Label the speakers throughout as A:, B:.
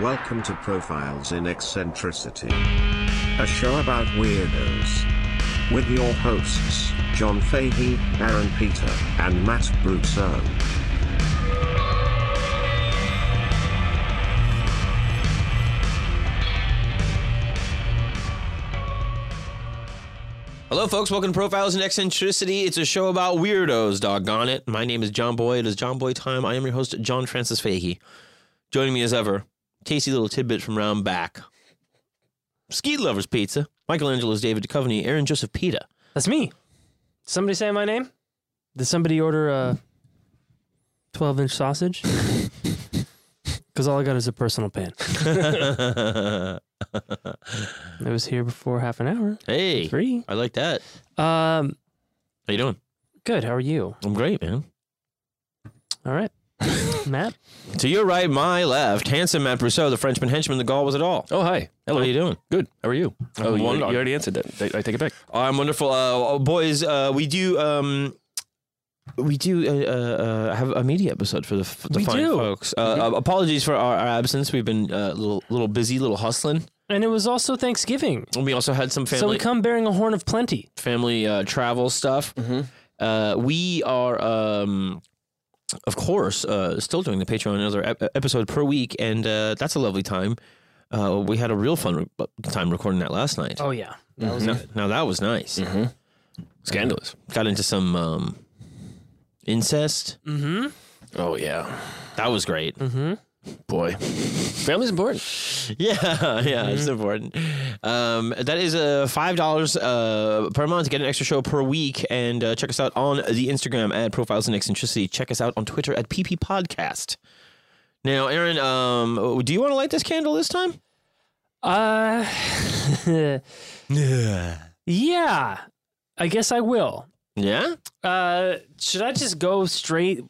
A: Welcome to Profiles in Eccentricity, a show about weirdos. With your hosts, John Fahey, Aaron Peter, and Matt Brousseau.
B: Hello, folks. Welcome to Profiles in Eccentricity. It's a show about weirdos, doggone it. My name is John Boy. It is John Boy time. I am your host, John Francis Fahey. Joining me as ever, tasty little tidbit from round back. Skeet Lovers Pizza, Michelangelo's David Duchovny, Aaron Joseph Pita.
C: That's me. Did somebody say my name? Did somebody order a 12 inch sausage? Because all I got is a personal pan. It was here before half an hour.
B: hey,
C: Free.
B: I like that.
C: Um,
B: How you doing?
C: good. How are you?
B: I'm great, man.
C: All right. Matt?
B: To your right, my left, handsome Matt Brousseau, the Frenchman henchman, the Gaul was it all.
D: Oh, hi.
B: Hello, how you doing?
D: Good. How are you?
B: I'm
D: oh, you,
B: wonderful.
D: you already answered that. I, I take it back.
B: I'm wonderful. Uh, oh, boys, uh, we do um, we do uh, uh, uh, have a media episode for the, f- the
C: We
B: fine
C: do.
B: folks. Uh, uh, apologies for our, our absence. We've been a uh, little little busy, little hustling.
C: And it was also Thanksgiving.
B: And we also had some
C: So
B: family
C: we come bearing a horn of plenty.
B: family uh, travel stuff.
C: Mm-hmm.
B: Uh, we are, um, of course, uh, still doing the Patreon another ep- episode per week, and uh, that's a lovely time. Uh, we had a real fun re- time recording that last night.
C: Oh, yeah. That was
B: Now,
C: good. Mm-hmm.
B: now that was nice.
D: Scandalous.
B: Got into some um, incest.
D: Oh, yeah.
B: That was great.
C: Mm-hmm.
D: Boy. Family's important.
B: Yeah, yeah,
C: Mm-hmm.
B: it's important. Um, that is uh, five dollars uh, per month. Get an extra show per week, and uh, check us out on the Instagram at Profiles in Eccentricity. Check us out on Twitter at PP Podcast.
C: Mm-hmm.
B: Now, Aaron, um, do you want to light this candle this time?
C: Uh,
B: Yeah.
C: yeah. I guess I will.
B: Yeah.
C: Uh, should I just go straight,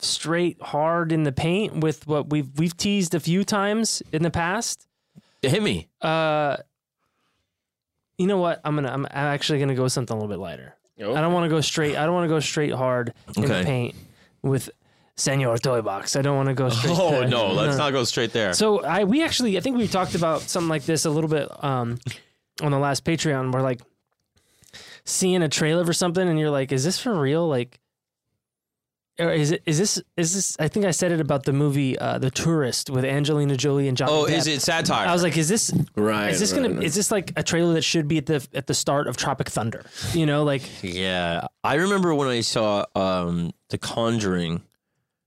C: straight hard in the paint with what we've we've teased a few times in the past?
B: Hit me.
C: Uh, you know what? I'm gonna. I'm, I'm actually gonna go with something a little bit lighter. I don't want to go straight. I don't want to go straight hard in
B: Oh. Okay.
C: the paint with Senor Toy Box. I don't want to go straight.
B: Oh
C: there.
B: no, let's not go straight there.
C: So I we actually I think we talked about something like this a little bit um on the last Patreon where like seeing a trailer for something and you're like, is this for real? Like or is it is this is this I think I said it about the movie uh The Tourist with Angelina Jolie and John
B: oh, is it satire?
C: I was like, is this
D: Right.
C: is this
D: right,
C: gonna
D: right.
C: is this like a trailer that should be at the at the start of Tropic Thunder? You know, like
B: Yeah, I remember when I saw um, The Conjuring.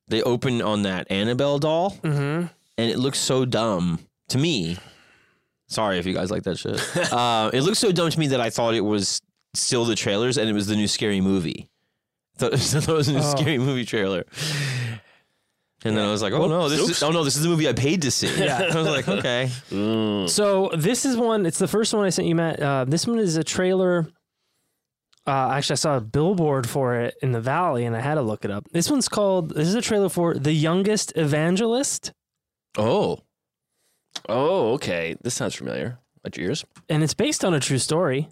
B: They opened on that Annabelle doll,
C: Mm-hmm.
B: and it looks so dumb to me. Sorry if you guys like that shit. uh, it looks so dumb to me that I thought it was still the trailers, and it was the new scary movie. Thought, thought it was a new
C: Oh.
B: scary movie trailer. And then I was like, "Oh no, this is, oh no, this is the movie I paid to see."
C: Yeah.
B: I was like, "Okay, Mm.
C: So this is one. It's the first one I sent you, Matt. Uh, this one is a trailer. Uh, actually, I saw a billboard for it in the valley, and I had to look it up. This one's called. This is a trailer for "The Youngest Evangelist,"
B: oh,
D: Oh, okay. This sounds familiar. At your ears.
C: and it's based on a true story.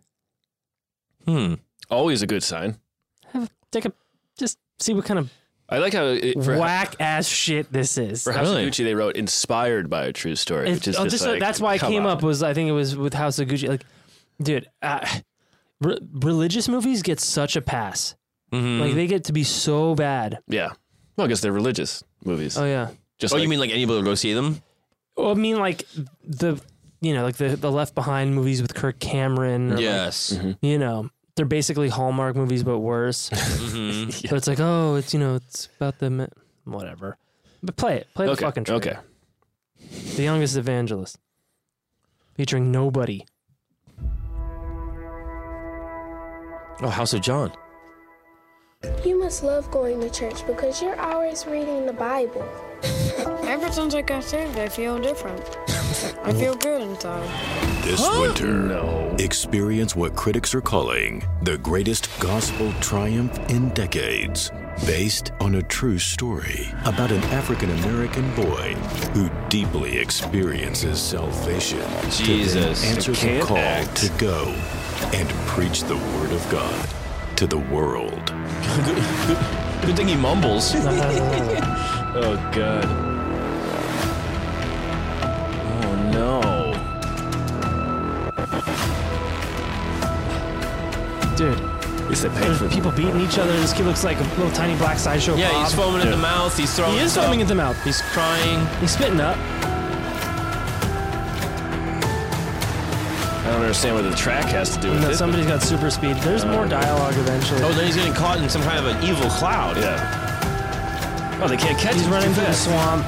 B: hmm,
D: Always a good sign.
C: Have, take a just see what kind of
D: I like how it, for,
C: whack ass shit this is.
D: for House of
B: Really?
D: Gucci they wrote inspired by a true story,
C: It-
D: which is
C: oh,
D: just,
C: just so-
D: like,
C: that's why I
D: come
C: came
D: on.
C: up was I think it was with House of Gucci. Like, dude, uh, re- religious movies get such a pass.
D: Hmm.
B: Mhm.
C: Like they get to be so bad.
D: Yeah. Well, I guess they're religious movies.
C: Oh yeah.
D: Just
B: oh,
D: like,
B: you mean like anybody will go see them?
C: Well, I mean, like the you know, like the the Left Behind movies with Kirk Cameron. or, like,
B: Yes,
C: you know, they're basically Hallmark movies but worse.
B: Mhm.
D: Mm-hmm.
C: So it's like, oh, it's you know, it's about the ma- whatever. But play it, play the
D: okay,
C: fucking trailer.
D: okay.
C: The Youngest Evangelist, featuring nobody.
B: Oh, House of John.
E: You must love going to church because you're always reading the Bible.
F: Ever since I got saved, I feel different. I feel good inside.
G: This winter, experience what critics are calling the greatest gospel triumph in decades, based on a true story about an African American boy who deeply experiences salvation. to then
B: Jesus.
G: answer the
D: Can't
G: call
D: act.
G: to go and preach the word of God to the world.
B: Good thing he
C: Uh-huh.
B: mumbles.
D: Oh god.
C: dude.
D: At least they paid
C: There's
D: for
C: people beating each other. This kid looks like a little tiny black sideshow.
B: Yeah,
C: Bob.
B: he's foaming at the mouth. He's throwing.
C: He is
B: stuff.
C: foaming at the mouth.
B: He's crying.
C: He's spitting up.
D: I don't understand what the track has to do with
C: No,
D: it.
C: somebody's got super speed. There's more dialogue eventually.
B: Oh, then he's getting caught in some kind of an evil cloud.
D: yeah. Oh, they can't catch
C: he's
D: him
C: running
D: too
C: through the
D: fast.
C: swamp.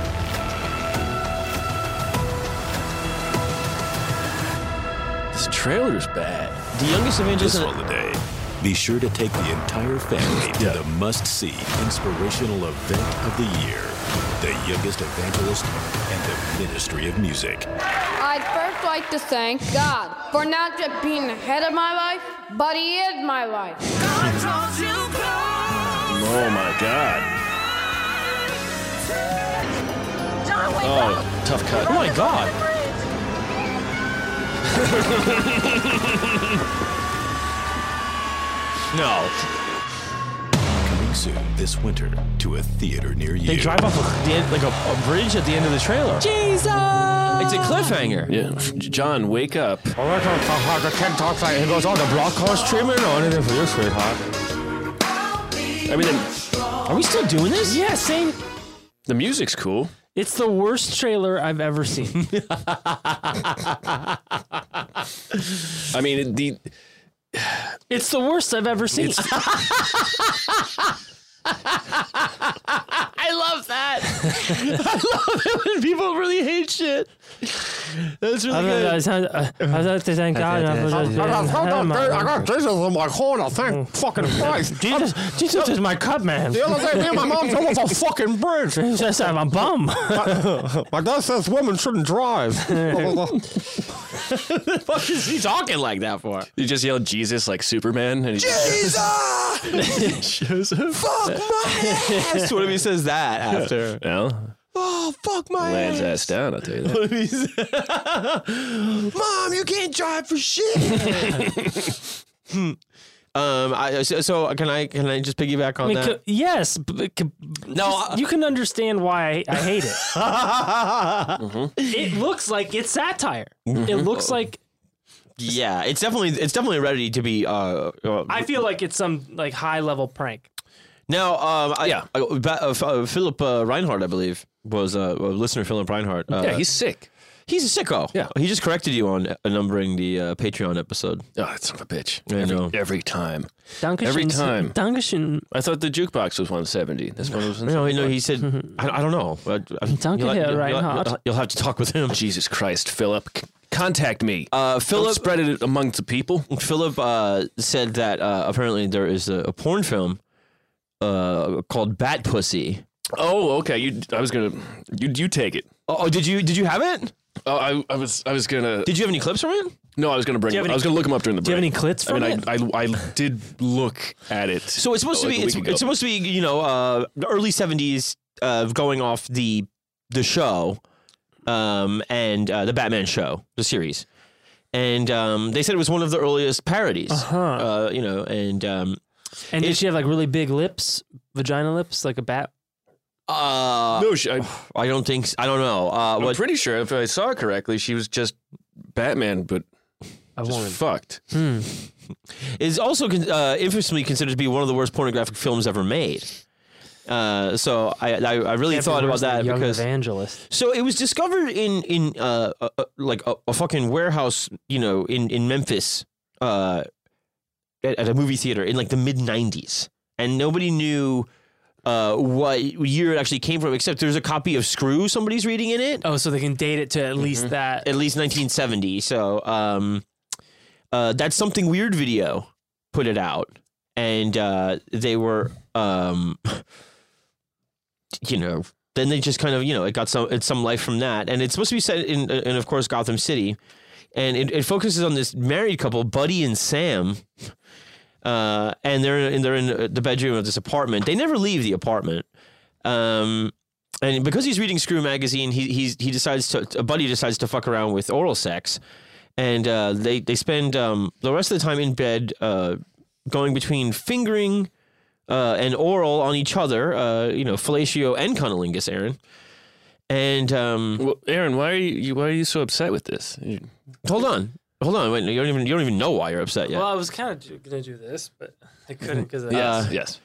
D: This trailer's bad.
B: The youngest
G: This
B: evangelist. in-
G: holiday, be sure to take the entire family to the must see inspirational event of the year The Youngest Evangelist and the Ministry of Music.
H: I'd first like to thank God for not just being the head of my life, but He is my life.
D: Oh my god. Oh, tough cut.
B: Oh my god. no.
G: Coming soon this winter to a theater near you.
B: They drive off a, the end, like a, a bridge at the end of the trailer. Jesus! It's a cliffhanger.
D: Yeah, John, wake up.
B: It goes on the block cost treatment or anything for your sweetheart.
D: I mean, the,
B: Are we still doing this?
C: Yeah, same.
D: the music's cool.
C: It's the worst trailer I've ever seen.
D: I mean, the
C: it's the worst I've ever seen.
B: I love that. I love it when people really hate shit. That's really
C: I
B: good.
C: realize how- uh, I'd like to thank God. and I apologize.
I: Jesus in my corner. Thank
C: Mm.
I: fucking Christ.
C: Jesus, Jesus is my cup, man.
I: The other day, me and my mom drove
J: "Oh,
I: off a fucking bridge.
C: Jesus, I'm a bum.
I: My dad says women shouldn't drive.
B: fuck is he talking like that for?
D: you just yelled Jesus like Superman, and he Jesus shows up.
B: Yes, what if he says that after?
D: Well,
B: Oh, fuck my
D: lands ass down. I'll tell you that.
B: Mom, you can't drive for shit. um, I, so, so can I can I just piggyback on
C: I mean,
B: that?
C: c- yes, b- c-
B: no, I-
C: you can understand why I, I hate it.
D: Mm-hmm.
C: It looks like it's satire. It looks like
B: yeah, it's definitely it's definitely ready to be. Uh, uh,
C: I feel like it's some like high level prank.
B: now, um, I,
D: Yeah.
B: I, ba- uh, F- uh, Philip uh, Reinhardt, I believe, was uh, uh, listener Philip Reinhardt. Uh,
D: yeah, he's sick.
B: he's a sicko.
D: Yeah.
B: he just corrected you on uh, numbering the uh, Patreon episode.
D: Oh, that son of a bitch.
B: I know.
D: Every time.
C: Dankeschön,
D: Every time.
C: Dankeschön.
D: I thought the jukebox was 170. This one was
B: No, no, he said, I, I don't know. I, I,
C: Danke,
B: you'll,
C: Herr
B: you'll- you'll-
C: Reinhardt.
B: you'll- you'll have to talk with him.
D: Jesus Christ, Philip. C- Contact me.
B: Uh,
D: Philip
B: Philip
D: spread it amongst the people.
B: Philip uh, said that uh, apparently there is a, a porn film uh, called Bat Pussy.
D: Oh, okay. You, I was gonna. You, you take it.
B: Oh, oh, did you did you have it?
D: Oh, I, I was, I was gonna.
B: Did you have any clips from it?
D: No, I was gonna bring.
C: you have any-
D: I was gonna look him up during the.
C: Do you have
D: break.
C: any clips
D: I
C: from
D: mean, I, I, I did look at it.
B: So it's supposed
D: like
B: to
D: a
B: be it's,
D: week ago.
B: it's supposed to be you know uh, the early seventies uh, going off the the show um, and uh, the Batman show the series. And um, they said it was one of the earliest parodies, uh-huh. you know. And um,
C: And did
B: It-
C: she have like really big lips, vagina lips, like a bat?
B: uh,
D: no, she, I,
B: I don't think s- I don't know. Uh,
D: I'm
B: what
D: pretty sure if I saw correctly, she was just Batman, but
C: A
D: just
C: woman.
D: fucked.
B: Hmm. is also con- uh, infamously considered to be one of the worst pornographic films ever made. Uh, so I, I, I really thought about that
C: young
B: because
C: evangelist.
B: so it was discovered in in uh, uh uh, like a, a fucking warehouse, you know, in in Memphis, uh, at, at a movie theater in like the mid '90s, and nobody knew uh what year it actually came from except there's a copy of Screw somebody's reading in it Mm-hmm.
C: Oh, so they can date it to at least that.
B: at least 1970. So um, uh, that's something weird video put it out, and uh, they were um, you know then they just kind of you know it got some it's some life from that, and it's supposed to be set in uh, in of course Gotham City, and it, it focuses on this married couple Buddy and Sam. Uh, and they're in, they're in uh, the bedroom of this apartment. They never leave the apartment. Um, and because he's reading Screw magazine, he he's, he decides to a buddy decides to fuck around with oral sex, and uh, they they spend um, the rest of the time in bed, uh, going between fingering uh, and oral on each other, uh, you know, fellatio and cunnilingus, Aaron. And um,
D: Well, Aaron, why are you, you why are you so upset with this? You-
B: hold on, Hold on, wait. You don't even you don't even know why you're upset yet.
C: Well, I was kind of gonna do this, but I couldn't because
B: Yeah.
D: yes.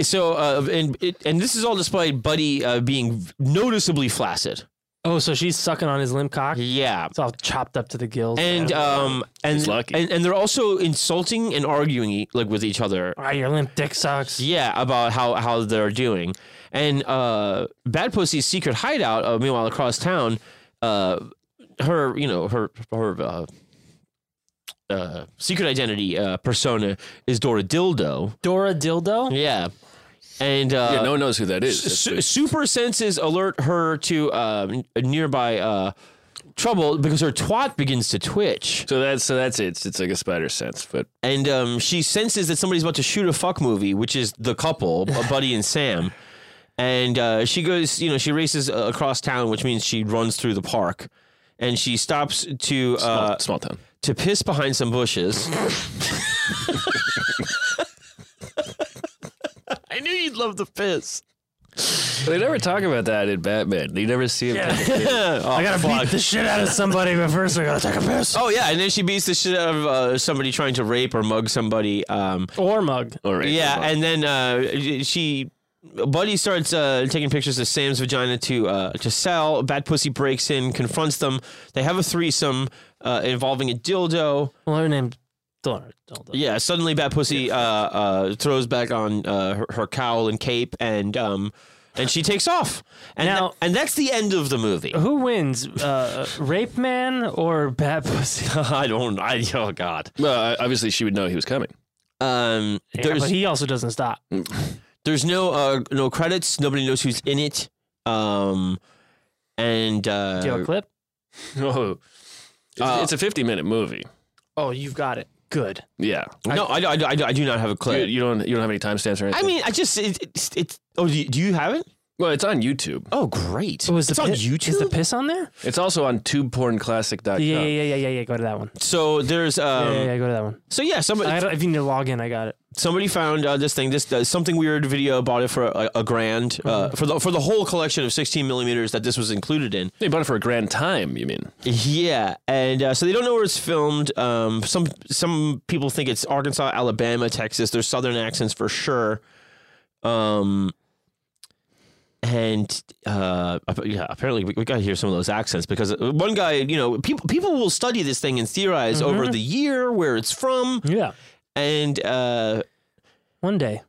B: so, uh, and it, and this is all despite Buddy uh, being noticeably flaccid.
C: Oh, so she's sucking on his limp cock.
B: Yeah.
C: It's all chopped up to the gills.
B: And um and,
D: He's lucky.
B: and and they're also insulting and arguing e- like with each other.
C: ah, your limp dick sucks.
B: Yeah, about how how they're doing. And uh Bad Pussy's secret hideout, uh, meanwhile across town, uh her, you know, her her uh uh, secret identity uh, persona is Dora Dildo.
C: Dora dildo.
B: Yeah, and uh,
D: yeah, no one knows who that is. That's
B: su-
D: the-
B: super senses alert her to um, nearby uh, trouble because her twat begins to twitch,
D: so that's so that's it. It's, it's like a spider sense, but
B: and um, she senses that somebody's about to shoot a fuck movie, which is the couple, uh, Buddy and Sam. And uh, she goes, you know, she races uh, across town, which means she runs through the park, and she stops to
D: small,
B: uh,
D: small town.
B: to piss behind some bushes. I knew you'd love the piss.
D: They never talk about that in Batman. You never see him. Oh,
B: I gotta
C: Beat the shit out of somebody, but first I gotta take a piss.
B: Oh yeah, and then she beats the shit out of uh, somebody trying to rape or mug somebody. Um,
C: Or mug.
D: All right.
B: yeah, and then uh, she, Buddy starts uh, taking pictures of Sam's vagina to uh, to sell. Bad pussy breaks in, confronts them. They have a threesome uh, involving a dildo.
C: Well, her name's Dora dildo.
B: Yeah, suddenly Bad Pussy uh, uh, throws back on uh, her, her cowl and cape, and um, and she takes off. And
C: Now-
B: tha- and that's the end of the movie.
C: Who wins, uh, rape man or bad pussy?
B: I don't. I oh god.
D: Well, obviously she would know he was coming.
B: Um,
C: Yeah,
B: there's
C: but he also doesn't stop.
B: there's no uh, no credits. Nobody knows who's in it. Um, and uh,
C: Do you have a clip?
D: Oh, it's, it's a fifty-minute movie.
C: Oh, you've got it. Good.
D: Yeah.
B: no, I, I, I, I do not have a
D: You,
B: clip.
D: you don't you don't have any timestamps or anything.
B: I mean, I just it, it's it's. Oh, do you, do you have it?
D: well, it's on YouTube.
B: Oh, great.
C: was
B: it's
C: the
B: on
C: pi- Is the
B: YouTube.
C: piss on there?
D: It's also on TubePornClassic.com.
C: Yeah, yeah, yeah, yeah, yeah. Go to that one.
B: so there's um.
C: yeah, yeah, yeah, go to that one.
B: So yeah, somebody
C: I don't, if you need to log in, I got it.
B: somebody found uh, this thing. This uh, something weird video bought it for a, a grand uh,
D: Mm-hmm.
B: for the for the whole collection of 16 millimeters that this was included in.
D: They bought it for a grand time. You mean?
B: Yeah, and uh, so they don't know where it's filmed. Um, some some people think it's Arkansas, Alabama, Texas. There's Southern accents for sure. Um, and uh, ap- yeah, apparently we, we got to hear some of those accents because uh, one guy, you know, people people will study this thing and theorize over the year where it's from,
C: Mm-hmm. Yeah.
B: and uh,
C: One day.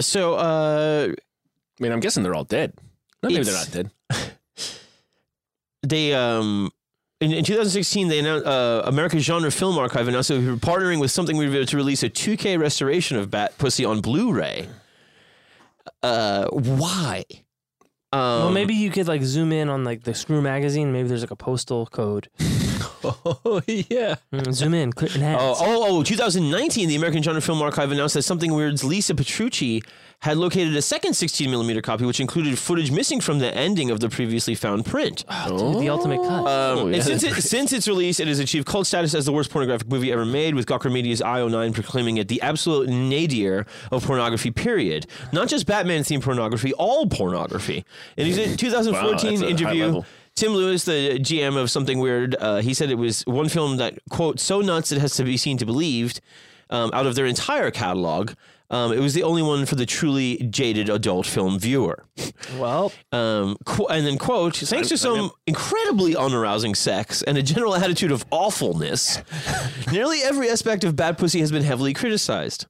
B: so uh,
D: I mean, I'm guessing they're all dead. No, maybe they're
B: It's-
D: not dead.
B: they um in, in 2016 they announced uh, American Genre Film Archive announced that we were partnering with Something Weird Video to release a 2K restoration of Bat Pussy on Blu-ray. Uh, why? Um,
C: well, maybe you could like zoom in on like the Screw magazine. Maybe there's like a postal code.
B: Oh yeah.
C: Mm, zoom in. Click and
B: Oh,
C: oh,
B: oh, oh, 2019, the American Genre Film Archive announced that Something Weird's Lisa Petrucci had located a second 16 millimeter copy, which included footage missing from the ending of the previously found print.
C: Ah, the ultimate cut.
B: Um,
D: Oh,
B: and
D: yeah.
B: since, it, since its release, it has achieved cult status as the worst pornographic movie ever made, with Gawker Media's IO9 proclaiming it the absolute nadir of pornography, period. Not just Batman themed pornography, all pornography. In his 2014
D: Wow, that's a high
B: interview,
D: level.
B: Tim Lewis, the GM of Something Weird, uh, he said it was one film that, quote, so nuts it has to be seen to believed um, out of their entire catalog. Um, it was the only one for the truly jaded adult film viewer.
C: well,
B: Um, qu- and then quote, thanks to some incredibly unarousing sex and a general attitude of awfulness, nearly every aspect of Bad Pussy has been heavily criticized.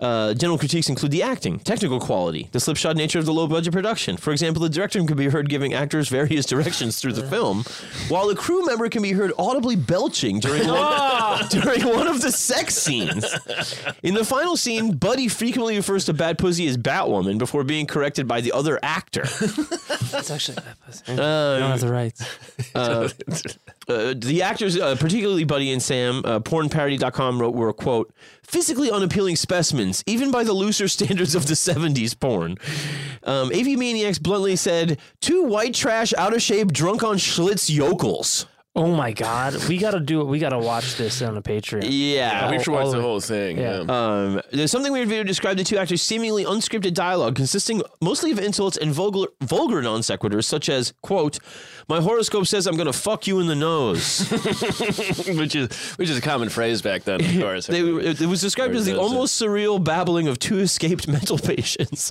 B: Uh, general critiques include the acting, technical quality, the slipshod nature of the low budget production. For example, the director can be heard giving actors various directions through the film, while a crew member can be heard audibly belching during one, during one of the sex scenes. In the final scene, Buddy frequently refers to Bad Pussy as Batwoman before being corrected by the other actor. Oh.
C: it's actually that postal. you don't have the rights.
B: Uh, the actors, uh, particularly Buddy and Sam, uh, pornparody.com wrote were, quote, physically unappealing specimens, even by the looser standards of the 70s porn. Um, AV Maniacs bluntly said, two white trash, out of shape, drunk on Schlitz yokels.
C: Oh my God, we gotta do it. We gotta watch this on a Patreon.
B: Yeah.
D: we
C: all-
D: should watch
C: all
D: the
C: of it.
D: whole thing.
C: Yeah.
D: Yeah.
B: Um, there's something weird video described the two actors seemingly unscripted dialogue consisting mostly of insults and vulgar, vulgar non sequiturs, such as, quote, my horoscope says I'm going to fuck you in the nose.
D: which is which is a common phrase back then, of course.
B: they, it it was described as the almost surreal babbling of two escaped mental patients.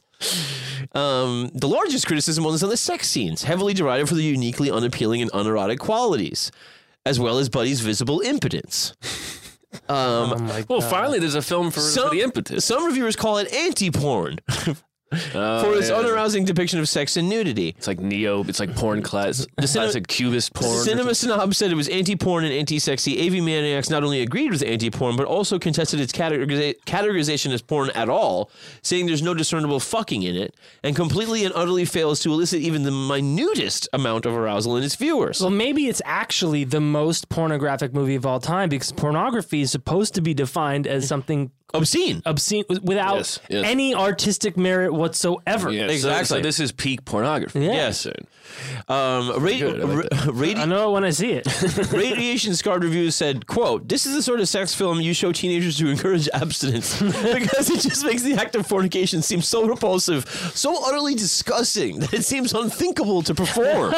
B: Um, the largest criticism was on the sex scenes, heavily derided for the uniquely unappealing and unerotic qualities, as well as Buddy's visible impotence. Um,
C: Oh my
D: well,
C: God.
D: finally, there's a film for, for the impetus.
B: Some reviewers call it anti-porn
D: Oh,
B: for its
D: yeah.
B: unarousing depiction of sex and nudity.
D: It's like neo. It's like porn class. classic cubist porn. or
B: Cinema Snob said it was anti-porn and anti-sexy. AV Maniacs not only agreed with anti-porn, but also contested its categoriza- categorization as porn at all, saying there's no discernible fucking in it, and completely and utterly fails to elicit even the minutest amount of arousal in its viewers.
C: Well, maybe it's actually the most pornographic movie of all time because pornography is supposed to be defined as something
B: Obscene.
C: obscene with- without
D: Yes, yes.
C: any artistic merit whatsoever.
D: Yeah, so- So,
B: Exactly.
D: this is peak pornography.
C: Yeah.
B: Yes. Um, radi-
D: Good, I like
B: ra- radi-
C: I know it when I see it.
B: Radiation Scarred Review said, quote, this is the sort of sex film you show teenagers to encourage abstinence because it just makes the act of fornication seem so repulsive, so utterly disgusting that it seems unthinkable to perform.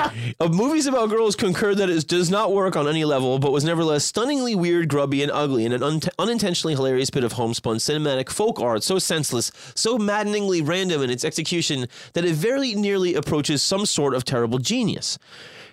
B: Uh, movies about girls concur that it does not work on any level, but was nevertheless stunningly weird, grubby, and ugly, and an un- unintentionally hilarious bit of homespun cinematic folk art so senseless, so maddeningly random in its execution that it very nearly approaches some sort of terrible genius.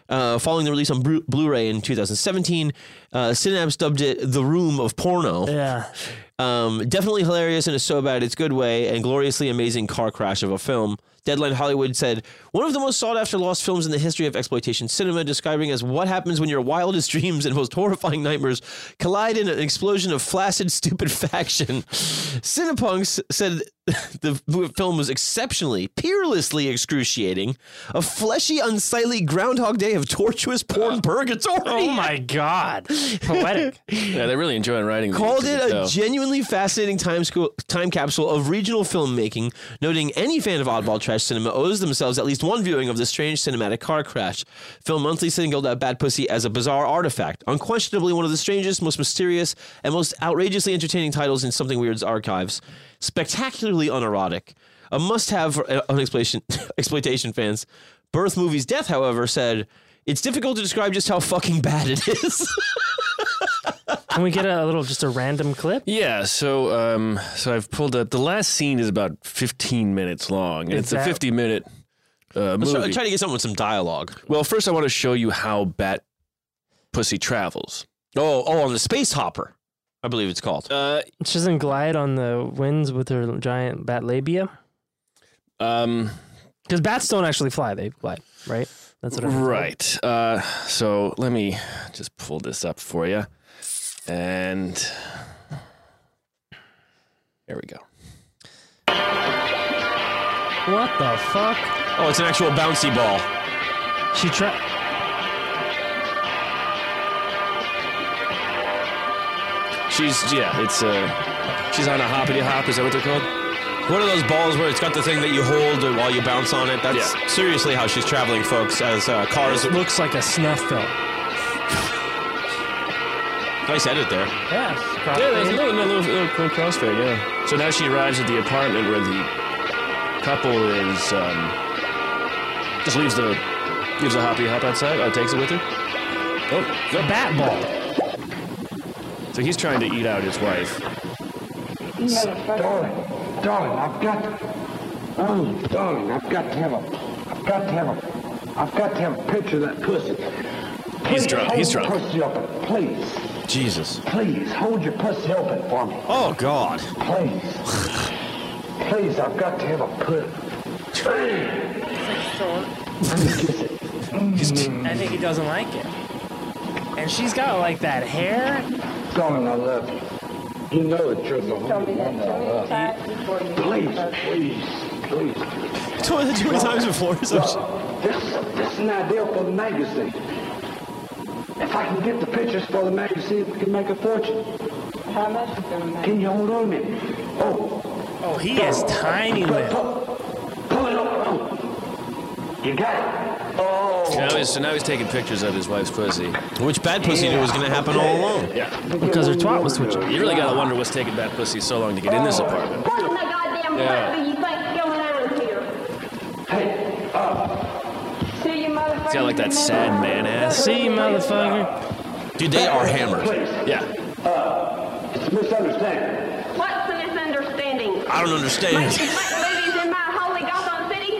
B: Uh, following the release on Blu- Blu-ray in 2017, uh, Synapse dubbed it "The Room of Porno."
C: yeah.
B: Um, definitely hilarious in a so bad it's good way, and gloriously amazing car crash of a film. Deadline Hollywood said one of the most sought after lost films in the history of exploitation cinema, describing as what happens when your wildest dreams and most horrifying nightmares collide in an explosion of flaccid, stupid faction. Cinepunks said the v- film was exceptionally, peerlessly excruciating, a fleshy, unsightly Groundhog Day of tortuous porn purgatory.
C: Oh my God. Poetic.
D: Yeah, they really enjoying writing. these,
B: called
D: you
B: it
D: can
B: a
D: tell.
B: genuinely fascinating time sco- time capsule of regional filmmaking, noting any fan of oddball trash cinema owes themselves at least one viewing of the strange cinematic car crash. Film Monthly singled out Bad Pussy as a bizarre artifact, unquestionably one of the strangest, most mysterious, and most outrageously entertaining titles in Something Weird's archives. Spectacularly unerotic, a must-have for uh, exploitation exploitation fans. Birth Movie's Death, however, said. It's difficult to describe just how fucking bad it is.
C: Can we get a little, just a random clip?
D: Yeah, so um, so I've pulled up. The last scene is about 15 minutes long. and
C: Is
D: It's a
C: that-
D: 50 minute uh,
B: Let's try,
D: movie.
B: try to get someone with some dialogue.
D: well, first I want to show you how bat pussy travels.
B: Oh, oh, on the space hopper, I believe it's called.
D: Uh,
C: She doesn't glide on the winds with her giant bat labia.
D: um,
C: Because bats don't actually fly, they glide, right? That's what I mean.
D: right. Uh, so let me just pull this up for you, and there we go.
C: What the fuck?
B: Oh, it's an actual bouncy ball.
C: She tried.
D: She's yeah, it's uh, she's on a hoppity hop. Is that what they're called?
B: One of those balls where it's got the thing that you hold while you bounce on it. That's
D: Yeah.
B: seriously how she's traveling, folks. As uh, cars,
C: Looks like a snuff film.
B: nice edit there.
C: Yeah.
D: Yeah, there's a little, little, little, little crossfade, yeah. So now she arrives at the apartment where the couple is, um, just leaves the, leaves the hoppy hop outside, or takes it with her. Oh,
C: A bat ball.
D: so he's trying to eat out his wife.
K: Darling, darling, I've got, darling, darling, I've got to have a, I've got to have a, I've got to have a picture of that pussy.
D: He's
K: Please
D: drunk, he's
K: hold
D: drunk.
K: your Pussy open, please,
D: Jesus.
K: please hold your pussy open for me,
B: Oh God!
K: please, please. I've got to have a put.
C: I think he doesn't like it. And she's got like that hair.
K: Darling, I love you. You know that you're the only one that I love. Please, please, please.
B: Two of the two times before. So she-
K: This, this is an idea for the magazine. If I can get the pictures for the magazine, we can make a fortune. How much? Can you hold on a minute? Oh,
C: Oh, he has tiny
K: pull,
C: lips.
K: pull, pull it up. Oh. You got it. Oh.
D: So now, he's, so now he's taking pictures of his wife's pussy.
B: Which bad pussy knew was going to happen all along.
D: Yeah.
C: Because her twat was switching.
D: You really gotta wonder what's taking bad pussy so long to get in this apartment. Yeah.
F: See you, motherfucker.
D: He's got like that sad man ass.
C: See you, motherfucker.
B: Dude, they are hammered.
D: Yeah.
K: It's a Uh, misunderstanding.
L: What's the misunderstanding?
B: I don't understand.
L: Ladies in my holy Gotham City?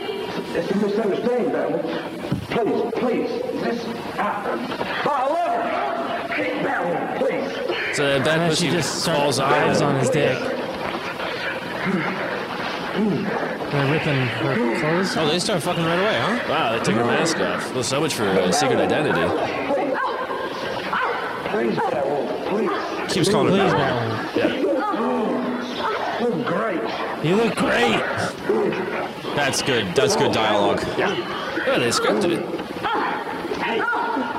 K: It's a misunderstanding, Batman. Please, please, listen. I, I love her. Hey, Batman, please.
D: So that
C: And
D: bad
C: then she
D: pussy
C: just
D: falls
C: starts eyes on his dick. They're ripping her clothes.
B: Oh, they start fucking right away, huh?
D: Wow, they took her mask off. Well, so much for uh, secret identity.
K: Please, Batman, please.
B: Keeps calling
C: Please,
B: it back.
C: Batman.
K: Oh, great.
C: You look great.
B: That's good. That's good dialogue.
D: Yeah, they scripted it.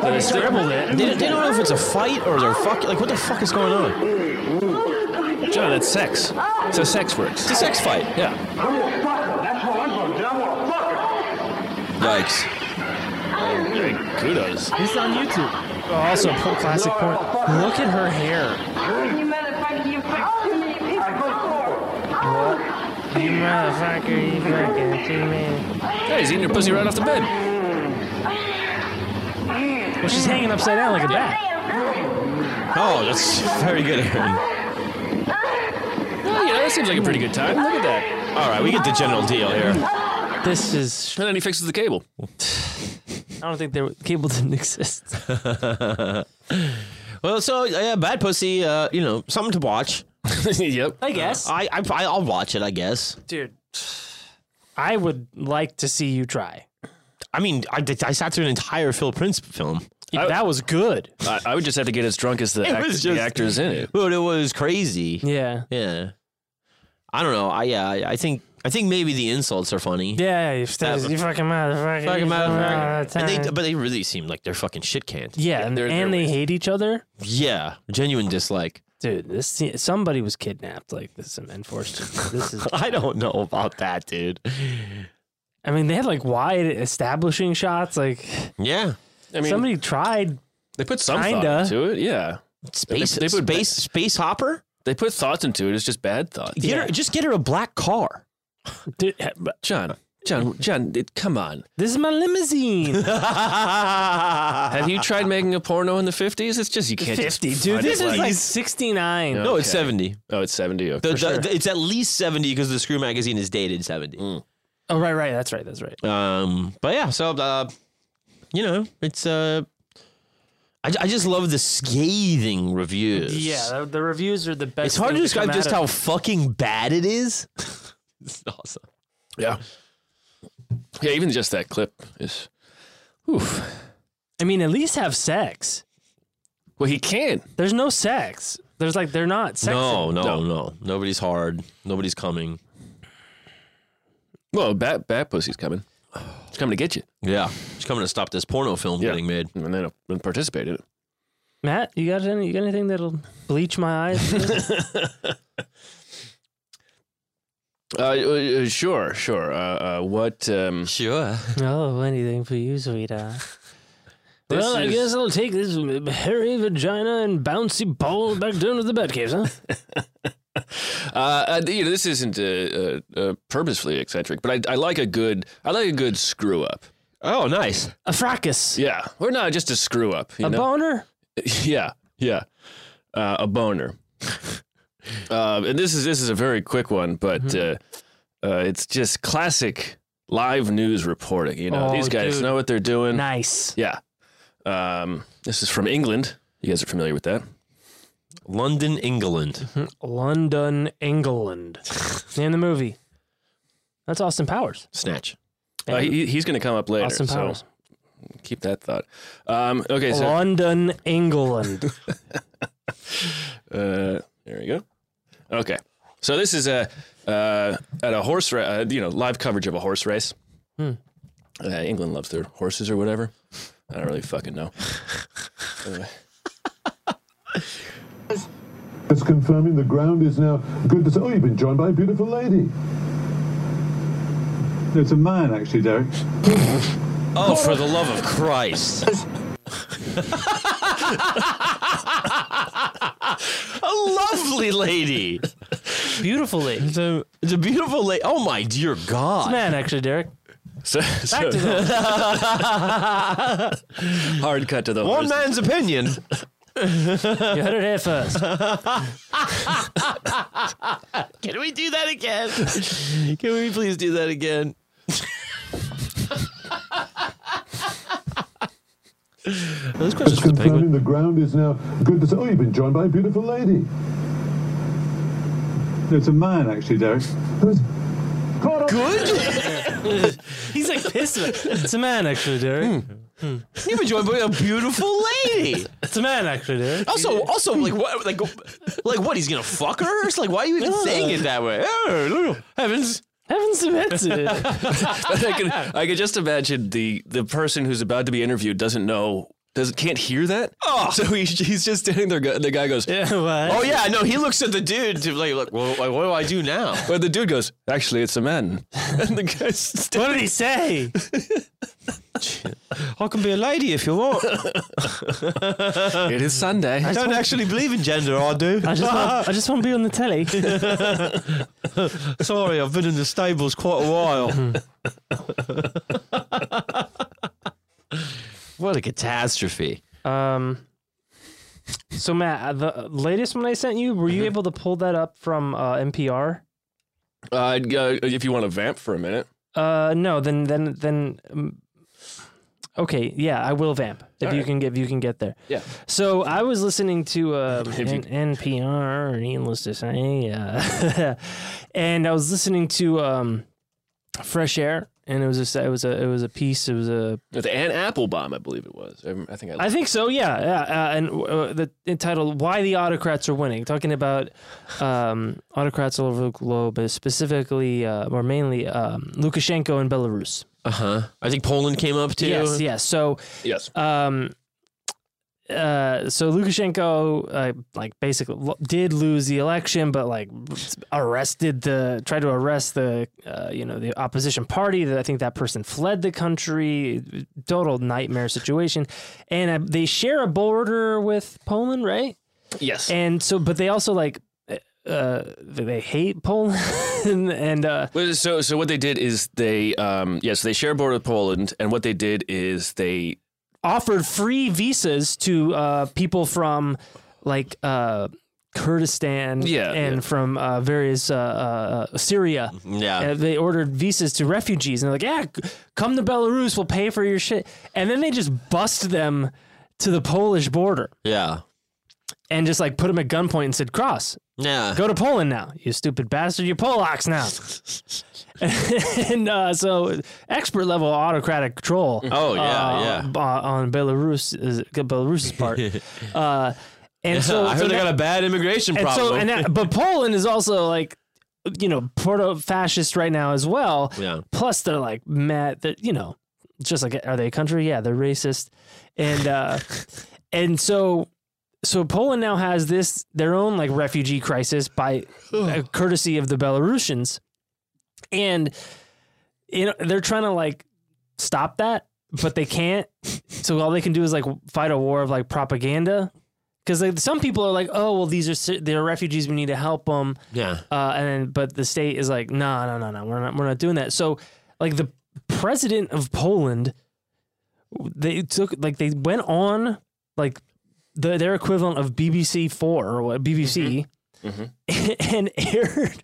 C: But they scribbled
B: They,
C: it.
B: they don't know if it's a fight or they're fuck. Like, what the fuck is going on?
D: John, that's sex. So sex works.
B: It's a sex fight.
D: Yeah.
K: I'm gonna fuck her. That's what I'm gonna do. I'm gonna fuck her.
B: Yikes.
D: Hey, kudos.
C: This is on YouTube. Oh, also, po- classic point. Look at her hair.
L: You motherfucker, you fucked too many people.
K: I go
C: You motherfucker, you fucking too man.
D: Hey, he's eating your pussy right off the bed.
C: Well, she's hanging upside down like a bat.
B: Oh, that's very good, Aaron.
D: Well, you know, that seems like a pretty good time. Look at that.
B: All right, we get the general deal here.
C: This is.
D: And then he fixes the cable.
C: I don't think the cable didn't exist.
B: Well, so uh, yeah, bad pussy. Uh, you know, something to watch.
D: yep.
C: I guess,
B: I, I I- I'll watch it. I guess.
C: dude. I would like to see you try.
B: I mean, I, did- I sat through an entire Phil Prince film.
D: I-
C: that was good.
D: I, I would just have to get as drunk as the,
B: It
D: act-
B: was
D: the
B: just-
D: actors in it.
B: But it was crazy.
C: Yeah.
B: Yeah. I don't know. I yeah. I, I think I think maybe the insults are funny.
C: Yeah, you,
B: That was-
C: you fucking motherfucker.
B: Fucking
C: you
B: motherfucker.
C: fucking
B: And they,
C: motherfucker.
B: but they really seem like they're fucking shit canned.
C: uh, yeah, and,
D: they're-
C: and
D: they're
C: they hate each other.
B: Yeah, genuine dislike.
C: Dude, this se- somebody was kidnapped. Like this, some enforced. This is.
B: I don't know about that, dude.
C: I mean, they had like wide establishing shots. Like
B: Yeah,
D: I mean,
C: somebody tried.
D: they put some
C: kinda.
D: thought into it. Yeah.
B: space
D: they put-
B: space space hopper.
D: They put thoughts into it. It's just bad thought.
B: Get her, just get her a black car.
C: Dude, eh, but
D: John, John, John, it, come on.
C: this is my limousine.
B: no,
D: Have you tried making a porno in the 50s? It's just, you can't just
C: Fifty,
D: find
C: dude.
D: it
C: This is like sixty nine.
D: No.
B: it's
D: Okay.
B: seventy.
D: Oh, it's 70. Okay.
B: The, the, the- it's at least seventy because the Screw magazine is dated seventy.
C: Oh right, right. That's right. That's right.
B: Um, but yeah, so uh, you know, it's uh, I, I just love the scathing reviews.
C: Yeah, the, the reviews are the best.
B: it's hard to
C: thing come
B: describe
C: out
B: just
C: of-
B: how fucking bad it is. it's awesome.
D: Yeah. Yeah, even just that clip is. Oof.
C: I mean, at least have sex.
D: Well, he can.
C: There's no sex. There's like they're not sexy.
B: No, no, no, Nobody's hard. Nobody's coming.
D: Well, bat bat pussy's coming. It's coming to get you.
B: Yeah, it's coming to stop this porno film
D: Yeah.
B: getting made.
D: And then and participate in it.
C: Matt, you got any? You got anything that'll bleach my eyes?
D: Uh, uh, uh, sure, sure. Uh, uh, what? Um,
B: Sure.
C: no, anything for you, sweetheart. well, I
D: is-
C: guess I'll take this hairy vagina and bouncy ball back down to the bedcave, huh?
D: uh, uh, you know, this isn't uh, uh, uh, purposefully eccentric, but I, I like a good. I like a good screw up.
B: Oh, nice.
C: A fracas,
D: Yeah, or not just a screw up. You
C: a
D: know?
C: boner.
D: yeah, yeah, uh, a boner. uh, and this is this is a very quick one, but
C: Mm-hmm.
D: uh, uh, it's just classic live news reporting. You know,
C: Oh,
D: these guys
C: dude.
D: know what they're doing.
C: Nice.
D: Yeah, um, this is from England. You guys are familiar with that?
B: London, England.
C: London, England. Name the movie. That's Austin Powers.
B: Snatch.
D: Uh, he, he's going to come up later.
C: Austin
D: so
C: Powers.
D: keep that thought. Um, okay, so
C: London, England.
D: Uh, there we go. Okay. So this is a uh, at a horse, ra- uh, you know, live coverage of a horse race.
C: Hmm.
D: Uh, England loves their horses or whatever. I don't really fucking know.
M: It's confirming the ground is now good. To, oh, you've been joined by a beautiful lady. No, It's a man, actually, Derek.
B: Oh, for the love of Christ. a lovely lady.
C: Beautiful lady.
B: It's a, it's a beautiful lady. Oh, my dear God.
C: It's a man, actually, Derek.
D: So,
C: Back to the-
D: Hard cut to the
B: One man's opinion.
C: you heard it here first.
B: Can we do that again? Can we please do that again? Those
M: It's confirming the ground is now good to say, oh, you've been joined by a beautiful lady. It's a man, actually, Derek.
C: Good? He's like pissed. about- It's a man, actually, Derek.
B: Hmm. You've been joined by a beautiful lady.
C: It's a man, actually, Derek.
B: Also, also, like what, like, like what? He's gonna fuck her? It's like, why are you even saying it that way? Oh, no, no. heavens!
C: Heavens above.
D: I could, I could just imagine the the person who's about to be interviewed doesn't know. Doesn't, can't hear that. Oh, so he, he's just standing there. go- The guy goes,
C: "Yeah, what?"
B: Oh yeah, no. He looks at the dude to like, look, well, like, what do I do now?
D: But the dude goes, "Actually, it's a man." And the guy's standing-
C: What did he say?
B: I can be a lady if you want.
D: it is Sunday.
B: I don't actually believe in gender. I do.
C: I just, want, I just want to be on the telly.
B: Sorry, I've been in the stables quite a while. what a catastrophe!
C: Um, so Matt, uh, the latest one I sent you, were
B: Mm-hmm.
C: you able to pull that up from uh, NPR?
D: Uh, uh, if you want to vamp for a minute,
C: Uh, no. Then then then. Um, okay, yeah, I will vamp if
D: All
C: you
D: right.
C: can get if you can get there.
D: Yeah.
C: So I was listening to um,
D: If you-
C: N- NPR, or needless to say, uh, and I was listening to um, Fresh Air, and it was a s- it was a it was a piece. It was a
D: with Ann Applebaum, I believe it was. Um, I, I think I.
C: I think so. Yeah, yeah. Uh, and uh, the entitled "Why the Autocrats Are Winning," talking about um, autocrats all over the globe, but specifically uh, or mainly um, Lukashenko and Belarus.
B: Uh huh.
C: Uh-huh.
B: I think Poland came up too.
C: Yes, yes. So,
D: yes.
C: um, uh, so Lukashenko, uh, like basically lo- did lose the election, but like arrested the tried to arrest the uh, you know the opposition party. That I think that person fled the country. Total nightmare situation, and uh, they share a border with Poland, right?
D: Yes.
C: And so, but they also like uh, they hate Poland, and uh,
D: Well, So, so what they did is they, um, yes, they share a border with Poland, and what they did is they,
C: offered free visas to uh, people from like uh, Kurdistan
D: Yeah,
C: and
D: yeah.
C: from uh, various uh, uh, Syria.
B: Yeah.
C: Uh, they ordered visas to refugees and they're like, yeah, c- come to Belarus, we'll pay for your shit. And then they just bust them to the Polish border
B: Yeah.
C: and just like put them at gunpoint and said, cross,
B: Yeah.
C: go to Poland now, you stupid bastard, you Polacks now. and uh, so expert level autocratic control.
B: Oh, yeah,
C: uh,
B: yeah.
C: b- on Belarus is Belarus's part. uh, and so
B: I heard
C: so
B: they
C: now-
B: got a bad immigration
C: and
B: problem.
C: so and that, but Poland is also like you know proto fascist right now as well.
B: Yeah.
C: Plus they're like mad that you know just like are they a country? Yeah, they're racist. And uh and so so Poland now has this their own like refugee crisis by uh, courtesy of the Belarusians. And you know they're trying to like stop that, but they can't. So all they can do is like fight a war of like propaganda. Because like, some people are like, oh well, these are Sy- they're refugees. We need to help them.
B: yeah.
C: Uh, and then, but the state is like, no, no, no, no, we're not, we're not doing that. So, like the president of Poland, they took like they went on like the, their equivalent of BBC Four or what BBC,
B: Mm-hmm.
C: and aired.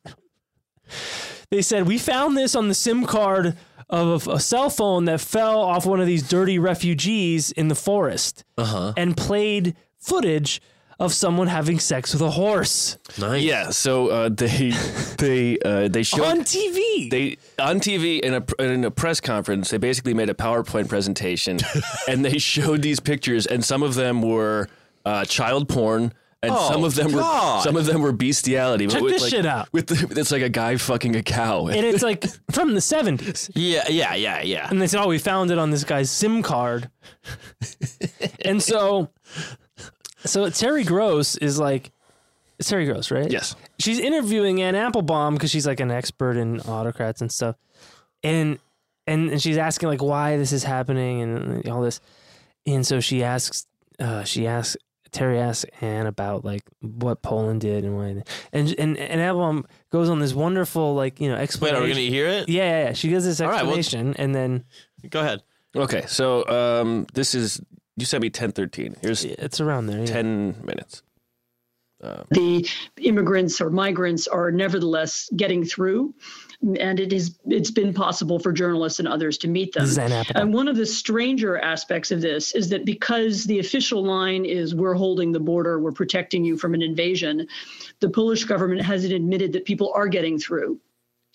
C: They said we found this on the SIM card of a, a cell phone that fell off one of these dirty refugees in the forest,
B: Uh-huh.
C: and played footage of someone having sex with a horse
B: Nice.
D: yeah, so uh, they, they, uh, they showed
C: on TV.
D: they on TV in a in a press conference. They basically made a PowerPoint presentation, and they showed these pictures, and some of them were uh, child porn. And
B: Oh,
D: some of them
B: God.
D: were some of them were bestiality. but
C: Check
D: with,
C: this
D: like,
C: shit out.
D: With the, it's like a guy fucking a cow.
C: and it's like from the 70s.
B: Yeah. Yeah. Yeah. Yeah.
C: And they said, oh, we found it on this guy's SIM card. and so, so Terry Gross is like, it's Terry Gross, right?
D: yes.
C: She's interviewing Ann Applebaum because she's like an expert in autocrats and stuff. And and, and she's asking like why this is happening and all this, and so she asks, uh, she asks Terry asks Anne about like what Poland did and why, and and and Avalon goes on this wonderful like you know
B: Wait,
C: explanation.
B: are we gonna hear it?
C: Yeah, yeah, yeah. She gives this
B: All right, well-
C: explanation, and then
B: Go ahead.
D: Okay, so um, this is you sent me ten thirteen. Here's
C: it's around there.
D: Ten minutes.
N: the immigrants or migrants are nevertheless getting through and it is it's been possible for journalists and others to meet them
C: This is an app.
N: and one of the stranger aspects of this is that because the official line is we're holding the border we're protecting you from an invasion the polish government hasn't admitted that people are getting through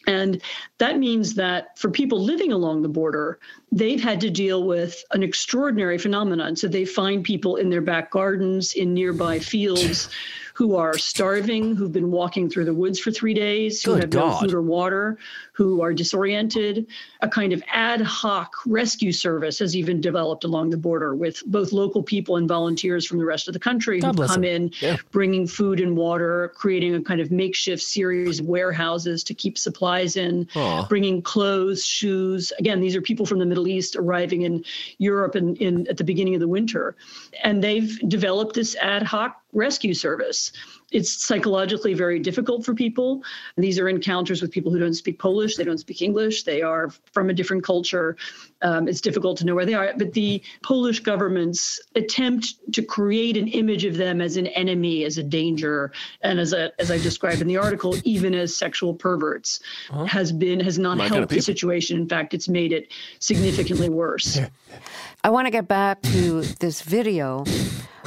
N: and that means that for people living along the border, they've had to deal with an extraordinary phenomenon. So they find people in their back gardens, in nearby fields, who are starving, who've been walking through the woods for three days, who
O: Good
N: have no
O: God.
N: food or water, who are disoriented. A kind of ad hoc rescue service has even developed along the border with both local people and volunteers from the rest of the country
C: God
N: who
C: bless
N: come
C: them.
N: in, bringing food and water, creating a kind of makeshift series of warehouses to keep supplies in,
O: Aw.
N: bringing clothes, shoes. Again, these are people from the Middle East arriving in Europe in, in at the beginning of the winter, and they've developed this ad hoc rescue service. It's psychologically very difficult for people. These are encounters with people who don't speak Polish, they don't speak English, they are from a different culture. Um, it's difficult to know where they are. But the Polish government's attempt to create an image of them as an enemy, as a danger, and as a, as I described in the article, even as sexual perverts, has been has not
O: My kind of
N: helped the
O: people.
N: situation. In fact, it's made it significantly worse.
P: I want to get back to this video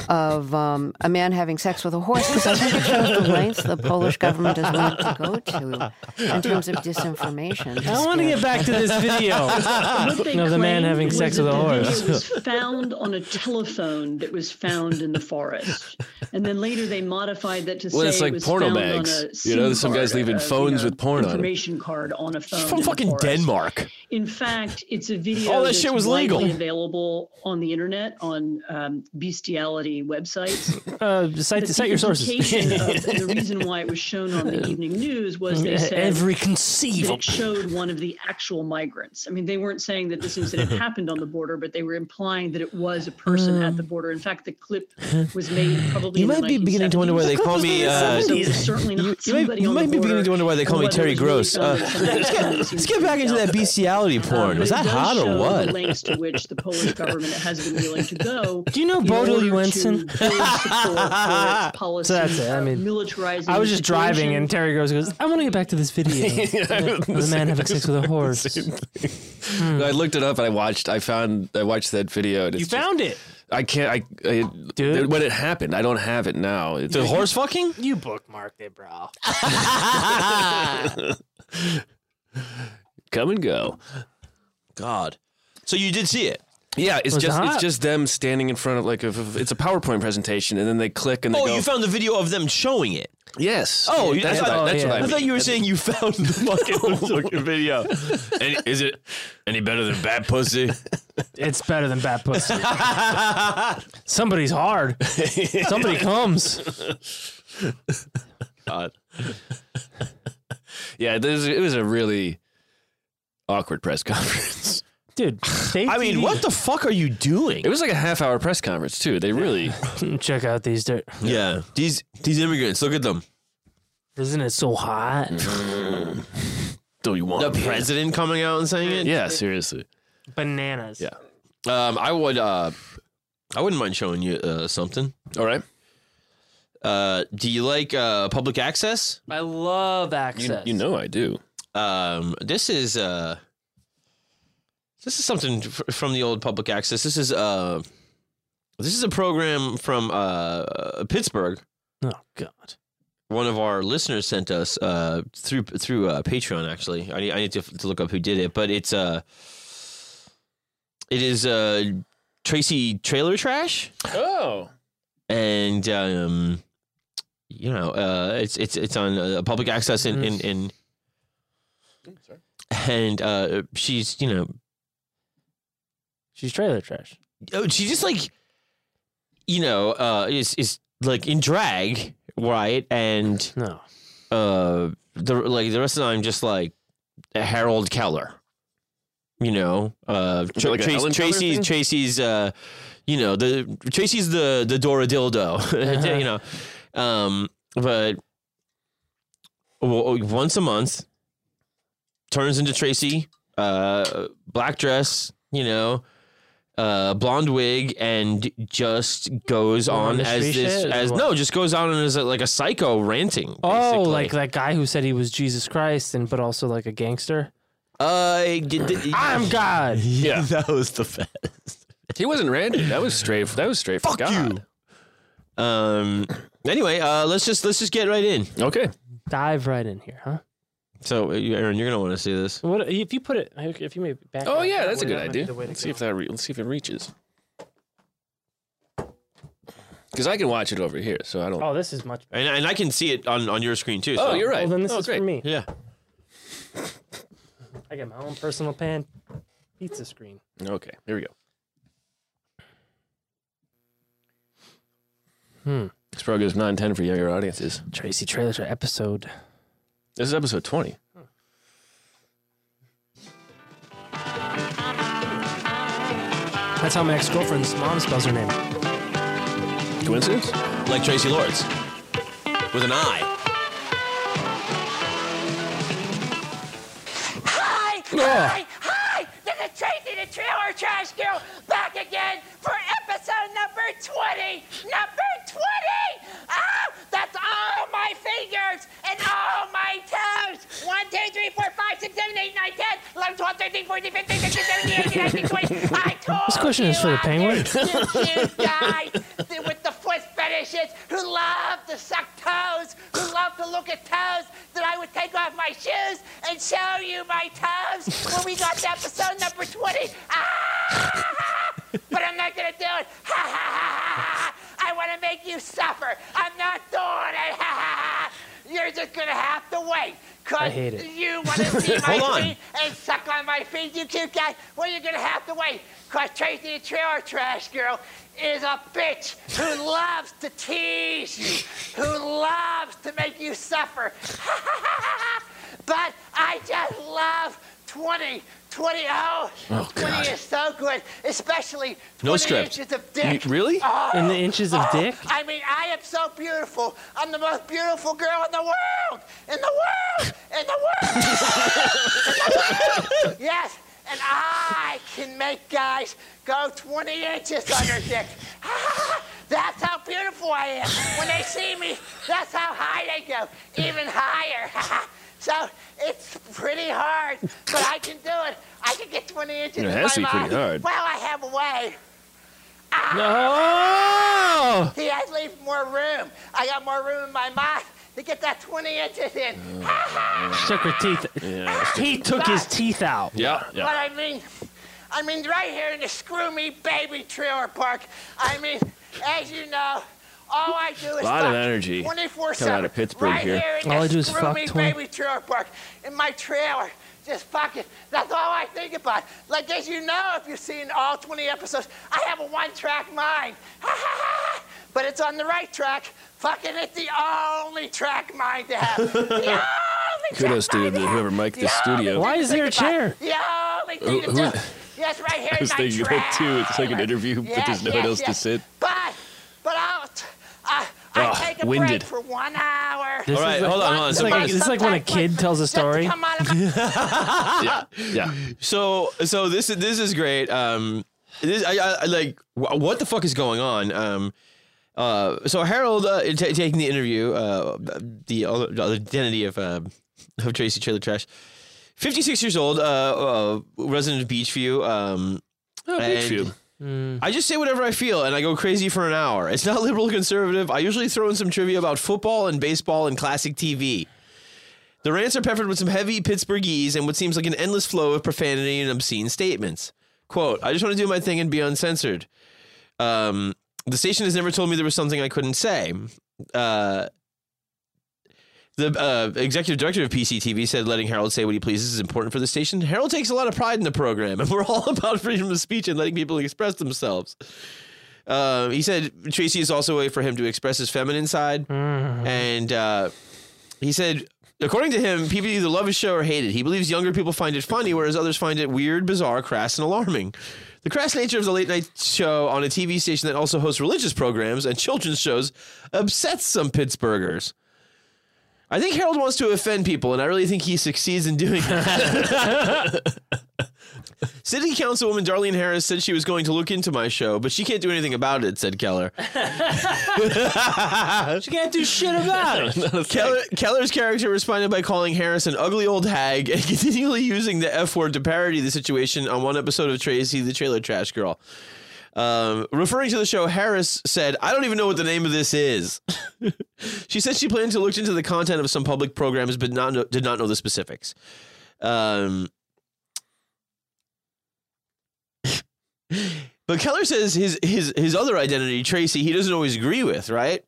P: of um, a man having sex with a horse because I think it shows the lengths the Polish government is willing to go to in terms of disinformation.
C: I want to get back to this video
P: Ah,
N: What they
C: of the man
N: claimed
C: having
N: was
C: sex
N: that
C: with a
N: the video
C: horse.
N: was found on a telephone that was found in the forest, and then later they modified that to
D: Well,
N: say
D: it's
N: it
D: like
N: was
D: porno
N: found
D: bags.
N: On a
D: You know,
N: SIM
D: some
N: card,
D: guys
B: uh,
D: leaving
N: a,
D: phones
N: you know,
D: with porn on it.
N: information card on a phone.
D: from
N: in the
D: fucking
N: forest.
D: Denmark.
N: In fact, it's a video.
D: All that
N: that's
D: shit was
N: widely
D: legal.
N: Available on the internet on um, bestiality websites.
C: Uh, cite,
N: But
C: cite
N: the
C: your sources.
N: implication of- and the reason why it was shown on the evening news was they said
C: Every
N: that
C: conceivable-
N: it showed one of the actual migrants. I mean, they weren't saying that this incident happened on the border, but they were implying that it was a person at the border. In fact, the clip was made probably.
B: You
N: in the
B: might be beginning to wonder why they call me.
N: 1970s.
B: Uh,
N: So
B: you,
N: it's certainly not
B: you might,
N: somebody
B: you
N: on the
B: might be
N: border
B: beginning to wonder why they call me
N: whether
B: Terry
N: it was really
B: Gross. Uh,
N: found somebody
B: let's, get,
N: who
B: let's get back into that bestiality porn.
N: but
B: Was
N: Um, it
B: that
N: does
B: hot
N: show
B: or
N: The
B: what?
N: lengths to which the Polish government has been willing to go.
C: Do you know
N: in
C: Bodil
N: order to
C: Jensen?
N: build support for its policy
C: So that's it, I
N: of
C: mean,
N: militarizing.
C: I was
N: the
C: just driving,
N: situation.
C: and Terry goes, goes I want to get back to this video. of the man having sex with a horse.
D: I looked it up and I watched. I found. I watched that video. And
C: You
D: it's just-
C: found it.
D: I can't. I, I
C: Dude.
D: when it happened, I don't have it now. It's
C: The horse
B: fucking.
C: You bookmarked it, bro. Ah.
D: Come and go.
B: God. So you did see it.
D: Yeah, it's
B: Was it
D: just
B: hot?
D: it's just them standing in front of like a, it's a PowerPoint presentation, and then they click and they
B: oh,
D: go.
B: you found the video of them showing it.
D: Yes.
B: Oh,
D: Yeah,
B: that's,
D: that's
B: what,
D: what I-
B: I,
D: that's what I
B: I thought
D: mean.
B: you were saying you found the fucking, fucking
D: video. Any, is it any better than bat pussy?
C: It's better than bad pussy. Somebody's hard. Somebody comes.
D: God. yeah, there's, it was a really awkward press conference.
C: Dude,
B: I mean, what the fuck are you doing?
D: It was like a half hour press conference too. They really
C: check out these dirt.
B: Yeah, these these immigrants. Look at them.
C: Isn't it so hot?
D: Do you want
B: the
D: me?
B: president coming out and saying it?
D: Yeah, seriously.
C: Bananas.
D: Yeah.
B: Um, I would. Uh, I wouldn't mind showing you uh, something.
D: All right.
B: Uh, do you like uh, public access?
C: I love
B: You,
C: access.
B: you
D: know I do.
B: Um, this is uh, this is something f- from the old public access. This is uh, this is a program from uh, Pittsburgh.
C: Oh God!
B: One of our listeners sent us uh, through through uh, Patreon. Actually, I need, I need to, to look up who did it, but it's uh, it is uh, Tracy Trailer Trash
D: Oh.
B: and um, you know, uh, it's it's it's on uh, public access in in, in and uh, she's you know
C: she's trailer trash.
B: Oh, she just like you know uh, is is like in drag, right? And
C: no,
B: uh, the like the rest of the time just like Harold Keller. you know, uh,
D: Is
B: Tra-
D: it like a
B: Trace-
D: Helen Keller
B: Tracy's,
D: thing?
B: Tracy's, uh, you know, the Tracy's the the Dora dildo, you know, um, but w- once a month turns into Tracy, uh, black dress, you know, uh, blonde wig, and just goes on
C: the
B: as
C: street
B: this
C: shit or
B: as
C: what?
B: no, just goes on as a, like a psycho ranting.
C: Oh, like that guy who said he was Jesus Christ and but also like a gangster.
B: Uh,
C: I'm God.
B: Yeah, that was the best.
D: He wasn't random. That was straight. That was straight. Fuck God.
B: you. Um. Anyway, uh, let's just let's just get right in.
D: Okay.
C: Dive right in here, huh?
B: So, uh, you- Aaron, you're gonna want to see this.
C: What if you put it? If you may back.
D: Oh
C: up
D: yeah,
C: that
D: that's a
C: way,
D: good
C: that might be
D: idea.
C: the way to
D: Let's see if that. Re- let's see if it reaches. Because I can watch it over here, so I don't.
C: go. Oh, this is much.
B: And, and I can see it on, on your screen too.
D: Oh,
B: so-
D: you're right.
C: Well, then this
D: Oh,
C: is
D: great.
C: for me.
B: Yeah.
C: I got my own personal pan pizza screen.
D: Okay, here we go.
C: Hmm.
D: This probably goes nine ten for younger audiences.
C: Tracy trailers are episode.
D: This is episode twenty.
C: That's how my ex girlfriend's mom spells her name.
D: Coincidence?
B: Like Tracy Lords with an eye.
O: Hi!
B: Yeah.
O: Hi! Hi! This is Tracy the Trailer Trash Girl back again for episode number 20! Number 20! Ah! That's all my fingers and all my toes! 1, 2, 3, 4, 5, 6, 7, 8, 9, 10, 11, 12, 13, 14, 15, 16, 17, 18, 19, 20. I told
C: This question is for the penguin.
O: you guys that with the foot fetishes who love to suck toes, who love to look at toes, that I would take off my shoes and show you my toes when we got to episode number 20. Ah! But I'm not going to do it. Ha, ha, ha, ha, ha. I want to make you suffer. I'm not doing it. Ha, ha, ha. You're just going to have to wait. Cause
C: I hate it.
O: you want to see my
C: Hold on.
O: feet and suck on my feet, you cute guy. Well, you're gonna have to wait, cause Tracy the Trailer Trash Girl is a bitch who loves to tease you, who loves to make you suffer. but I just love 20. 20, oh,
D: Oh,
O: 20 is so good, especially 20
D: No script.
O: inches of dick.
D: You- really?
O: Oh,
D: In the inches of
O: oh,
D: dick?
O: I mean, I am so beautiful. I'm the most beautiful girl in the world. In the world. In the world. in the world. Yes. And I can make guys go 20 inches on their dick. that's how beautiful I am. When they see me, that's how high they go. Even higher. so it's pretty hard, but I can do it. I can get 20 inches.
D: It
O: in
D: has to
O: my
D: be pretty
O: mouth.
D: hard.
O: Well, I have a way.
D: Oh.
C: No!
O: See, I leave more room. I got more room in my mouth to get that 20 inches in.
C: Took her teeth. He took his teeth out.
D: Yeah.
O: But I mean, I mean, right here in the Screw Me Baby Trailer Park. I mean, as you know, all I do is
D: Lot of
O: fuck
D: energy
O: 24/7.
D: coming out of Pittsburgh
O: right
D: here.
O: in
D: All
O: the
D: I do is
O: Screw
D: fuck
O: Me
D: 20.
O: Baby Trailer Park in my trailer. Just fuck it. That's all I think about. Like as you know, if you've seen all 20 episodes, I have a one-track mind. but it's on the right track. Fucking it's the only track mind to have. The
D: Kudos to the, whoever mic'd the studio.
O: Why is there
C: a chair?
O: The only
D: Who-
O: thing to
D: who-
O: do. Yes, right here.
D: I was
O: in my
D: thinking that too. It's like an interview, but
O: Yes,
D: there's no
O: yes,
D: one else to
O: yes.
D: sit.
O: But, but I'll, t- I, I
D: Ugh,
O: take a break
D: winded.
O: for one hour.
C: This is like- Oh, It's like, this is like when a kid tells a story.
B: yeah.
D: Yeah.
B: So so this is this is great. Um, this I, I- I like wh- what the fuck is going on. Um, uh, so Harold uh, ta taking the interview, uh, the other the other identity of uh, of Tracy Trailer Trash, fifty six years old, uh, uh, resident of Beachview. Um,
D: Oh,
B: and-
D: Beachview.
B: I just say whatever I feel and I go crazy for an hour. It's not liberal conservative. I usually throw in some trivia about football and baseball and classic TV. The rants are peppered with some heavy Pittsburghese and what seems like an endless flow of profanity and obscene statements. Quote, I just want to do my thing and be uncensored. Um, the station has never told me there was something I couldn't say. Uh, the uh, executive director of PCTV said letting Harold say what he pleases is important for the station. Harold takes a lot of pride in the program, and we're all about freedom of speech and letting people express themselves. Um, he said Tracy is also a way for him to express his feminine side, and uh, he said According to him, people either love his show or hate it. He believes younger people find it funny, whereas others find it weird, bizarre, crass, and alarming. The crass nature of the late night show on a TV station that also hosts religious programs and children's shows upsets some Pittsburghers. I think Harold wants to offend people, and I really think he succeeds in doing that. City Councilwoman Darlene Harris said she was going to look into my show, but she can't do anything about it, said Keller. she
C: can't do shit about
B: it. Keller, Keller's character responded by calling Harris an ugly old hag and continually using the F word to parody the situation on one episode of Tracy the Trailer Trash Girl. Um, referring to the show, Harris said, I don't even know what the name of this is. she said she planned to look into the content of some public programs, but not know, did not know the specifics. Um, but Keller says his, his, his other identity, Tracy, he doesn't always agree with, right?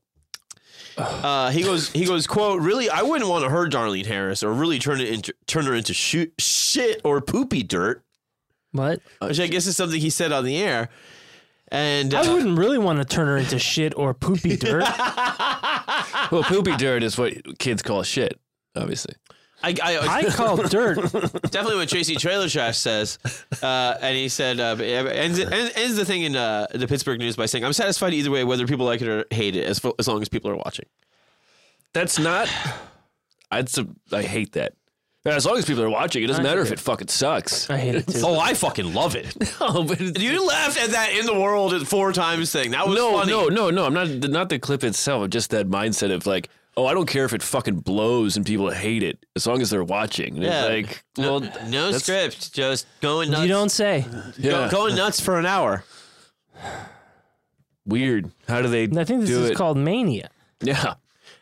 B: Uh, he goes. He goes. Quote. Really, I wouldn't want to hurt Darlene Harris, or really turn it into turn her into shoot, shit or poopy dirt.
C: What?
B: Which I guess is something he said on the air. And uh,
C: I wouldn't really want to turn her into shit or poopy dirt.
D: well, poopy dirt is what kids call shit, obviously.
B: I, I,
C: I call dirt.
B: Definitely what Tracy Trailer Trash says. Uh, and he said, uh, ends, ends, ends the thing in uh, the Pittsburgh News by saying, I'm satisfied either way, whether people like it or hate it, as, fo- as long as people are watching.
D: That's not. I'd, sub- I hate that. As long as people are watching, it doesn't
C: I
D: matter
C: hate
D: if
C: it.
D: it fucking sucks.
C: I hate it too.
B: Oh, I fucking love it.
C: Oh,
D: No, but it's-
B: You laughed at that in the world at four times thing. That was
D: no,
B: funny.
D: no, no, no. I'm not not the clip itself. Just that mindset of like, oh, I don't care if it fucking blows and people hate it as long as they're watching. And it's
B: Yeah.
D: like, well,
B: No, no
D: that's-
B: script, just going nuts.
C: You don't say.
D: yeah,
B: Go- going nuts for an hour.
D: weird. How do they?
C: I think this
D: do
C: is
D: it?
C: called mania.
D: Yeah,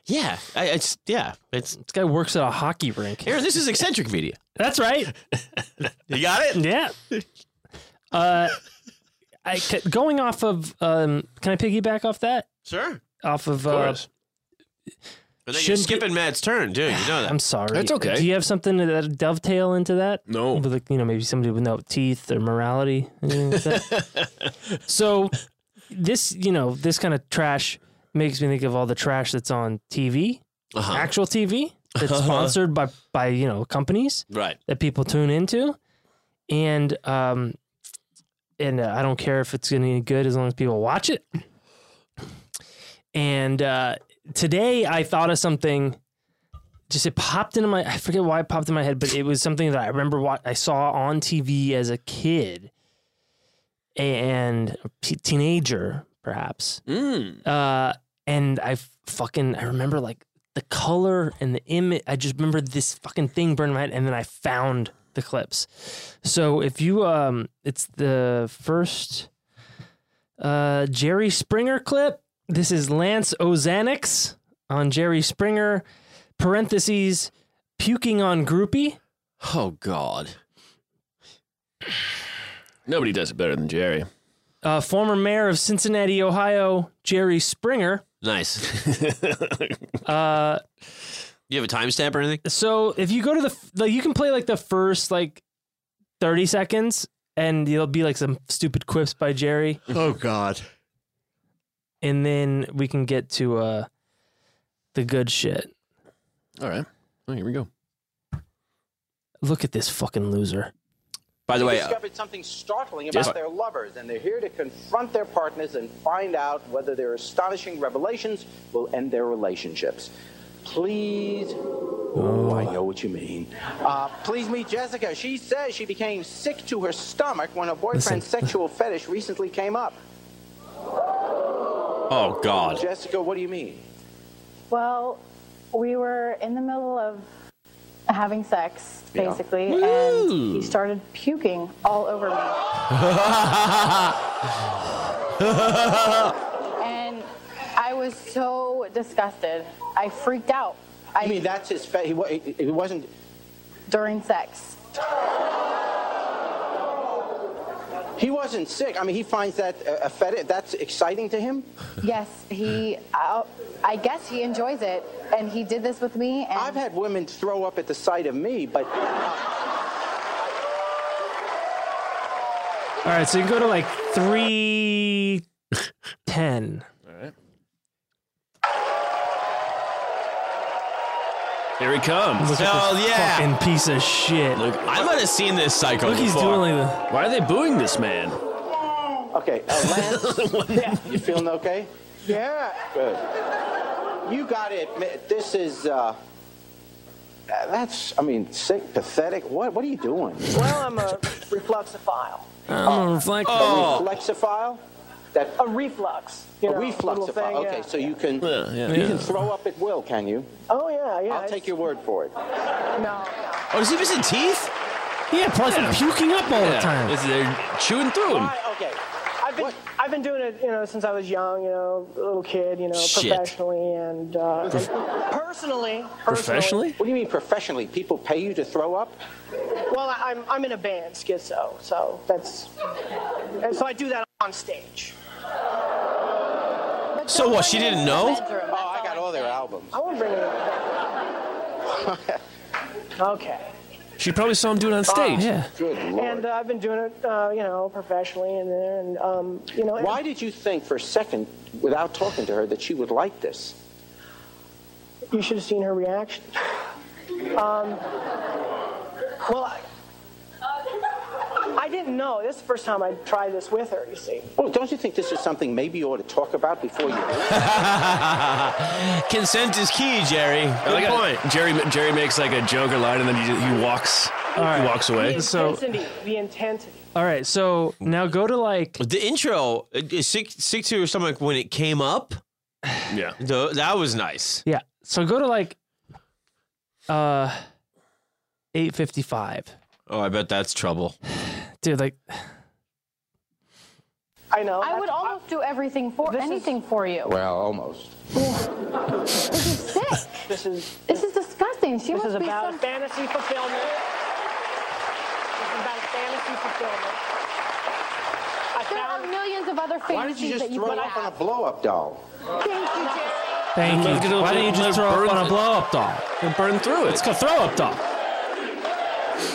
B: Yeah, I, it's yeah, it's
C: This guy works at a hockey rink.
B: Aaron. This is eccentric media.
C: That's right.
B: You got it.
C: Yeah. Uh, I c- going off of um, can I piggyback off that?
B: Sure.
C: Off of,
B: Of
C: uh,
B: course. And then you're
C: shouldn't-
B: skipping Matt's turn, too. You know that.
C: I'm sorry.
D: That's okay.
C: Do you have something that dovetail into that?
D: No.
C: With like, you know, maybe somebody would know teeth or morality. anything like that? so this, you know, this kind of trash makes me think of all the trash that's on TV,
B: Uh-huh.
C: actual TV that's sponsored by by you know companies
B: Right.
C: that people tune into, and um, and uh, I don't care if it's any good as long as people watch it. And uh, today I thought of something. Just it popped into my I forget why it popped in my head, but it was something that I remember what I saw on TV as a kid and t- teenager perhaps.
B: Mm.
C: Uh, and I fucking I remember like the color and the image. I just remember this fucking thing burning my head, and then I found the clips. So if you um, it's the first uh Jerry Springer clip. This is Lance Ozanix on Jerry Springer. Parentheses puking on groupie.
B: Oh God.
D: nobody does it better than Jerry.
C: Uh, former mayor of Cincinnati, Ohio, Jerry Springer.
B: Nice.
C: Uh,
B: You have a timestamp or anything?
C: so if you go to the f- like you can play like the first like 30 seconds and there'll be like some stupid quips by jerry
B: Oh God.
C: and then we can get to uh the good shit
D: All right. Well, here we go.
C: look at this fucking loser
B: By the
J: They
B: way, uh,
J: discovered something startling
B: Yes.
J: about their lovers, and they're here to confront their partners and find out whether their astonishing revelations will end their relationships. Please, oh, I know what you mean. Uh, please meet Jessica. She says she became sick to her stomach when her boyfriend's sexual fetish recently came up.
B: oh God.
J: Jessica, what do you mean?
Q: Well, we were in the middle of having sex,
J: Yeah.
Q: basically,
B: Woo.
Q: and he started puking all over me. And I was so disgusted. I freaked out
J: I mean, that's his. Fe- he, wa- he, he wasn't.
Q: during sex.
J: He wasn't sick. I mean, he finds that a, a fetish. That's exciting to him.
Q: Yes, he, I, I guess he enjoys it, and he did this with me. And
J: I've had women throw up at the sight of me, but.
C: all right so you can go to like 310
D: All right. Here he comes.
C: Look at
D: Hell
C: this
D: yeah.
C: fucking piece of shit.
D: Look, I might have seen this psycho
C: Look, he's
D: before.
C: doing like
D: Why are they booing this man?
J: Okay, uh, Lance, yeah, you feeling okay? Yeah. Good. You got to admit, this is, uh, uh, that's, I mean, sick, pathetic. What, what are you doing? Well, I'm a refluxophile.
C: I'm a reflect.
J: A reflexophile? That, a reflux.
R: you
J: a
R: know, little
J: refluxophile.
R: thing,
J: okay,
R: yeah.
J: so you can you
R: yeah.
J: can throw up at will, can you?
R: Oh yeah, yeah.
J: I'll take your word for it.
R: No.
D: Oh, is he missing teeth?
C: Yeah, plus
D: Yeah.
C: they're puking up all the
D: Yeah,
C: time.
D: it's- they're chewing through him.
R: okay. I've been I've been doing it, you know, since I was young, you know, a little kid, you know,
D: Shit.
R: professionally and uh, personally.
D: Professionally?
J: What do you mean professionally? People pay you to throw up?
R: Well, I- I'm I'm in a band, schizo, so that's and so I do that on stage.
B: So what? She didn't know.
J: Oh, I got all their albums.
R: I won't bring it up. okay. Um,
D: She probably saw him do it on stage.
C: yeah.
J: Good lord.
R: And uh, I've been doing it, uh, you know, professionally in there, and um, you know.
J: Why did you think for a second, without talking to her, that she would like this?
R: You should have seen her reaction. Um, well, I, I didn't know. This is the first time I tried this with her, you see.
J: Well, don't you think this is something maybe you ought to talk about before you?
D: Consent is key, Jerry. Good point. Jerry, Jerry makes like a Joker line, and then he, just- he walks. He walks away.
R: The intensity. The intensity.
C: All right, so now go to like
B: The intro, uh, uh, sick, sick to your stomach when it came up.
D: Yeah,
B: that was nice.
C: yeah, so go to like uh 855.
B: Oh, I bet that's trouble.
C: Dude, like
R: I know.
Q: I would almost do everything for anything for you.
J: Well, almost.
Q: This is sick.
R: This is
Q: This is disgusting. She
R: this
Q: must
R: is
Q: be
R: about
Q: some.
R: fantasy fulfillment. This is about fantasy fulfillment. I
Q: There
R: found.
Q: are millions of other
J: Why did you
Q: fantasies
J: just
Q: that you
J: throw
Q: could
J: up on a
Q: have.
J: blow up doll?
R: Thank you, Jerry.
C: Thank
D: Look at
C: you.
D: those
C: Why didn't you just throw up
D: burns-
C: on a blow up doll?
D: And burn through
C: It's
D: it.
C: a throw up doll.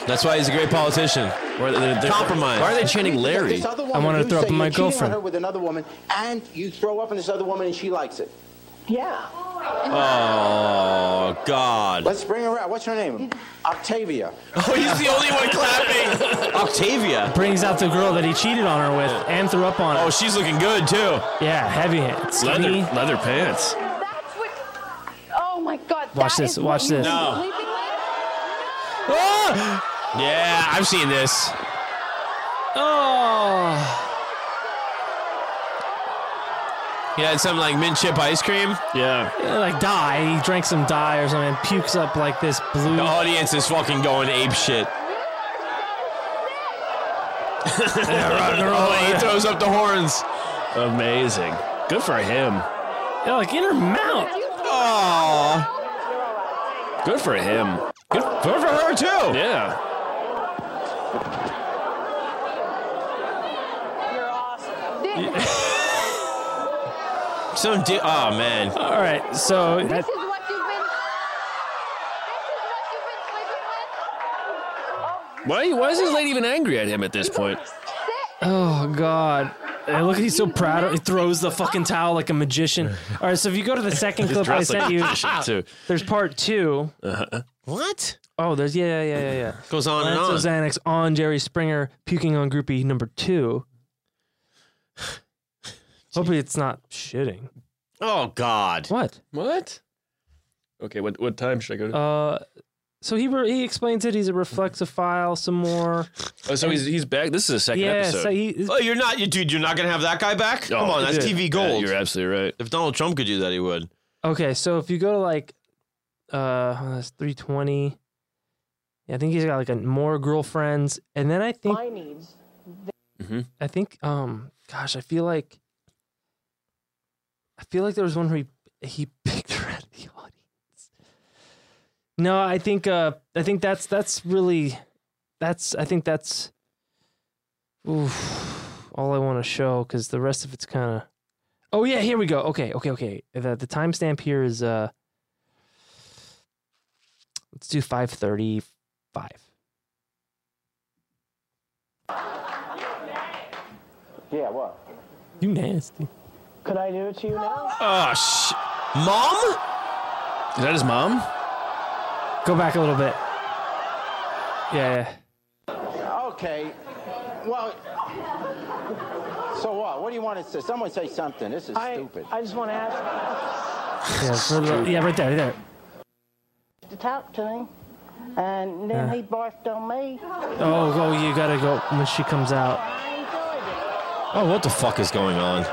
B: That's why he's a great politician.
D: Why are they- they're-
B: Compromise.
D: Why are they chanting Larry?
J: This other
C: I
J: woman,
C: wanted to
J: you
C: throw up
J: say
C: on my
J: you're cheating
C: girlfriend.
J: her with another woman, and you throw up on this other woman, and she likes it.
R: Yeah.
B: Oh God.
J: Let's bring her out. What's her name? Octavia.
B: Oh, he's the only one clapping. Octavia.
C: Brings out the girl that he cheated on her with and threw up on her.
B: Oh, she's looking good too.
C: Yeah, heavy hit.
D: Leather,
C: Skinny.
D: leather pants.
Q: That's what. Oh my God.
C: Watch
Q: that
C: this,
Q: is
C: watch
Q: what you
C: this.
Q: were
B: No.
Q: sleeping with?
B: Yeah, I've seen this.
C: Oh.
B: He had something like mint chip ice cream.
D: Yeah.
C: Like dye. He drank some dye or something and pukes up like this blue.
B: The audience is fucking going ape shit. yeah, rock and roll.
C: Oh,
B: He throws up the horns.
D: Amazing. Good for him.
C: Yeah, like in her mouth.
B: Aww.
D: Good for him. Good,
B: Good for her too.
D: yeah.
R: You're awesome.
B: Some di- oh man.
C: All right, so
Q: This
C: that,
Q: is what you've been. This is what you've been sleeping with?
D: Why, why is this lady even angry at him at this point?
C: oh god, Hey, look, he's so proud. of- He throws the fucking towel like a magician. All right, so if you go to the second clip I
D: dressed like
C: sent
D: a
C: you,
D: magician, too. Uh-huh.
C: there's part two.
B: What?
C: Oh, there's yeah, yeah, yeah, yeah, yeah.
B: Goes on and
C: Lance
B: on.
C: Ozanix on Jerry Springer puking on groupie number two. Hopefully, it's not shitting.
B: Oh God.
C: What?
D: What? Okay, what, what time should I go to?
C: Uh, so he re- he explains it. He's a reflexophile. Some more.
D: oh, so he's, he's back. This is the second
C: yeah.
D: episode.
C: So he.
B: Oh, you're not, you, dude. You're not gonna have that guy back. Come on,
D: Oh,
B: that's
D: yeah.
B: TV
D: Yeah,
B: gold.
D: you're absolutely right.
B: if Donald Trump could do that, he would.
C: Okay, so if you go to like, uh, hold on, that's three twenty. Yeah, I think he's got like a more girlfriends, and then I think
R: My needs.
N: Mm-hmm.
C: I think um, gosh, I feel like, I feel like there was one where he he picked her out of the audience. No, I think uh, I think that's that's really, that's I think that's, oof, all I want to show because the rest of it's kind of. Oh yeah, here we go. Okay, okay, okay. The the timestamp here is uh let's do five thirty five.
J: Yeah, what?
C: You nasty.
R: Could I do it to you now?
B: Oh, sh- mom.
D: Is that his mom?
C: Go back a little bit. Yeah,
J: Okay. Well, so what? What do you want to say? Someone say something. This is stupid.
R: I just want to ask
C: yeah, yeah, for a little- yeah, right there, right there.
L: To talk to him, and
C: then Yeah.
L: he barfed on me.
C: Oh, go! You gotta go when she comes out.
B: Oh, what the fuck is going on?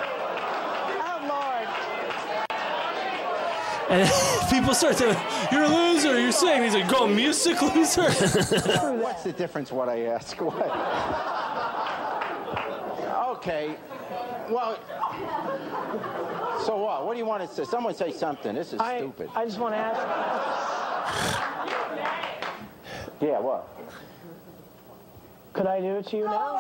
C: And people start to, "You're a loser. You're sick." He's like, "Go, music loser."
J: What's the difference what I ask? What? Okay. Well, so what? What do you want to say? Someone say something. This is
R: I,
J: stupid.
R: I just want to ask
J: Yeah, what?
R: could I do it to you now?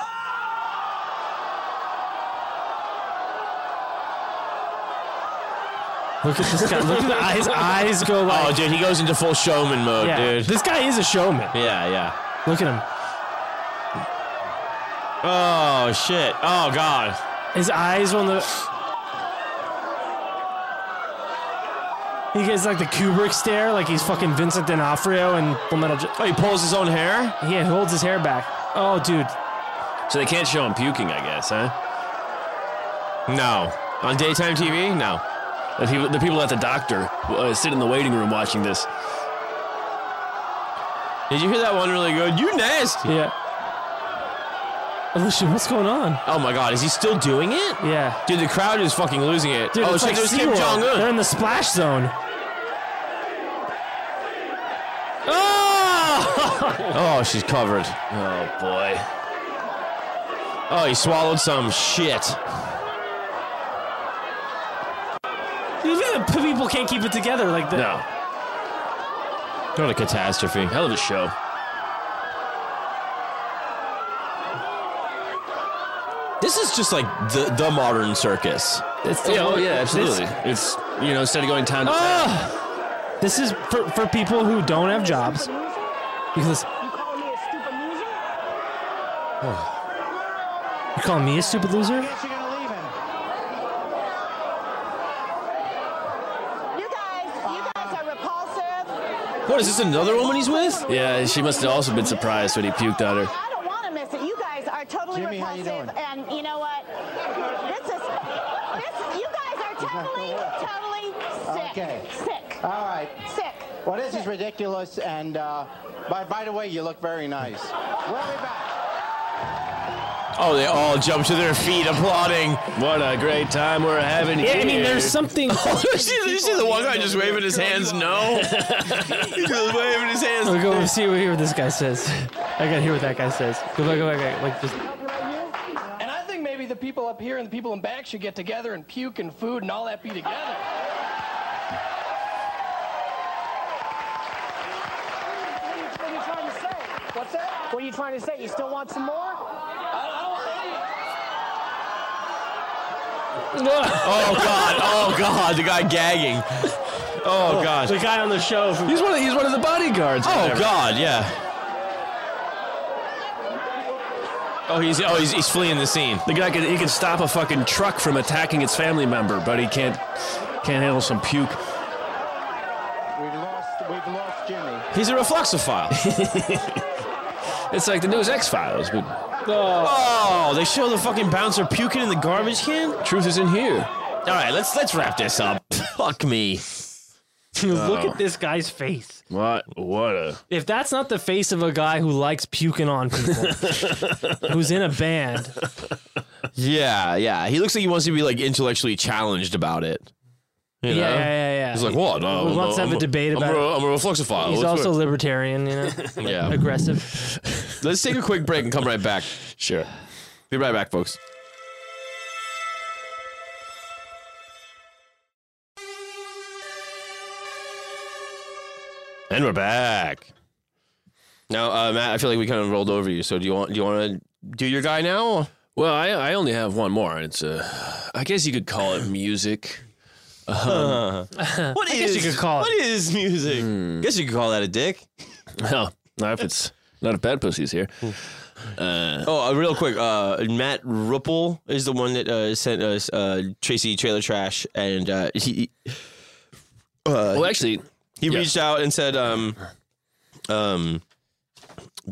C: Look at this guy. Look at the eyes. Eyes go like.
B: Oh, dude, he goes into full showman mode,
C: yeah,
B: dude.
C: this guy is a showman.
B: Yeah, yeah.
C: Look at him.
B: Oh shit. Oh god.
C: His eyes on the. He gets like the Kubrick stare, like he's fucking Vincent D'Onofrio and Full Metal. J-
B: oh, he pulls his own hair.
C: Yeah, he holds his hair back. Oh, dude.
D: So they can't show him puking, I guess, huh?
B: No. On daytime TV? No.
D: The people, the people at the doctor uh, sit in the waiting room watching this.
B: Did you hear that one really good? You nasty.
C: Yeah. Alicia, what's going on?
B: Oh my god, is he still doing it?
C: Yeah.
B: Dude, the crowd is fucking losing it.
C: Dude,
B: oh
C: it's
B: shit,
C: like
B: there's Kim
C: SeaWorld.
B: Jong
C: They're
B: Un.
C: in the splash zone.
B: Oh! oh, she's covered. Oh boy. Oh, he swallowed some shit.
C: Dude, look at the p- people can't keep it together. Like the,
D: No.
B: What a catastrophe.
D: Hell of a show.
B: This is just like the the modern circus.
C: It's the
D: yeah, oh,
C: wor-
D: yeah,
C: it's-
D: absolutely. It's, you know, instead of going town to town.
C: Ah! This is for, for people who don't have jobs. Because you call me a stupid loser?
B: What is this another woman he's with?
D: Yeah, she must have also been surprised when he puked on her.
L: want to miss it. You guys are totally repulsive, and you know what? This is this. You guys are totally, totally sick.
J: Okay.
L: Sick.
J: All right.
L: Sick.
J: Well, this is ridiculous. And uh, by, by the way, you look very nice. We'll be back.
B: Oh, they all jump to their feet applauding.
D: What a great time we're having
C: Yeah,
D: here.
C: I mean, there's something.
B: Oh, you see, you see the one guy just waving his hands no? He's just waving his hands.
C: We'll go see what, hear what this guy says. I gotta hear what that guy says. Go back, go back, go back. Like just.
S: And I think maybe the people up here and the people in back should get together and puke and food and all that be together.
R: What are you trying to say? What's that? What are you trying to say? You still want some more?
B: Oh god! Oh god! The guy gagging. Oh gosh!
C: The guy on the show. From-
D: he's one. Of, he's one of the bodyguards. or
B: Oh
D: whatever.
B: god! Yeah. Oh, he's oh he's, he's fleeing the scene.
D: The guy can he can stop a fucking truck from attacking its family member, but he can't can't handle some puke.
J: We've lost, we've lost Jimmy.
B: He's a refluxophile.
D: It's like the news X Files, but
B: oh, they show the fucking bouncer puking in the garbage can.
D: truth is in here.
B: All right, let's let's wrap this up. Fuck me.
C: Look at this guy's face.
D: What what a
C: If that's not the face of a guy who likes puking on people, who's in a band,
B: Yeah, yeah. He looks like he wants to be like intellectually challenged about it. You
C: Yeah,
B: know?
C: yeah, yeah, yeah.
B: He's like, what?
C: He
B: Uh,
C: wants to have a debate
B: I'm
C: about
B: A, I'm a refluxophile.
C: he's
B: Let's
C: also
B: do
C: libertarian, you know,
B: it. yeah.
C: aggressive.
B: Let's take a quick break and come right back.
D: sure.
B: Be right back, folks. And we're back. Now, uh, Matt, I feel like we kind of rolled over you. So do you want do you want to do your guy now?
D: Well, I I only have one more, and it's uh, I guess you could call it music.
B: Uh-huh.
D: Um,
B: What
C: I guess you could call it-
B: What is music? Guess you could call that a dick.
D: Well, Hmm. not if it's not if bad pussies here. Uh,
B: Oh, uh, real quick, uh, Matt Ruppel is the one that uh, sent us uh, Tracy Trailer Trash, and uh, he uh,
D: well, actually,
B: he
D: yeah.
B: reached out and said, um, um,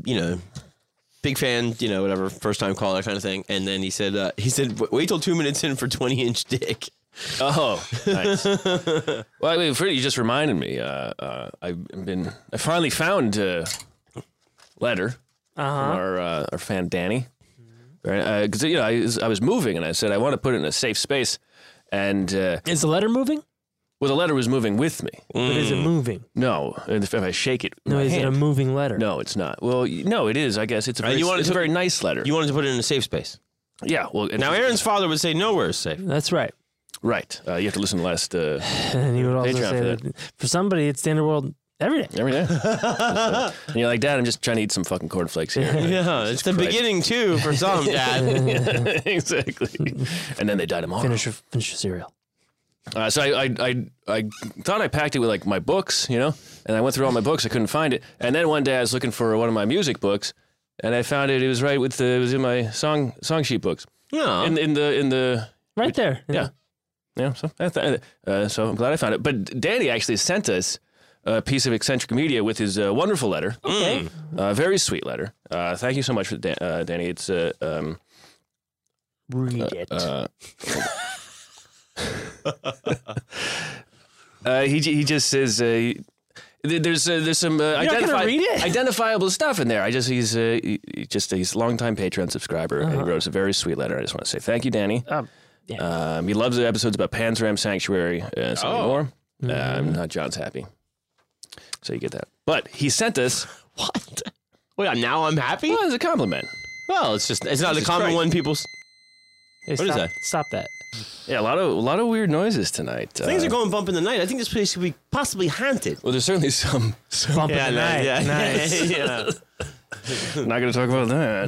B: you know, big fan, you know, whatever, first time caller kind of thing. And then he said, uh, he said, "W- wait till two minutes in for 20 inch dick.
D: Oh, nice. well, I mean, Freddie, you just reminded me. Uh, uh, I've been, I finally found uh, letter
C: Uh-huh.
D: from our uh, our fan Danny. Because you know, I was, I was moving, and I said I want to put it in a safe space. And uh,
C: is the letter moving?
D: Well, the letter was moving with me. Mm.
C: But is it moving?
D: No, if, if I shake it. with
C: No,
D: my
C: is it a
D: hand.
C: moving letter?
D: No, it's not. Well, y- no, it is. I guess it's a
B: And
D: very,
B: you wanted
D: it's
B: to-
D: a very nice letter.
B: You wanted to put it in a safe space.
D: Yeah. Well,
B: now Aaron's father would say nowhere is safe.
C: That's right.
D: Right. Uh, you have to listen to last. Uh,
C: And you would also
D: Patreon
C: say
D: for
C: that. for somebody, it's the underworld every day.
D: Every day. and you're like, Dad, I'm just trying to eat some fucking cornflakes here.
B: Yeah, it's the beginning too for some, Dad.
D: exactly. And then they die tomorrow.
C: Finish your, finish your cereal.
D: Uh, so I, I, I, I thought I packed it with like my books, you know, and I went through all my books. I couldn't find it. And then one day I was looking for one of my music books and I found it. It was right with the, it was in my song, song sheet books.
B: Yeah.
D: In, in the, in the,
C: right there.
D: Yeah. Yeah. So, I th- uh, so I'm glad I found it. But Danny actually sent us a piece of eccentric media with his uh, wonderful letter.
C: Okay.
D: Uh, very sweet letter. Uh, thank you so much for Dan- uh, Danny. It's, uh, um,
C: Read it.
D: uh, uh, he j- he just says uh, he- th- there's uh, there's some uh,
C: You're not gonna
D: identifi-
C: read it?
D: identifiable stuff in there. I just he's uh, he, he just he's a longtime Patreon subscriber. and He wrote us a very sweet letter. I just want to say thank you, Danny.
C: Um,
D: Um, he loves the episodes about Pan's Ram Sanctuary uh, and something
B: Oh.
D: more. Um, not John's happy. So you get that. But he sent us
B: what? Well, now I'm happy.
D: Well, it's a compliment.
B: Well, it's just it's not
D: Jesus
B: the common
D: Christ.
B: one people. s-
C: Hey,
B: What is
C: stop,
B: that?
C: Stop that.
D: Yeah, a lot of a lot of weird noises tonight. uh,
B: Things are going bump in the night. I think this place could be possibly haunted.
D: Well, there's certainly some. some
C: Bump in the night. Nice.
B: yeah.
D: Not going to talk about that.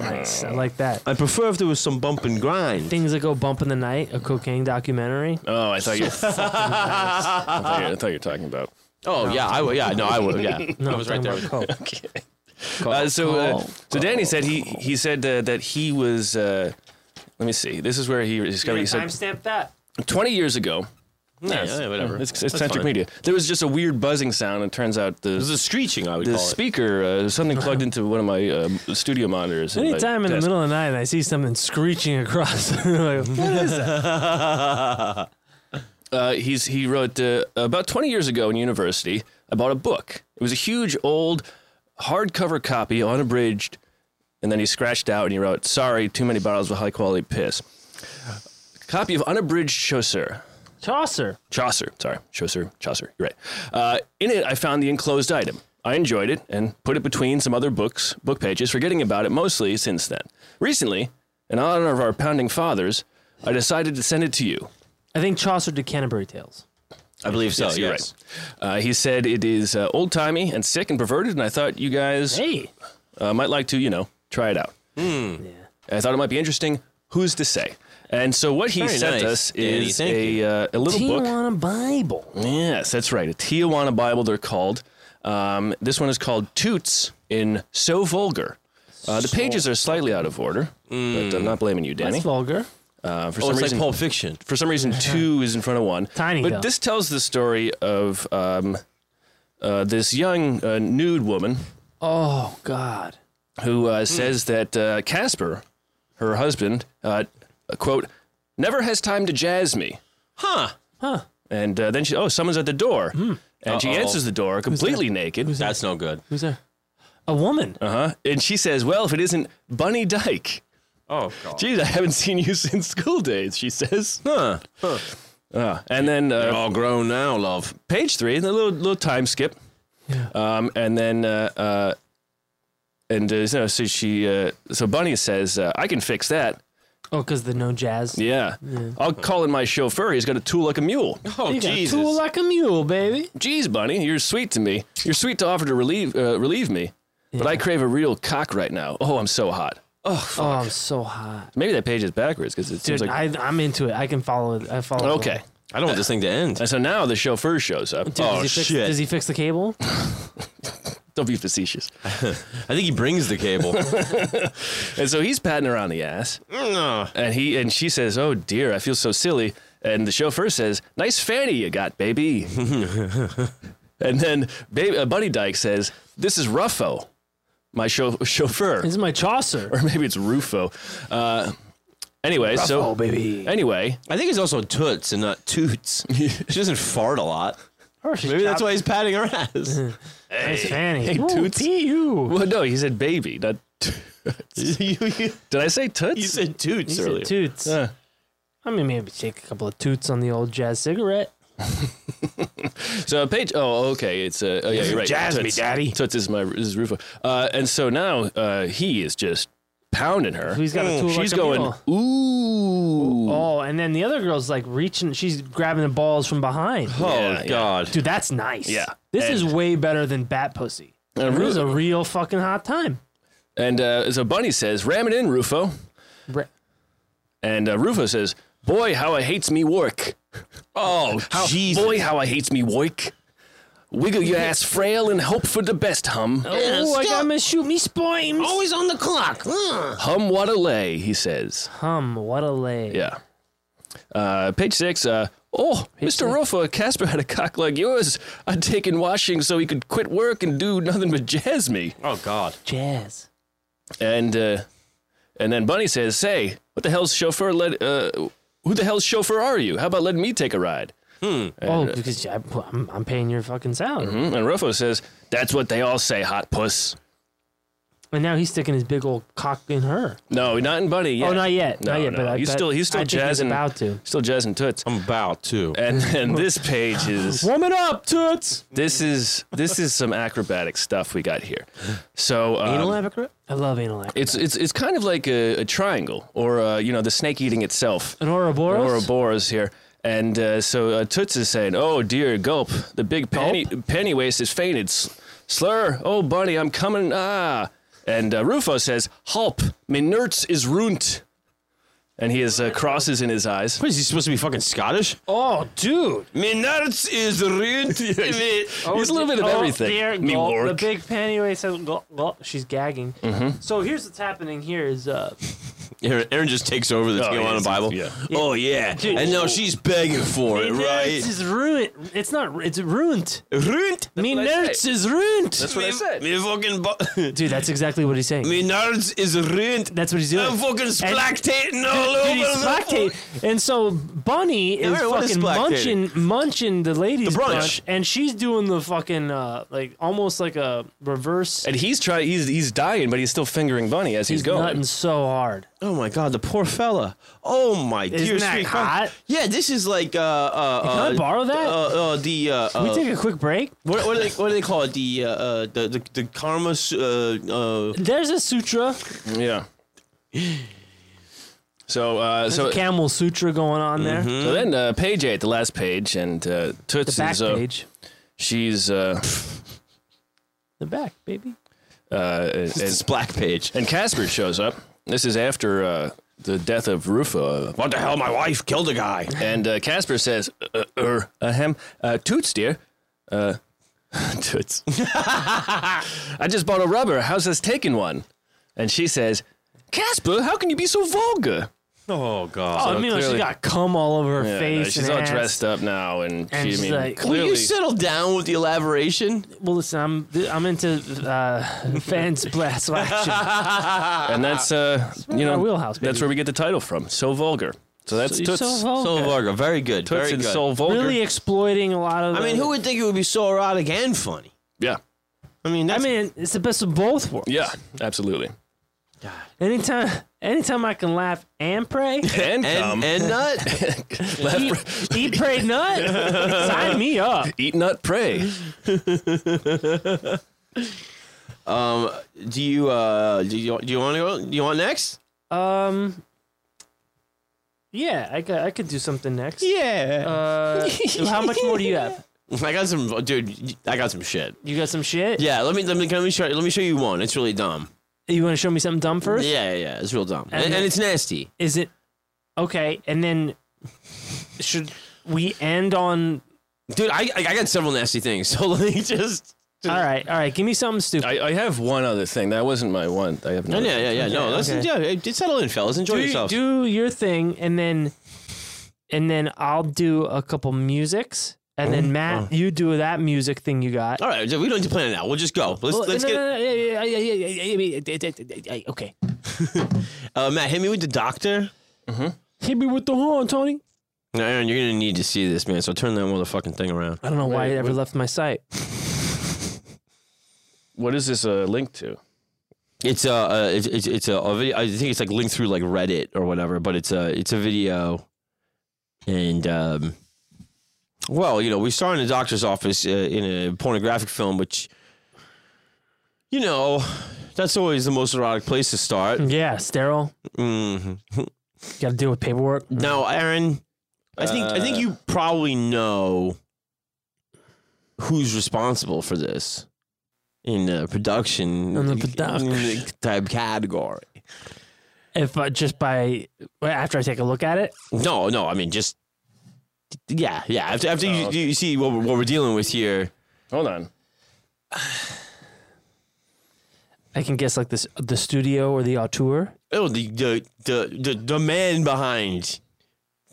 C: Nice. I uh, like that.
B: I prefer if there was some bump and grind.
C: Things that go bump in the night, a cocaine documentary.
D: Oh, I thought you. I thought you, I thought you were talking about.
B: Oh yeah, I would. Yeah, no, I would. Yeah,
C: No,
B: I was right there.
C: talking
B: with-
C: about coke.
D: Uh, so, uh, so Danny said he he said uh, that he was. Uh, let me see. This is where he discovered. He said
C: timestamp that.
D: 20 years ago.
B: Yeah, yeah, whatever.
D: It's, it's
B: That's
D: eccentric
B: fine.
D: media. There was just a weird buzzing sound, and it turns out the
B: This is screeching. I would
D: the
B: call it.
D: speaker uh, something plugged into one of my um studio monitors. at my
C: Anytime in the
D: desk.
C: middle of the night, I see something screeching across. like, what is that?
D: Uh, he's he wrote uh, about 20 years ago in university. I bought a book. It was a huge old hardcover copy, unabridged, and then he scratched out and he wrote, "Sorry, too many bottles of high quality piss." Copy of unabridged Chaucer.
C: Chaucer.
D: Chaucer, sorry, Chaucer, Chaucer. You're right. Uh, in it, I found the enclosed item. I enjoyed it and put it between some other books, book pages, forgetting about it mostly since then. Recently, in honor of our pounding fathers, I decided to send it to you.
C: I think Chaucer did Canterbury Tales.
B: I believe so.
D: you're
B: Yes.
D: right. Uh, he said it is uh, old timey and sick and perverted, and I thought you guys
C: hey.
D: uh, might like to, you know, try it out.
B: Hmm.
D: I thought it might be interesting. Who's to say? And so what he
B: Very
D: sent
B: nice,
D: us
B: Danny.
D: is
B: Thank
D: a, uh, a little book.
C: Tijuana Bible.
D: Yes, that's right. A Tijuana Bible, they're called. Um, this one is called Toots in So Vulgar. Uh, the pages are slightly out of order, but
B: Hmm.
D: I'm not blaming you, Danny.
C: That's vulgar.
D: Uh, for
B: Oh,
D: some
B: it's like
D: reason,
B: Pulp Fiction.
D: for some reason, two is in front of one.
C: Tiny,
D: But
C: though.
D: this tells the story of um, uh, this young uh, nude woman
C: Oh God.
D: who
C: Hmm.
D: uh, says that uh, Casper, her husband, uh, quote, never has time to jazz me.
B: Huh.
C: Huh. Hmm.
D: And uh, then she, oh, someone's at the door. And she
B: Uh-oh.
D: answers the door completely naked.
B: That's no good.
C: Who's there? A woman.
D: Uh huh. And she says, well, if it isn't Bunny Dyke.
B: Oh God.
D: Geez, I haven't seen you since school days, she says.
B: Huh.
D: Uh, and then uh,
B: You're all grown now, love.
D: page three, a little little time skip. Um, and then uh, uh, and uh, so so she uh, so Bunny says, uh, "I can fix that."
C: Oh, because the no jazz.
D: Yeah. I'll call in my chauffeur. He's got a tool like a mule.
B: Oh
C: You got a
B: Jesus.
C: tool like a mule, baby.
D: Geez, Bunny, you're sweet to me. You're sweet to offer to relieve uh, relieve me, but I crave a real cock right now. Oh, I'm so hot.
C: Oh, I'm so hot,
D: Maybe that page is backwards because it
C: dude.
D: seems like
C: I, I'm into it. I can follow it. I follow. it.
D: okay. Oh,
B: I don't want this thing to end. Oh,
D: And so now the chauffeur shows up.
C: Dude, does he fix, Does he fix the cable?
D: Don't be facetious.
B: I think he brings the cable.
D: And so he's patting her on the ass.
B: no.
D: And he and she says, "Oh dear, I feel so silly." And the chauffeur says, "Nice fanny you got, baby." and then baby, uh, Buddy Dyke says, This is Ruffo, my show, chauffeur. This
C: is my Chaucer.
D: Or maybe it's Rufo. Uh, anyway, so.
B: Ruffo, baby.
D: Anyway.
B: I think it's also Toots and not Toots. she doesn't fart a lot. Maybe that's why he's patting her ass.
D: Hey,
C: Fanny.
D: Hey,
C: Ooh,
D: Toots.
C: you.
D: Well, no, he said baby, not Toots. Did I say Toots? You
B: said
C: You
B: Toots
C: said toots. I mean, maybe take a couple of toots on the old jazz cigarette.
D: So page. Oh, okay. It's uh, oh yeah, you're right.
C: Jazz me, daddy.
D: Toots is my is Rufo. Uh, and so now uh, he is just pounding her.
C: He's got a tool like
D: She's
C: a
D: going.
C: mule.
D: Ooh.
C: Oh, and then the other girl's like reaching. She's grabbing the balls from behind.
D: Oh, Yeah, yeah. God.
C: dude, that's nice.
D: Yeah.
C: this
D: And-
C: is way better than bat pussy.
D: Uh,
C: it
D: Ru-
C: was a real fucking hot time.
D: And uh, so Bunny says, "Ram it in, Rufo."
C: Ra-
D: and uh, Rufo says, "Boy, how I hates me work." Oh, Jesus! Boy, how I hates me work. Wiggle your ass frail and hope for the best, hum.
C: oh, I got to shoot me spoims. Always on the clock.
D: Hum what a lay, he says.
C: Hum what a lay.
D: Yeah. Uh, page six. Uh, oh, Mr. Rufo, Casper had a cock like yours. I'd taken washing so he could quit work and do nothing but jazz me.
B: Oh God.
C: Jazz.
D: And uh, and then Bunny says, "Say, what the hell's chauffeur? Let uh, who the hell's chauffeur are you? How about letting me take a ride?" Hmm.
C: Oh, because I, am I'm paying your fucking salary.
D: mm-hmm, And Rufo says, "That's what they all say, hot puss."
C: And now he's sticking his big old cock in her.
D: No, not in Bunny yet.
C: Oh, not yet,
D: No,
C: not yet,
D: no.
C: but I
D: he's
C: bet-
D: still he's still
C: I think he's
D: jazzing.
C: about to.
D: Still jazzing toots.
B: I'm about to.
D: And and this page is
C: Woman up, toots.
D: this is this is some acrobatic stuff we got here. So um,
C: Anal acrobat. I love anal acrobat.
D: It's it's it's kind of like a, a triangle, or uh, you know, the snake eating itself.
C: An Ouroboros?
D: An Ouroboros here. And uh, so uh, Toots is saying, "Oh dear, gulp! The big penny penny waist has fainted. S- Slur! Oh bunny, I'm coming! Ah!" And uh, Rufo says, "Hulp! Min nerts is runt." And he has uh, crosses in his eyes.
B: What is he supposed to be fucking Scottish?
C: Oh, dude.
B: Minards is ruined.
D: He's a little bit of everything.
C: Dear,
D: Me
C: Oh, gulp. The
D: work. Mm-hmm.
C: big panty waist says, gulp, gulp. she's gagging. So here's what's happening here is uh,
B: Aaron, Aaron just takes over the
D: Oh,
B: deal
D: yeah,
B: on the
D: it's-
B: Bible.
D: yeah.
B: Oh yeah,
C: Dude.
B: and now she's begging
D: Oh,
B: for it, right?
C: Nerds is ruined. It's not. It's ruined.
B: Ruined.
C: Me
B: what I
C: nerds
B: say.
C: is ruined.
B: me, said. Me fucking bu-
C: Dude, that's exactly what he's saying.
B: Me nerds is ruined.
C: That's what he's doing.
B: I'm fucking
C: And-
B: splactating all
C: Dude,
B: over
C: he's
B: the
C: splactating. And so Bunny is
B: Aaron, what is
C: fucking
B: splactating?
C: munching, munching the ladies'
B: brunch.
C: brunch, and she's doing the fucking uh, like almost like a reverse.
D: And he's trying. He's he's dying, but he's still fingering Bunny as he's,
C: He's
D: going.
C: nutting so hard.
B: Oh my god, the poor fella. Oh my
C: Isn't
B: dear
C: that
B: sweet
C: hot?
B: God. Yeah, this is like uh uh
C: Hey, can I
B: uh,
C: borrow that?
B: Uh, uh the uh,
C: Can we
B: uh,
C: take a quick break?
B: what, what, do they, what do they call it? The uh, uh the, the the karma s- uh uh
C: There's a sutra.
D: Yeah. So uh,
C: There's
D: so
C: a camel sutra going on there.
B: Mm-hmm.
D: So then, uh, page eight, the last page, and uh, Toots
C: The back
D: is. Uh,
C: page.
D: She's. Uh,
C: The back, baby.
D: uh, and,
B: black page.
D: and Casper shows up. This is after uh, the death of Rufo.
B: What the hell? My wife killed a guy.
D: And uh, Casper says, uh, uh, er, ahem, uh, Toots, dear. Uh, toots. I just bought a rubber. How's this taking one? And she says, Casper, how can you be so vulgar?
B: Oh god.
C: Oh, I
D: So
C: mean, she
D: clearly-
C: got cum all over her
D: Yeah,
C: face.
D: she's
C: and
D: all
C: ass.
D: dressed up now, and,
C: And
D: she, I
C: she's
D: mean,
C: like-
D: clearly.
B: Will you settle down with the elaboration?
C: Well, listen, I'm I'm into uh, fans blast action.
D: and that's uh, you
C: our
D: know,
C: wheelhouse,
D: that's
C: baby.
D: where we get the title from. So vulgar. So that's
C: So-
D: Toots.
C: so vulgar.
B: So vulgar. Very good.
D: Toots
B: very
D: and
B: good.
D: so vulgar.
C: Really exploiting a lot of.
B: I mean,
C: the-
B: who would think it would be so erotic and funny?
D: Yeah.
B: I mean,
C: I
B: that's
C: mean, it's the best of both worlds.
D: Yeah. Absolutely.
C: Anytime, anytime I can laugh and pray,
D: And
B: and,
D: come.
B: and nut.
D: Left, right,
C: eat, eat, pray, nut. Sign me up.
D: eat nut pray.
B: um, do you uh do you do you want to go? Do you want next?
C: Um, yeah, I could, I could do something next.
B: Yeah.
C: Uh, how much more do you have?
B: I got some, dude. I got some shit.
C: You got some shit?
B: Yeah, let me let me let me show let me show you one. It's really dumb.
C: You want to show me something dumb first?
B: Yeah, yeah, yeah. It's real dumb,
C: And
B: and,
C: then-
B: and it's nasty.
C: Is it okay? And then should we end on?
B: Dude, I I I got several nasty things. So let me just.
C: All right, all right. Give me something stupid.
D: I, I have one other thing. That wasn't my one. I have
B: No,
D: another
B: yeah, yeah, yeah. No,
C: Okay,
B: let's
C: okay.
B: yeah. hey, Settle in, fellas. Enjoy
C: do,
B: yourself.
C: do your thing, and then and then I'll do a couple musics, And then Matt, you do that music thing you got.
B: Oh, All right, we don't need to plan it out. We'll just go. Let's
C: Well,
B: let's
C: no,
B: get
C: no, no, yeah, yeah, yeah, yeah, yeah, yeah, yeah, yeah, yeah, yeah, yeah, yeah, Okay.
B: Uh, Matt. Hit me with the doctor. Mm-hmm.
C: Hit me with the horn, Tony.
B: Now, Aaron, you're gonna need to see this, man. So turn that motherfucking thing around.
C: I don't know why it ever left my site.
B: What is this uh, linked to? It's a uh, it's it's, it's a, a video. I think it's like linked through like Reddit or whatever. But it's a it's a video, and um, well, you know, we saw in the doctor's office uh, in a pornographic film, which, you know, that's always the most erotic place to start.
C: Yeah, sterile.
B: Mm-hmm.
C: Got to deal with paperwork.
B: Now, Aaron, I think I think
C: Uh,
B: you probably know who's responsible for this in the production
C: In the
B: production type category.
C: If uh, just by well, after I take a look at it,
B: No, no, I mean just yeah, yeah. After after you, you see what we're, what we're dealing with here. Hold on.
C: I can guess like this: the studio or the auteur.
B: Oh, the the the the, the man behind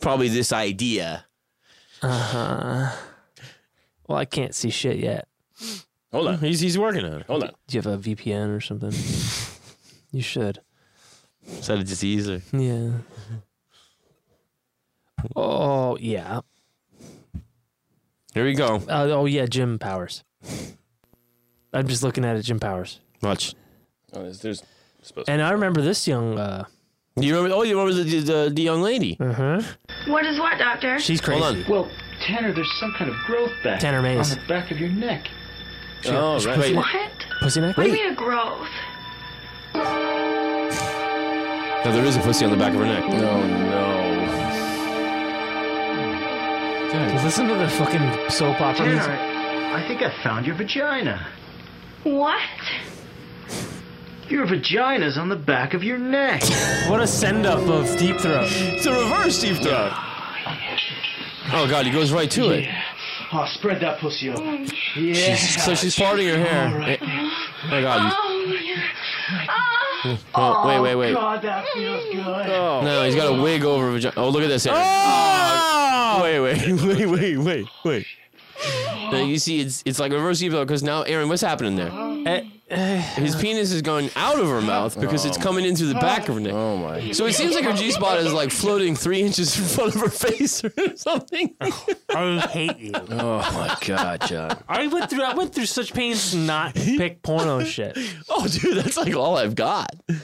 B: probably this idea.
C: Uh huh. Well, I can't see shit yet.
B: Hold on, he's he's working on it. Hold on.
C: Do you have a VPN or something? you should.
B: Is that a disease or?
C: Yeah. Oh yeah.
B: Here we go.
C: Uh, oh yeah, Jim Powers. I'm just looking at it, Jim Powers.
B: Watch.
D: Oh, there's, there's supposed
C: And I remember this young. Uh,
B: you remember? Oh, you remember the the, the young lady?
C: Uh huh.
T: What is what, doctor?
C: She's crazy.
T: Well, Tanner, there's some kind of growth back
C: Tanner Mays.
T: on the back of your neck.
C: Oh, right. Wait.
T: What?
C: Pussy neck.
T: What do you
C: Wait.
T: mean a growth?
B: Now there is a pussy on the back of her neck. No, no.
C: Listen to the fucking soap opera
T: Tanner,
C: music.
T: I I think I found your vagina. What? Your vagina's on the back of your neck.
C: What a send up of deep throat.
B: It's a reverse deep throat. Oh god, he goes right to it.
T: Oh, spread that pussy over. Yeah.
B: She's, so she's parting her hair.
T: All right.
B: Eh, Oh god. you- Oh,
T: Oh,
B: wait, wait, Oh. wait.
T: God, that feels good.
B: No, he's got a wig over vagina. Oh, look at this. Aaron. Oh! Wait, wait, wait, wait, wait, wait. Now you see, it's it's like reverse deep throat because now, Aaron, what's happening there?
C: Eh,
B: His penis is going out of her mouth because it's
D: Oh.
B: coming into the back of her neck. Oh my! So it seems like her G spot is like floating three inches in front of her face or something.
C: I hate you.
D: Oh my god, John.
C: I went through. I went through such pains to not pick porno shit.
B: Oh, dude, that's like all I've got. you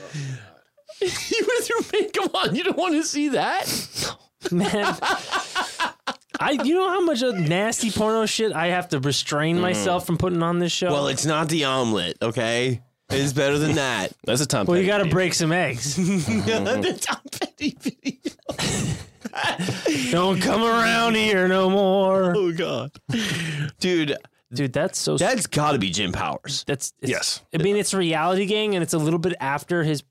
B: went through pain. Come on, you don't want to see that.
C: man. I, you know how much of nasty porno shit I have to restrain
B: Mm.
C: myself from putting on this show.
B: Well, it's not the omelet, okay? It's better than that. that's a Tom.
C: well, you got to break some eggs. Don't come around here no more.
B: Oh god, dude,
C: dude, that's so.
B: That's got to be Jim Powers.
C: That's it's,
B: yes.
C: I mean, it's reality gang, and it's a little bit after his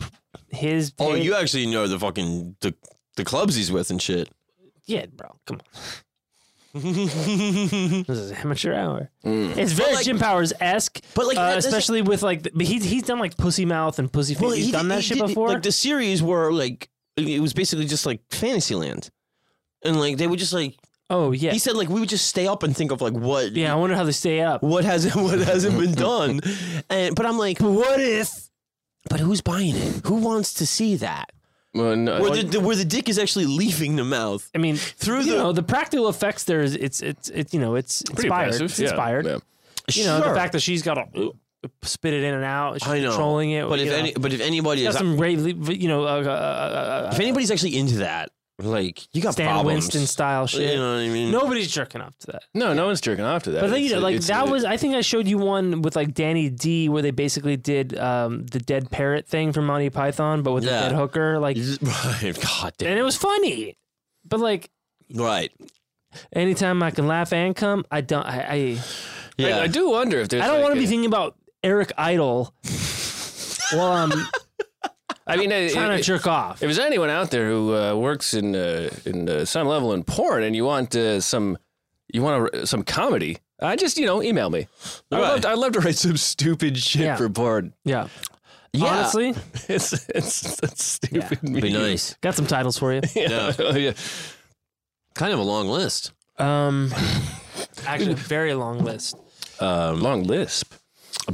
C: his.
B: Oh,
C: thing.
B: you actually know the fucking the the clubs he's with and shit.
C: yeah, bro. Come on. this is amateur hour.
B: Mm.
C: It's very Jim Powers esque,
B: But, like, that- that's-
C: especially with like, the, but he's he's done like pussy mouth and pussy. Face. he's done that shit
B: did-
C: before.
B: Like the series were like it was basically just like Fantasyland, and like they would just like.
C: Oh yeah.
B: He said like we would just stay up and think of like what
C: yeah, I wonder how they stay up.
B: What hasn't what hasn't been done. And but I'm like, what if? But who's buying it? Who wants to see that?
D: Well, no,
B: Where the, the- where the dick is actually leaving the mouth.
C: I mean, through you
B: the-
C: know, the practical effects there is it's it's it's you know it's
B: Pretty
C: inspired.
B: impressive,
C: It's
B: yeah,
C: inspired.
B: yeah.
C: You know the
B: Sure.
C: fact that she's got to spit it in and out. She's
B: I know.
C: controlling it.
B: But
C: you
B: if
C: know.
B: any, but if anybody
C: She's got
B: is,
C: some great, you know, uh, uh, uh, uh,
B: if anybody's actually into that, like you got
C: Stan
B: problems.
C: Winston style shit.
B: You know what I mean?
C: nobody's jerking off to that.
D: No, no one's jerking off to that.
C: But then, you
D: It's-
C: know, like
D: it's-
C: that
D: it-
C: was, I think I showed you one with like Danny D, where they basically did um, the dead parrot thing from Monty Python, but with the
B: Yeah.
C: dead hooker, like,
B: Right. God damn.
C: and it was funny. But like,
B: Right.
C: anytime I can laugh and come, I don't. I, I
B: Yeah.
D: I, I do wonder if there's.
C: I don't
D: like
C: want to
D: a-
C: be thinking about Eric Idle while I'm
D: I mean, it-
C: trying to
D: it-
C: jerk off.
D: If there's anyone out there who uh, works in uh, in uh, some level in porn and you want uh, some you want a, some comedy, I just you know email me. I'd, love
B: Right.
D: to, I'd love to write some stupid shit
C: Yeah.
D: for porn.
C: Yeah.
D: Yeah.
C: Honestly,
D: it's it's, it's stupid. Oh,
B: Be nice.
C: got some titles for you.
D: Yeah. yeah.
B: Kind of a long list.
C: Um, Actually, very long list.
B: Um, Long lisp.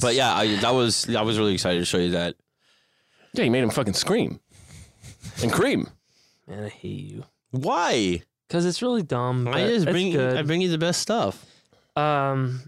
B: But yeah, I that was I was really excited to show you that.
D: Yeah, you made him fucking scream and cream.
C: Man, I hate you.
B: Why?
C: Because it's really dumb.
B: I just bring I bring you the best stuff.
C: Um,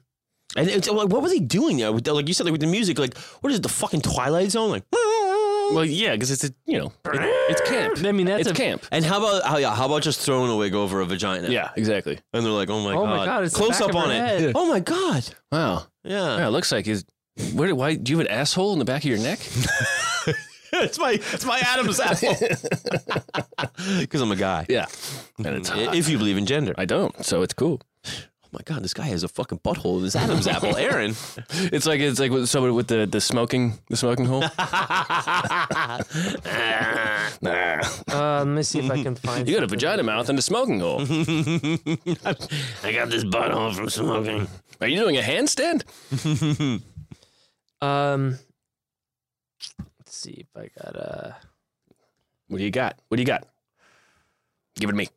B: and it's like, what was he doing there? With the, like you said, like with the music, like what is it, the fucking Twilight Zone? Like,
D: well, yeah, because it's a you know, it's camp.
C: I mean, that's
D: it's
C: a-
D: camp.
B: And how about how, yeah, how about just throwing a wig over a vagina?
D: Yeah, exactly.
B: And they're like, oh my
D: Oh
B: god,
D: my God, it's the
B: close
D: back
B: up
D: of her
B: on
D: head. Yeah.
B: it. Oh my god,
D: Wow.
B: Yeah.
D: it looks like is. Where did, why do you have an asshole in the back of your neck?
B: it's my it's my Adam's apple. Because I'm a guy. Mm-hmm.
D: Yeah.
B: if you believe in gender,
D: I don't. So it's cool.
B: Oh my god, this guy has a fucking butthole. This Adam's apple, Aaron.
D: It's like it's like with somebody with the, the smoking the smoking hole. nah.
C: Uh, let me see if I can find.
D: You got a vagina mouth and a smoking hole.
B: I got this butthole from smoking.
D: Are you doing a handstand?
C: um, let's see if I got uh, a.
D: What do you got? What do you got? Give it to me.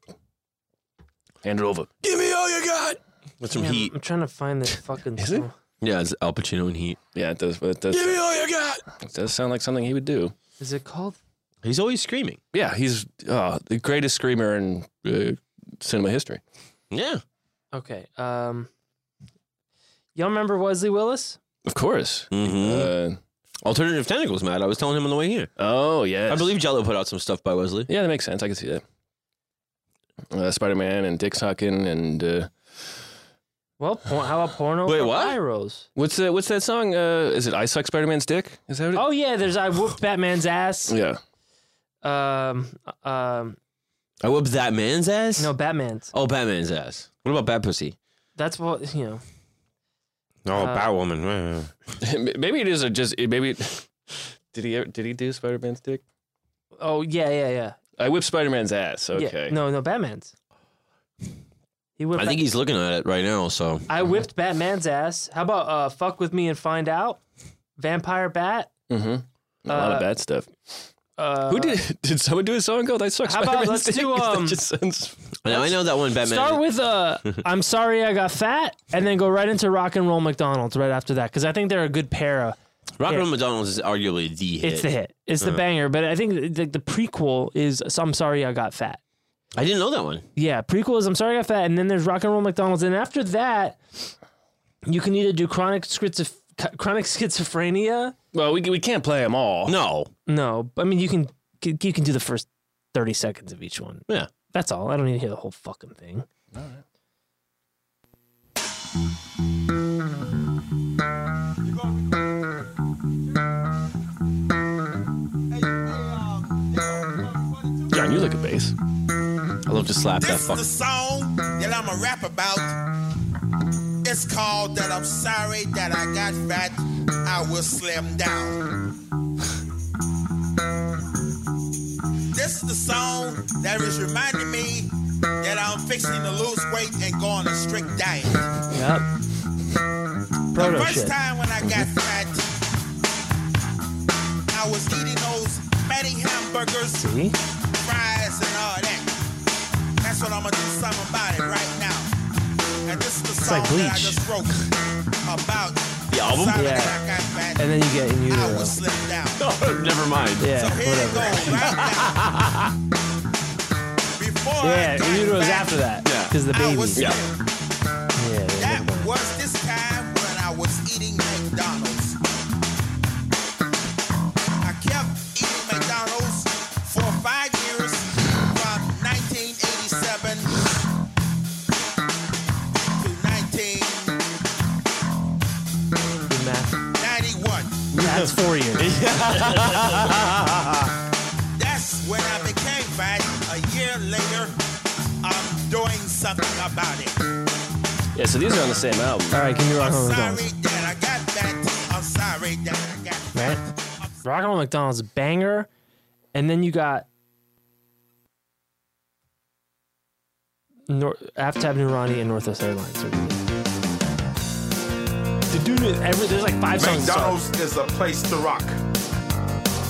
D: Hand it over. Give me all you got.
B: With some heat.
C: I'm trying to find this fucking. Is it?
B: Yeah, it's Al Pacino in Heat.
D: Yeah, it does. It does.
B: Give me all you got.
D: It does sound like something he would do.
C: Is it called?
B: He's always screaming.
D: Yeah, he's uh, the greatest screamer in uh, cinema history.
B: Yeah.
C: Okay. Um, y'all remember Wesley Willis?
D: Of course. Uh,
B: Mm-hmm. Alternative Tentacles, Matt. I was telling him on the way here.
D: Oh, yes.
B: I believe Jello put out some stuff by Wesley.
D: Yeah, that makes sense. I can see that. Uh, Spider Man and Dick Suckin and uh,
C: Well, por- how about porno?
D: Wait,
C: for
D: what?
C: Pyros.
D: what's that? What's that song? Uh, is it I Suck Spider Man's Dick? Is that what it?
C: Oh yeah, there's I whooped Batman's ass.
D: Yeah.
C: Um. Um.
B: I whooped that man's Oh, ass?
C: No, Batman's.
B: Oh, Batman's ass. What about Bat Pussy?
C: That's what you know.
B: No,
C: Uh,
B: Batwoman.
D: maybe it is a just. It, maybe it, did he ever, did he do Spider Man's Dick?
C: Oh yeah, yeah, yeah.
D: I whipped Spider Man's ass.
C: Yeah.
D: Okay.
C: No, no, Batman's. He whipped.
B: I think he's looking at it right now, so.
C: I whipped Batman's ass. How about uh, fuck with me and find out? Vampire Bat.
D: Mm-hmm. A lot
C: Uh,
D: of bad stuff.
C: Uh,
D: Who did did someone do a song called "I Suck"?
C: How about let's
D: Spider-Man's Dick?
C: do,
D: 'Cause that
C: um,
D: just sounds-
B: Now, I know that one Batman.
C: Start with uh, I'm sorry I got fat, and then go right into Rock and Roll McDonald's right after that because I think they're a good pair of.
B: Rock and
C: hits.
B: Roll McDonald's is arguably the hit.
C: It's the hit. It's the
B: Uh,
C: banger, but I think the, the prequel is so I'm sorry I got fat.
B: I didn't know that one.
C: Yeah, prequel is I'm sorry I got fat, and then there's Rock and Roll McDonald's, and after that, you can either do chronic schizof- chronic schizophrenia.
D: Well, we we can't play them all.
B: No.
C: No, I mean you can you can do the first thirty seconds of each one.
B: Yeah.
C: That's all. I don't need to hear the whole fucking thing.
D: John, you like a bass.
B: I love to slap that
U: This is the
B: fuck.
U: song that I'm a rap about. It's called that I'm sorry that I got fat. I will slim down. This is the song that is reminding me that I'm fixing to lose weight and go on a strict diet.
C: Yep.
U: the
C: Proto
U: first
C: shit.
U: time when I got fat, I was eating those fatty hamburgers,
C: See?
U: fries, and all that. That's what I'm gonna do something about it right now. And this is the
C: It's
U: song
C: like
U: that I
C: Bleach.
U: just wrote about
B: The album?
U: Sorry
B: Yeah.
U: that I got fat.
C: And then you get in
U: I
C: utero.
U: was slim down.
B: Oh, Never mind.
C: Yeah,
U: so here
C: whatever.
U: it goes right now. Before I
C: Yeah,
U: got
C: utero is
U: fat,
C: after that. Yeah. Because the
U: I
C: baby.
U: was
C: Yeah.
U: slim.
C: yeah, yeah.
U: That was this time when I was eating McDonald's. I kept eating McDonald's for five years from 1987 to
C: Good math.
U: 1991.
C: That's four years.
U: That's when I became fat. A year later, I'm doing something about it.
D: Yeah, so these are on the same album.
C: All right, give me Rock and Roll
U: I'm
C: McDonald's.
U: sorry that I got fat. I'm sorry that I got
C: Right? Rock and Roll McDonald's banger, and then you got Nor- Aftab Nurani and Northwest Airlines. The dude, is- every, there's like five songs.
V: McDonald's is a place to rock.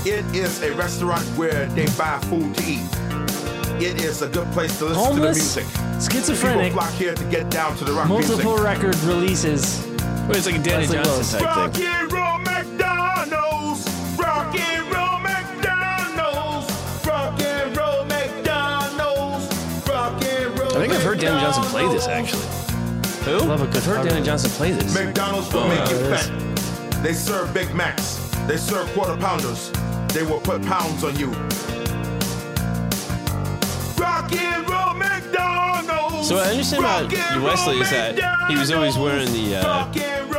V: It is a restaurant where they buy food to eat.
U: It is a good place to listen
C: Homeless,
U: to the music.
C: schizophrenic,
U: People flock here to get down to the rock
C: Multiple
U: music.
C: record releases.
U: Well, it's like a Danny
C: Leslie
U: Johnson
C: Groves.
U: type thing.
W: Rock and roll McDonald's. Rock and roll McDonald's. Rock and roll McDonald's. Rock and roll.
D: I think I've heard Danny Johnson play this actually.
U: Who?
D: Love it. I've heard Danny Johnson play this.
U: McDonald's
B: uh,
U: will
D: Oh,
U: make you
D: there it is.
U: fat. They serve Big Macs. They serve quarter pounders. They will put pounds on you. Rock and roll McDonald's.
B: So what I understand
U: Rock and
B: about
U: roll
B: Wesley is that he was always wearing the uh,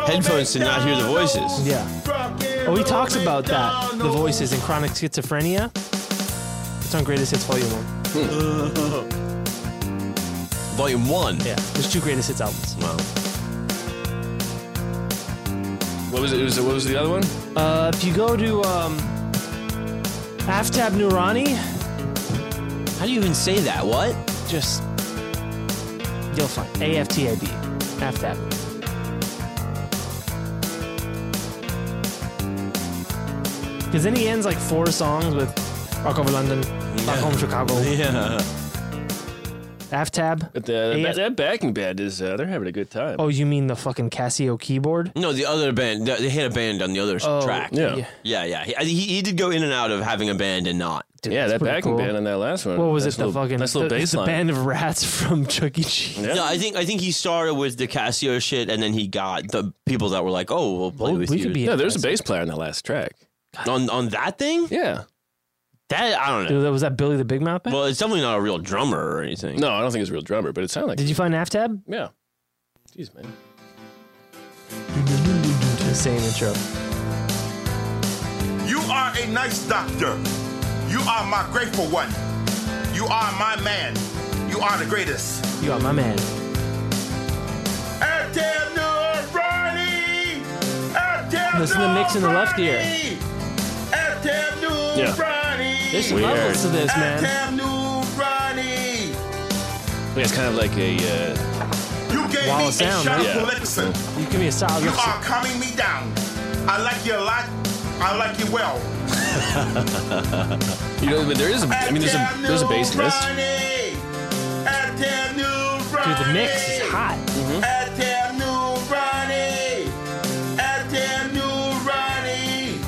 B: headphones to not hear the voices.
C: Yeah. Oh, he talks about that. The voices in chronic schizophrenia. It's on Greatest Hits Volume One.
B: Volume one. Yeah.
C: There's two Greatest Hits albums.
B: Wow.
D: What was it? Was it- What was the other one?
C: Uh, if you go to um, Aftab Nurani,
B: how do you even say that? What?
C: Just you'll find AFTAB. Aftab. Because then he ends like four songs with Rock Over London, Rock Home Chicago.
D: Yeah.
C: Aftab.
D: But the, the,
C: AF
D: that backing band is uh, they're having a good time.
C: Oh, you mean the fucking Casio keyboard?
B: No, the other band. They had a band on the other
C: Oh,
B: track.
C: yeah. yeah.
B: Yeah, yeah. He, I- he, he did go in and out of having a band and not.
D: yeah, that
B: pretty
D: backing
B: cool.
D: band on that last one.
C: What was
D: Nice
C: it? The
D: little-
C: fucking
D: nice little
C: the,
D: bass
C: the
D: line.
C: band of rats from Chuck E. Cheese.
B: No, I think I think he started with the Casio shit, and then he got the people that were like, "Oh, we'll play with you."
D: no, there's a bass player on that last track.
B: on on that thing.
D: Yeah,
B: that I don't know.
C: Dude, that- was that Billy the Big Mouth?
B: Well, it's definitely not a real drummer or anything.
D: No, I don't think it's a real drummer, but it sounded like.
C: Did you find Aftab?
D: Yeah. Jeez, man.
C: The same intro.
U: You are a nice doctor. You are my grateful one. You are my man. You are the greatest.
C: You are my man.
U: Active Neurani! Active
C: Listen to the mix in the left ear.
U: Active
C: Yeah.
U: Neurani!
D: There's some Weird. levels to this, man.
U: Active Neurani!
D: Yeah, it's kind of like a. Uh,
U: You gave
D: Wall
U: me
D: of sound,
U: a shot
D: right?
U: for
D: Yeah.
U: Lexan.
C: You give me a solid
U: You
C: listen.
U: are calming me down. I like you a lot. I like you well.
D: you know, but there is. A, I mean, there's a there's a bass list.
U: Active Neurani!
C: Dude, the mix is hot.
D: Mm-hmm.
U: Active Neurani! Active Neurani!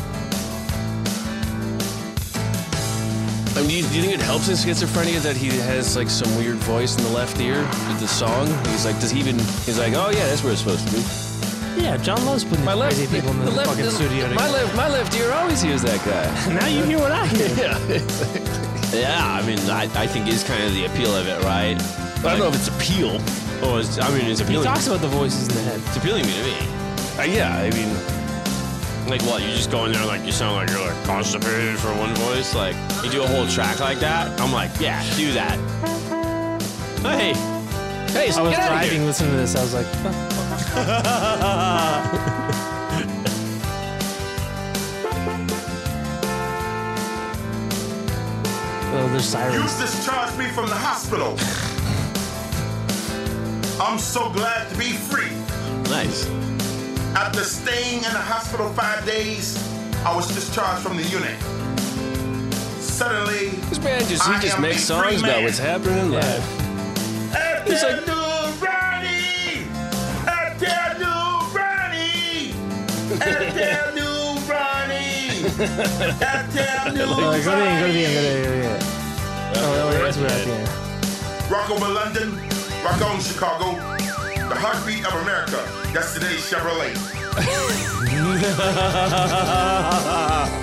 D: I mean, do you, do you think it helps in schizophrenia that he has like some weird voice in the left ear with the song? He's like, does he even? He's like, oh yeah, that's where it's supposed to be.
C: Yeah, John loves putting
D: My left,
C: crazy people in the,
D: left-
C: fucking
D: the-
C: studio.
D: My left, my left ear always hears that guy.
C: now you hear what I hear.
B: Yeah, I mean, I, I think is kind of the appeal of it, right? I don't know if it's appeal. Oh, it's, I mean, it's
C: He
B: appealing.
C: talks about the voices in the head.
B: It's appealing to me.
D: Uh, yeah, I mean,
B: like what? You just go in there like you sound like you're like constipated for one voice. Like you do a whole track like that. I'm like, yeah, do that. Hey, hey,
C: I was
B: get outta
C: driving
B: here.
C: listening to this. I was like, huh. oh, there's
U: You
C: sirens.
U: discharged me from the hospital. I'm so glad to be free.
B: Nice.
U: After staying in the hospital five days, I was discharged from the unit. Suddenly,
D: this man just he
U: I
D: just
U: am
D: makes
U: a free
D: songs about
U: man.
D: what's happening in life.
U: He's like, Ronnie! Active new Ronnie! Active new Ronnie! Active new
C: Like, go to the end, go to the end, go to the end, go to the end. Oh,
U: yeah,
C: wait, that's where at the end.
U: Rock over London, rock on Chicago, the heartbeat of America. Yesterday's Chevrolet.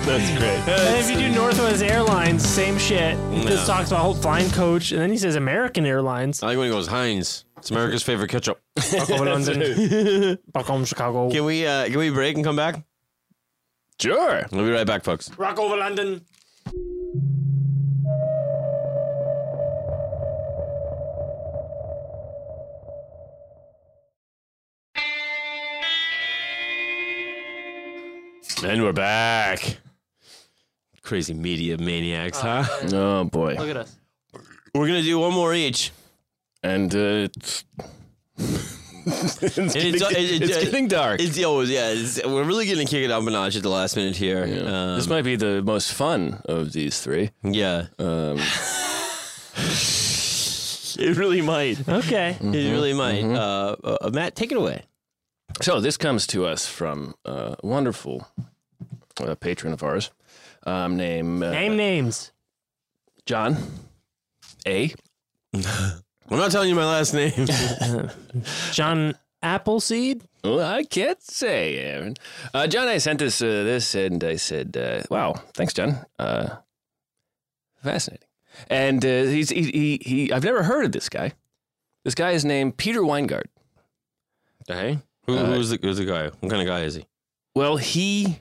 D: That's great.
C: And if you do Northwest Airlines, same shit. He just
B: No.
C: talks about whole flying coach, and then he says American Airlines.
B: I like when he goes Heinz. It's America's favorite ketchup.
C: Back home London. Back home Chicago.
B: Can we uh, can we break and come back?
D: Sure.
B: We'll be right back, folks.
C: Rock over London.
D: And we're back.
B: Crazy media maniacs, huh?
D: Oh boy.
C: Look at us.
B: We're gonna do one more each.
D: And uh, it's it's, getting,
B: uh, it-
D: it's
B: it-
D: getting dark.
B: It's oh yeah. It's, we're really gonna kick it up a notch at the last minute here. Um,
D: this might be the most fun of these three.
B: yeah.
D: Um,
B: It really might.
C: Okay.
B: It really might. Uh, uh, Matt, take it away.
D: Mm-hmm. So this comes to us from uh, a wonderful uh, patron of ours, um, name uh,
C: Name names.
D: John A.
B: I'm not telling you my last name.
C: John Appleseed.
D: Well, Oh, I can't say, Aaron. Uh, John, I sent this uh, this, and I said, uh, "Wow, thanks, John. Uh, fascinating." And uh, he's he, he he. I've never heard of this guy. This guy is named Peter Weingart. Uh,
B: Hey, who, who's the who's the guy? What kind of guy is he?
D: Well, he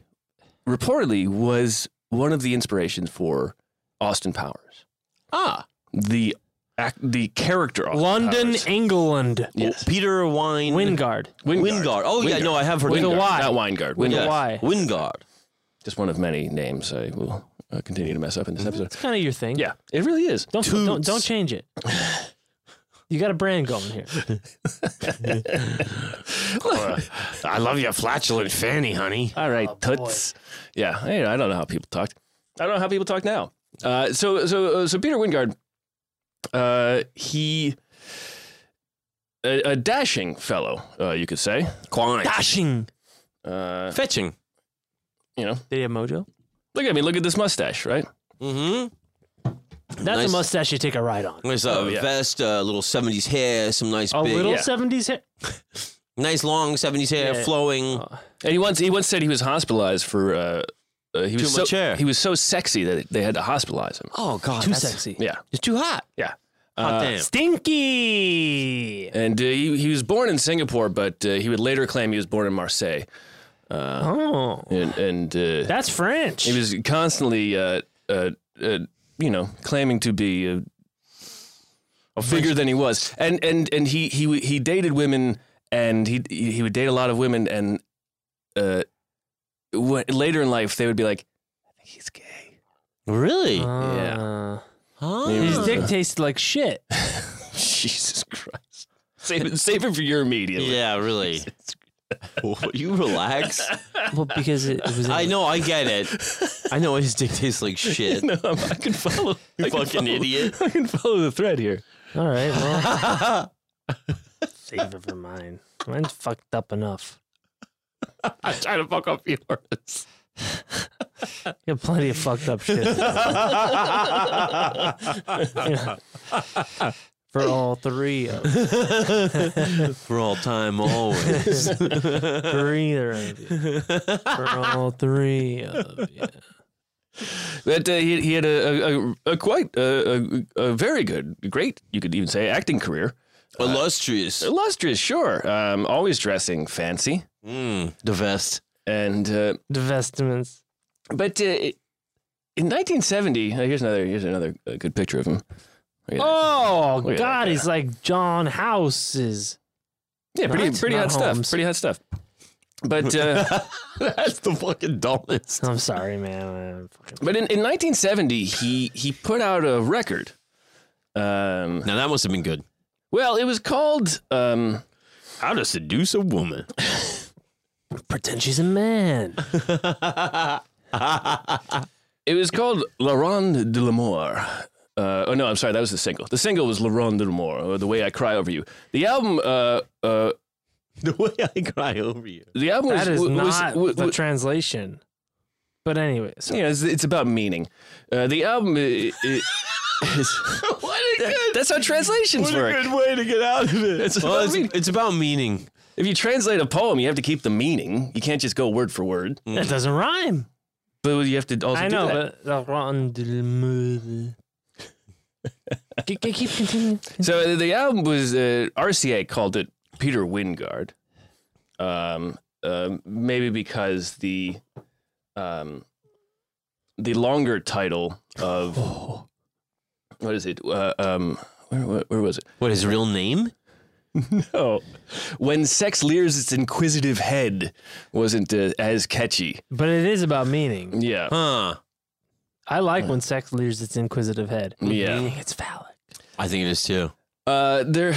D: reportedly was one of the inspirations for Austin Powers.
B: Ah,
D: the act, the character Austin
C: London,
D: Powers.
C: England.
D: Oh, Yes.
B: Peter Wine
C: Wingard.
B: Wingard. Oh yeah, no, I have heard
D: Wingard.
B: of
C: With a
B: him.
C: Y.
D: Not Weingard.
C: With a
D: Wingard.
C: Y.
B: Wingard.
D: Just one of many names I will uh, continue to mess up in
B: Mm-hmm.
D: this episode.
C: It's kind of your thing.
D: Yeah, it really is.
C: Don't don't, don't change it. You got a brand going here.
D: Uh, I love your flatulent fanny, honey. All
C: Oh,
D: right, toots. Yeah, hey, I don't know how people talked. I don't know how people talk now. Uh, so, so, so Peter Wingard, uh, he, a, a dashing fellow, uh, you could say,
B: Quine.
C: Dashing.
D: uh,
B: Fetching.
D: you know.
C: Did he have mojo?
D: Look at me. Look at this mustache, right?
B: Mm-hmm.
C: That's a
B: Nice.
C: mustache you take a ride on.
B: There's a
D: Oh, yeah.
B: vest, a little '70s hair, some nice
C: A
B: big,
C: little 70s hair.
B: nice long '70s hair,
C: Yeah.
B: flowing.
D: And he once he once said he was hospitalized for uh, uh, he was
B: Too
D: so
B: much hair.
D: he was so sexy that they had to hospitalize him.
B: oh God,
C: Too
B: that's-
C: sexy.
D: Yeah,
B: It's too hot.
D: yeah.
B: Hot
D: Uh,
B: damn.
C: Stinky.
D: And uh, he he was born in Singapore, but uh, he would later claim he was born in Marseille. Uh,
C: Oh.
D: And and uh,
C: That's French.
D: he was constantly uh, uh, uh, you know claiming to be a, bigger than he was. And and and he he w- he dated women, and he he would date a lot of women, and uh, when, later in life they would be like, I think he's gay.
B: Really?
D: Yeah.
C: Ah.
B: huh?
C: His dick tasted like shit.
D: Jesus Christ. Save it, save it for your immediately.
B: Yeah, really. Will you relax.
C: Well, because it, it was.
B: I know. I get it. I know his dick tastes like shit.
D: No, I can follow.
B: You
D: I can
B: fucking
D: follow-
B: idiot.
D: I can follow the thread here.
C: All right. Well. Save it for mine. Mine's fucked up enough.
D: I'm trying to fuck up yours.
C: You have plenty of fucked up shit. For all three of us.
B: For all time, always.
C: For either of you. For all three of you.
D: But uh, he, he had a, a, a, a quite a, a, a very good, great, you could even say, acting career. Uh,
B: Illustrious.
D: Illustrious, sure. Um, always dressing fancy, Hmm.
B: Mm, the vest.
D: and uh,
C: Divestments.
D: but uh, in 1970, uh, here's another here's another uh, good picture of him. Look at that.
C: Oh,
D: Look at
C: God.
D: that
C: He's like John House's.
D: yeah, pretty
C: not-
D: pretty
C: not
D: hot stuff.
C: Holmes.
D: Pretty hot stuff. But uh,
B: That's the fucking dumbest.
C: I'm sorry, man. I fucking-
D: but in, in 1970, he he put out a record. Um,
B: Now that must have been good.
D: well, it was called. Um,
B: How to seduce a woman.
C: Pretend she's a man.
D: It was called La Ronde de l'Amour. Uh, oh no, I'm sorry. That was the single. The single was La Ronde de l'Amour, or The Way I Cry Over You. The album, uh, uh,
B: the way I cry over you.
D: the album was,
C: That is
D: was- was-
C: not
D: was-
C: the translation. But anyway, so
D: you know, it's, it's about meaning. Uh, the album i- i- is. that's how translations work.
B: way to get out of it. It's,
D: Well,
B: about,
D: it's-
B: meaning.
D: If you translate a poem, you have to keep the meaning. You can't just go word for word.
C: that doesn't rhyme.
D: But you have to also
C: I
D: do
C: know, but
D: that.
C: the rendezvous. Keep keep continuing.
D: So the album was uh, RCA called it Peter Wingard, um, uh, maybe because the um, the longer title of
B: Oh.
D: what is it? Uh, um, where, where, where was it?
B: What his real name?
D: Oh, when sex leers its inquisitive head wasn't uh, as catchy.
C: But it is about meaning.
D: Yeah,
B: Huh.
C: I like when sex leers its inquisitive head.
D: Yeah.
C: Meaning it's phallic.
B: I think it is too.
D: Uh, there,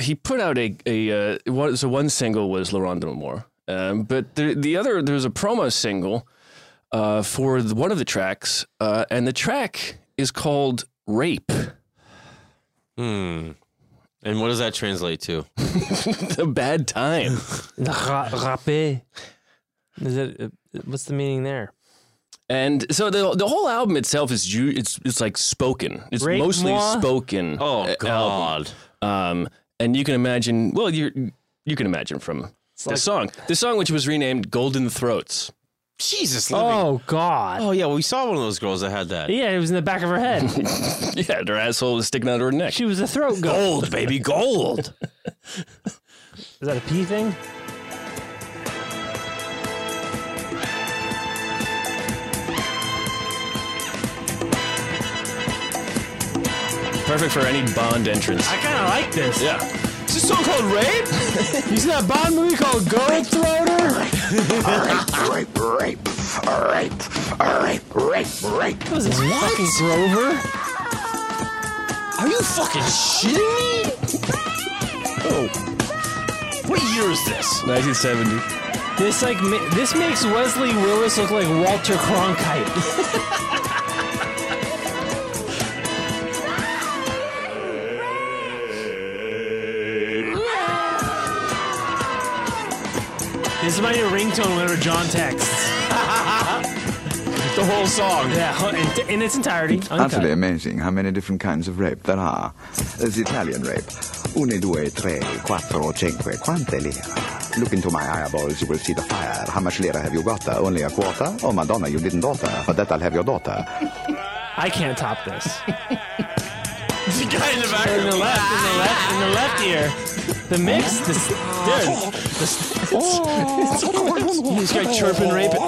D: he put out a a uh, one, so one single was Laurent Delmore, um, but the the other there was a promo single uh, for the, one of the tracks, uh, and the track is called "Rape."
B: Hmm. And what does that translate to?
D: a bad time.
C: Ra- Rapé. Is it? uh, What's the meaning there?
D: And so the the whole album itself is ju- it's it's like spoken. It's
C: Rape
D: mostly
C: moi?
D: spoken.
B: Oh,
D: a- album. Um, and you can imagine. Well, you you can imagine from the
C: like-
D: song. The song which was renamed "Golden Throats."
B: Jesus.
C: Oh God.
B: Oh yeah, well, we saw one of those girls that had that.
C: Yeah, it was in the back of her head.
D: yeah, and her asshole was sticking out of her neck.
C: she was a throat goat.
B: Gold, baby, gold.
C: Is that a pee thing?
D: Perfect for any Bond entrance.
C: I kind of like this.
D: Yeah. Is this song called Rape?
B: Oh
C: you see that Bond movie called Gold Throater?
U: Rape, rape, rape, rape, rape, rape.
C: What is this fucking Grover?
B: Are you fucking shitting me?
D: oh.
B: What year is this?
D: 1970.
C: This like ma- this makes Wesley Willis look like Walter Cronkite. This is my new ringtone whenever John texts.
D: the whole song.
C: Yeah, hu- in, in its entirety.
E: Utterly
C: uncut.
E: amazing how many different kinds of rape there are. There's Italian rape. Une, due, tre, quattro, cinque, quante lire? Look into my eyeballs, you will see the fire. How much lira have you got? Only a quarter? Oh, Madonna, you didn't daughter. For that, I'll have your daughter.
C: I can't top this.
D: the guy in the back.
C: In the left, in the left, in the left ear. The mix, this, dude. This, this guy chirping, raping.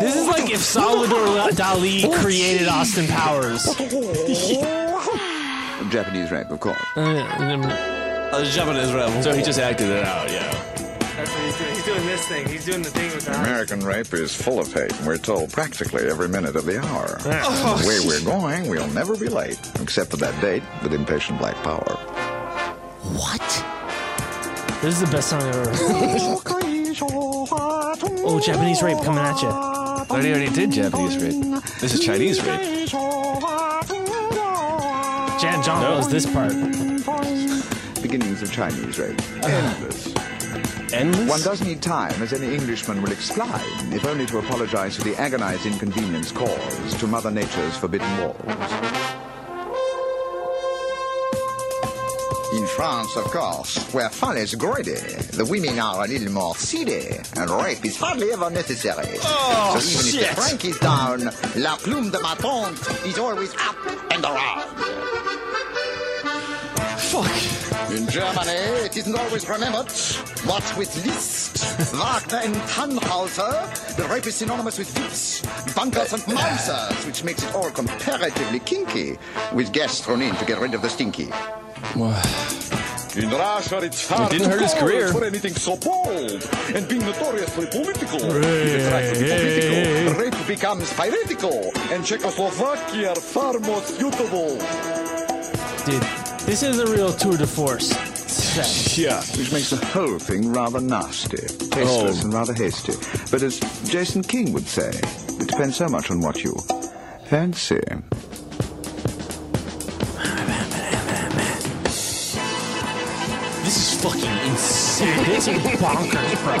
C: This is like if Salvador Dali created Austin Powers.
E: Japanese rape, of course.
B: The Japanese rebel.
D: Uh, So he just acted it out, yeah.
C: That's what he's doing. He's doing this thing. He's doing the thing with the
E: American rape is full of hate, and we're told practically every minute of the hour.
C: Oh,
E: the way we're going, we'll never be late, except for that date with impatient black power.
C: What? This is the best song I've ever heard. oh, Japanese rape coming at you.
D: I already did Japanese rape. This is Chinese rape.
C: Jan John loves this part. Uh-huh.
E: Beginnings of Chinese rape. Endless. Endless? One does need time, as any Englishman will explain, if only to apologize for the agonized inconvenience caused to Mother Nature's forbidden walls. In France, of course, where fun is greedy, the women are a little more seedy, and rape is hardly ever necessary.
U: Oh,
E: so even
U: shit.
E: if the Frank is down, la plume de ma tante is always up and around. Fuck. In Germany, it isn't always remembered, but with Liszt, Wagner, and Tannhauser, the rape is synonymous with fits, bunkers, and mousers, which makes it all comparatively kinky, with gas thrown in to get rid of the stinky.
V: In Russia, it's hard
E: didn't
V: to
E: hurt his
V: fall
E: career.
V: for anything so bold and being notoriously political.
E: Hey,
V: It is rightly
E: hey.
V: political. Rape becomes piratical, and Czechoslovakia are far more suitable.
C: Dude, this is a real tour de force.
E: Yeah. Which makes the whole thing rather nasty, tasteless,
C: Oh.
E: and rather hasty. But as Jason King would say, it depends so much on what you fancy.
B: This is fucking insane.
C: Dude, this is bonkers, bro.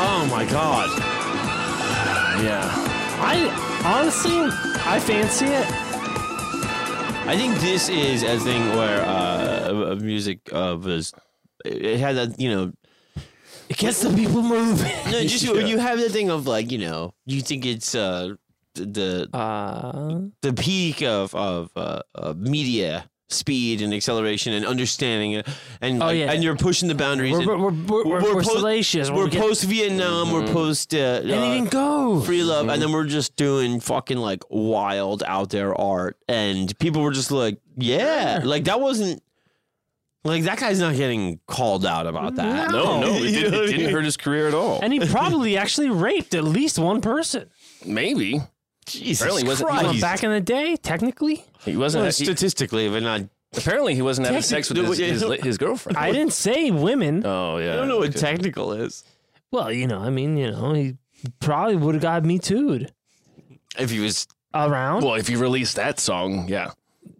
D: Oh my god. Yeah.
C: I honestly, I fancy it.
B: I think this is a thing where uh, a- a music uh, was it had that you know
C: It gets the people moving.
B: no just
C: Yeah.
B: you have the thing of like you know you think it's uh the
C: uh,
B: the peak of of uh, uh, media speed and acceleration and understanding and and,
C: Oh,
B: like,
C: yeah.
B: and you're pushing the boundaries
C: We're,
B: and-
C: we're, we're, we're, we're, Mm-hmm.
B: we're post-
C: salacious.
B: we're
C: get-
B: post Vietnam.
D: Mm-hmm.
B: We're post. Uh, and
C: it didn't go.
B: free love, and then we're just doing fucking like wild out there art, and people were just like, yeah, like that wasn't. Like that guy's not getting called out about that.
D: No, no, it,
B: You
D: did,
B: know
D: it
B: what I
D: didn't
B: mean?
D: hurt his career at all.
C: And he probably actually raped at least one person.
D: Maybe.
B: Jesus
D: Apparently he wasn't, he
C: Christ.
D: wasn't,
C: Back in the day, technically,
D: he wasn't
B: Well,
D: he-
B: statistically, but not.
D: apparently he wasn't having sex with his,
B: Technically-
D: his, his, girlfriend.
C: I didn't say women.
D: Oh yeah.
B: I don't know what
D: Okay.
B: technical is.
C: Well, you know, I mean, you know, he probably would have got me tooed.
D: If he was
C: around.
D: Well, if you released that song, yeah.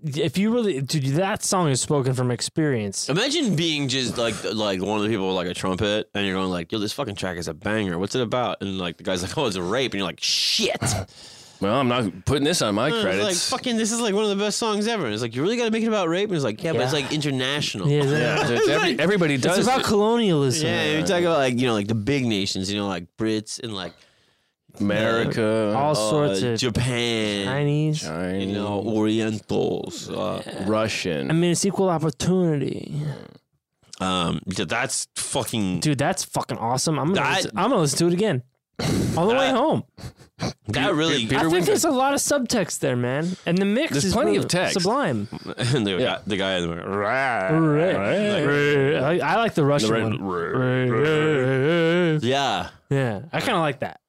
C: If you really, dude, that song is spoken from experience.
B: Imagine being just like like one of the people with like a trumpet, and you're going like, "Yo, this fucking track is a banger. What's it about?" And like the guy's like, "Oh, it's a rape," and you're like, "Shit."
D: Well, I'm not putting this on my
B: It's
D: credits.
B: like fucking. This is like one of the best songs ever. And it's like you really got to make it about rape. And it's like yeah, but it's
D: Yeah.
B: like international.
D: Yeah, yeah. It's
B: It's
D: every- everybody does
B: It's about
D: it.
B: colonialism.
D: Yeah.
B: Yeah, you talk about like you know like the big nations. You know like Brits and like
D: America,
B: uh, Japan,
C: Chinese,
B: you know Orientals, uh,
D: Russian.
C: I mean, it's equal opportunity,
B: Um, yeah, that's fucking
C: dude. That's fucking awesome. I'm gonna, listen, I'm gonna listen to it again on the way home.
B: that Uh, really.
C: I think there's a lot of subtext there, man, and the mix
B: There's
C: is
B: plenty
C: really
B: of text. Uh,
C: sublime.
B: and the, guy, the guy in the
C: Right. I, I like the Russian
B: red-
C: one.
B: Yeah.
C: Yeah, I kind of like that.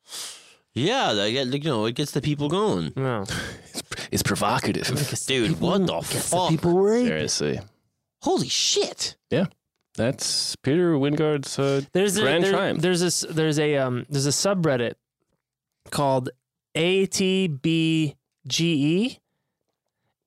B: Yeah, like, it- like, you know, it gets the people going.
C: No.
D: it's provocative.
B: Dude, what the fuck?
D: Seriously.
B: Holy shit.
D: Yeah. That's Peter Wingard's uh,
C: There's a,
D: grand
C: there-
D: triumph.
C: There's a s- there's a um there's a subreddit called ATBGE, E,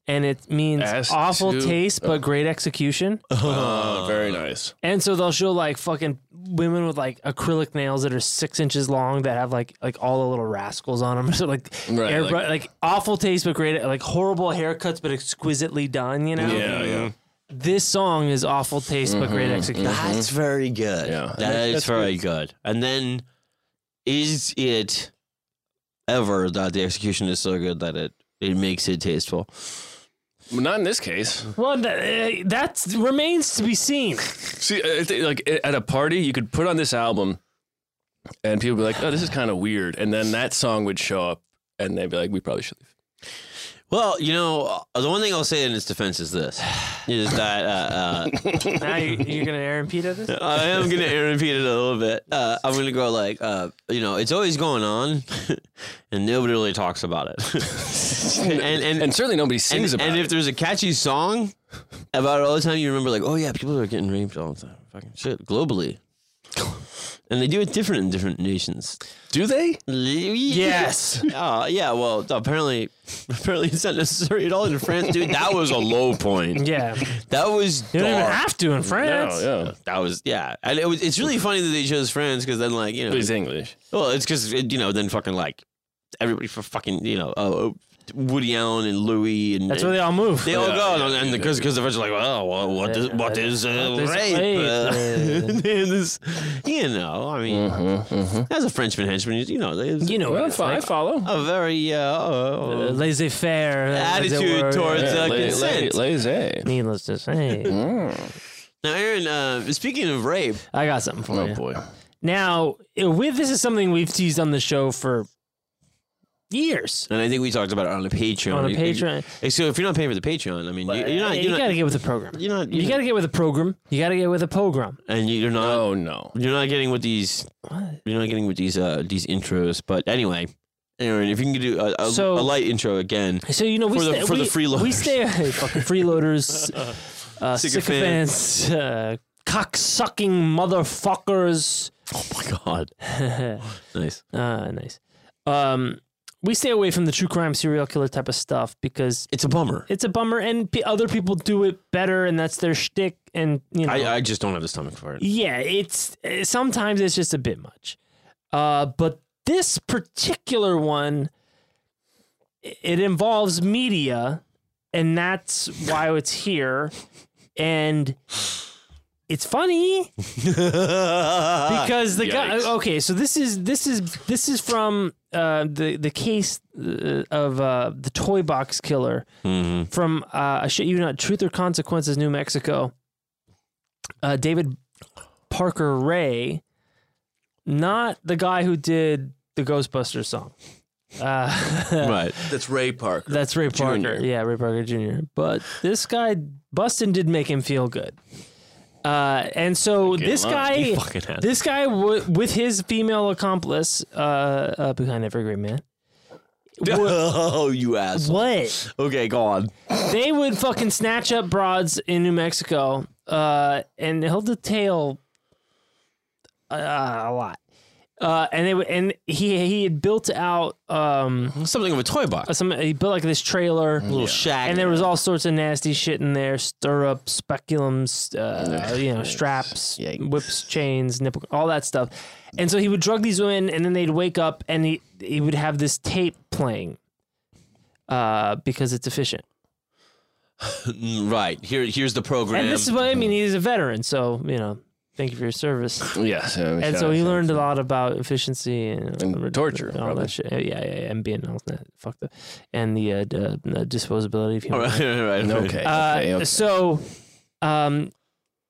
C: and it means
D: As
C: awful
D: to-
C: taste but great execution.
D: Oh, very nice.
C: And so they'll show like fucking women with like acrylic nails that are six inches long that have like like all the little rascals on them. So like
D: Right,
C: airbru-
D: like-
C: like, awful taste but great like horrible haircuts but exquisitely done. You know?
D: Yeah, yeah. Mm-hmm,
C: This song is awful taste but great
B: Mhm,
C: execution.
B: mhm. That's very good.
D: Yeah.
B: That is
D: That's
B: very good. And then, is it ever that the execution is so good that it, it makes it tasteful?
D: Well, Not in this case.
C: Well, that, that remains to be seen.
D: See, I think, like at a party, you could put on this album, and people would be like, "Oh, this is kind of weird," and then that song would show up, and they'd be like, "We probably should leave."
B: Well, you know, uh, the one thing I'll say in its defense is this: is that uh, uh,
C: now you, you're gonna Aaron Pete at this?
B: I am gonna repeat it a little bit. Uh, I'm gonna go like, uh, you know, it's always going on, and nobody really talks about it, and, and
D: and certainly nobody sings
B: and,
D: about
B: And if there's a catchy song about it all the time, you remember like, oh yeah, people are getting raped all the time, fucking shit, globally, and they do it different in different nations.
D: Do they?
B: Yes. uh, yeah. Well, apparently, apparently it's not necessary at all in France, dude. That was a low point.
C: Yeah.
B: That was.
C: You don't even
B: dark.
C: have to in France.
D: No, yeah.
B: That was yeah, and it was. It's really funny that they chose France because then like you know
D: It's English.
B: Well, it's because you know then fucking like everybody for fucking you know uh, Woody Allen and Louis and
C: That's where they all move.
B: They all go and because because the French are like well what what is what is uh,
C: What is
B: rape?
C: rape?
B: Uh, this- you know I mean
D: Mm-hmm,
B: as a Frenchman henchman you know you
C: know what it's
B: I
C: like.
D: follow
B: a very uh, uh,
C: laissez faire
B: attitude towards uh, consent.
D: Lazy.
C: Needless to say.
D: Mm.
B: Now, Aaron, uh, speaking of rape,
C: I got something for
D: Oh
C: you.
D: boy.
C: Now, uh, with this is something we've teased on the show for years.
B: And I think we talked about it on the Patreon.
C: On a
B: You-
C: Patreon.
B: you- So if you're not paying for the Patreon, I mean, you, you're not.
C: Hey,
B: You're
C: eh, you
B: not,
C: gotta get with the program.
B: You're not.
C: you
B: You're,
C: got to get with a program. You got to get with a program.
B: and you're not.
D: Oh no.
B: You're not getting with these. You're not getting with these. Uh, these intros. But anyway, Aaron, if you can do a, a,
C: So-
B: a light intro again.
C: So you know we
B: for the
C: stay,
B: for
C: we,
B: the freeloaders.
C: We stay hey, fucking freeloaders, uh,
B: Sycophants.
C: sycophants, uh, cocksucking motherfuckers.
B: Oh my god. nice.
C: Uh, nice. Um, we stay away from the true crime serial killer type of stuff because
B: it's a bummer.
C: It's a bummer, and p- other people do it better, and that's their shtick. And you know,
B: I, I just don't have the stomach for it.
C: yeah, it's eh, sometimes it's just a bit much. Uh, but this particular one, i- it involves media, and that's why it's here, and it's funny because the guy.
D: Yikes.
C: Okay, so this is this is this is from uh, the the case uh, of uh, the toy box killer
B: Mm-hmm.
C: from uh, I shit you not, Truth or Consequences, New Mexico. Uh, David Parker Ray, not the guy who did the Ghostbusters song. Uh,
B: Right.
D: That's Ray Parker.
C: That's Ray Parker.
D: Junior.
C: Yeah, Ray Parker Jr. But this guy, Bustin did make him feel good. Uh, and so
B: Get
C: this
B: lucky,
C: guy,
B: you fucking ass.
C: this guy w- with his female accomplice uh, uh, behind every great man.
B: oh, you asshole.
C: What?
B: Okay, go on.
C: they would fucking snatch up broads in New Mexico, uh, and he'll detail uh, a lot. Uh, and they would- and he he had built out um,
B: something of a toy box.
C: Some, he built like this trailer,
B: little Yeah. shack.
C: and there was all sorts of nasty shit in there: stirrups, speculums, uh, you know, straps, whips, chains, nipple, all that stuff. And so he would drug these women, and then they'd wake up, and he he would have this tape playing uh, because it's efficient.
B: right here, here's the program.
C: And this is what I mean. He's a veteran, so you know. Thank you for your service.
D: Yeah, so-
C: and so he learned a lot about efficiency and, uh, and
D: torture,
C: all
D: probably.
C: that shit. Yeah, yeah, yeah, and being all that. Fuck the and the uh, d- uh, disposability of
D: All
C: human.
D: right,
C: life.
D: right, right. Okay,
C: Uh,
D: okay, okay.
C: So, um,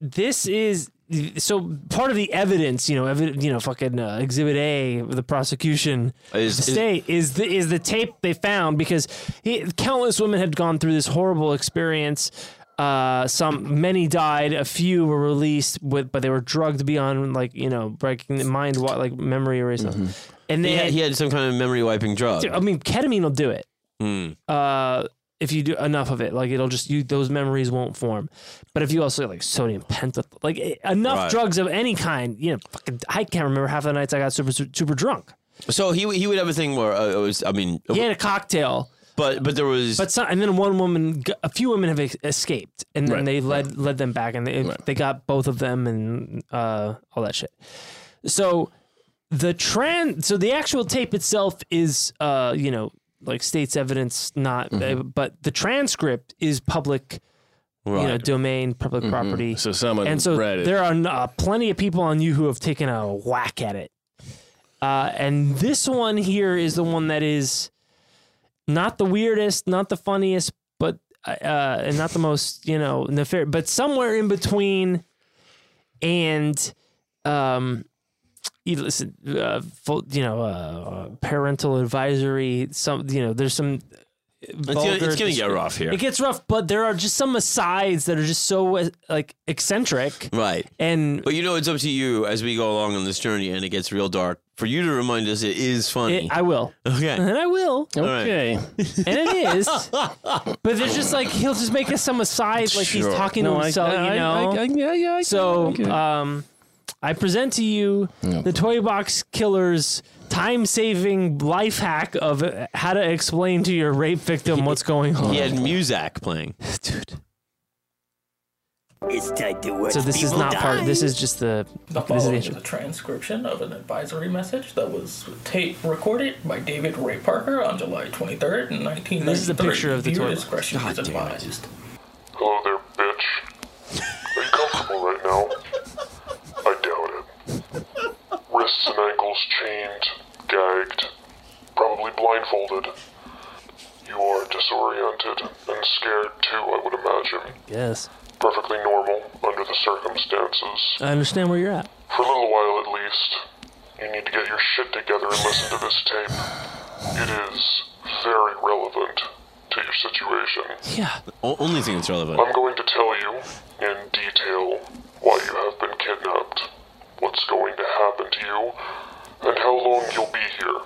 C: this is so part of the evidence. You know, evidence. You know, fucking uh, Exhibit A, of the prosecution
B: Is-
C: the
B: is-
C: state is the is the tape they found because he, countless women had gone through this horrible experience. Uh, some many died, a few were released with, but they were drugged beyond like you know breaking the mind, wa- like memory erasing. And
B: he,
C: then
B: had, he had some kind of memory wiping drug.
C: Dude, I mean, ketamine will do it.
B: Mm.
C: Uh, if you do enough of it, like it'll just you those memories won't form. But if you also like sodium pentothal, like eh, enough
B: Right.
C: drugs of any kind, you know, fucking, I can't remember half the nights I got super super drunk.
B: So he he would have a thing where uh, it was. I mean,
C: He had a cocktail.
B: but but there was
C: But some, and then one woman, g- a few women have ex- escaped, and then
B: Right,
C: they led led them back, and they they got both of them and uh, all that shit. So the trend, so the actual tape itself is, uh, you know, like state's evidence, not,
B: Mm-hmm.
C: uh, but the transcript is public. You know,
D: Right.
C: domain, public
D: Mhm.
C: property.
D: So someone
C: and so
D: read it.
C: there are uh, plenty of people on you who have taken a whack at it. Uh, and this one here is the one that is not the weirdest, not the funniest, but uh, and not the most you know nefarious, but somewhere in between. And um, you listen, uh, full, you know, uh, parental advisory. Some you know, there's some. uh,
B: gonna-
C: vulgar
B: it's gonna get
C: descrip-
B: rough here.
C: It gets rough, but there are just some asides that are just so uh, like eccentric.
B: Right.
C: And
B: but you know, it's up to you as we go along on this journey, and it gets real dark. For you to remind us, it is funny.
C: It- I will.
B: Okay.
C: And I will.
B: All right.
D: Okay.
C: And it is. But there's just like he'll just make us some aside like
D: Sure.
C: he's talking
D: No,
C: to
D: I-
C: himself,
D: I-
C: you know.
D: I- I- yeah, yeah, I get
C: so
D: it, I get it.
C: um I present to you the Toy Box Killer's time-saving life hack of uh, how to explain to your rape victim what's going on.
B: He had Muzak playing.
C: Dude.
G: It's time to
C: So this is not part. This is just the.
H: The
C: this is
H: following is a transcription of an advisory message that was tape recorded by David Ray Parker on July 23rd, 1993.
C: This is the picture of the
H: Viewer
C: toilet.
H: discretion is advised.
X: Hello there, bitch. Are you comfortable right now? I doubt it. Wrists and ankles chained, gagged, probably blindfolded. You are disoriented and scared too, I would imagine.
C: Yes.
X: Perfectly normal under the circumstances.
C: I understand where you're at.
X: For a little while at least, you need to get your shit together and listen to this tape. It is very relevant to your situation.
C: Yeah.
B: O- only thing that's relevant.
X: I'm going to tell you in detail why you have been kidnapped, what's going to happen to you, and how long you'll be here.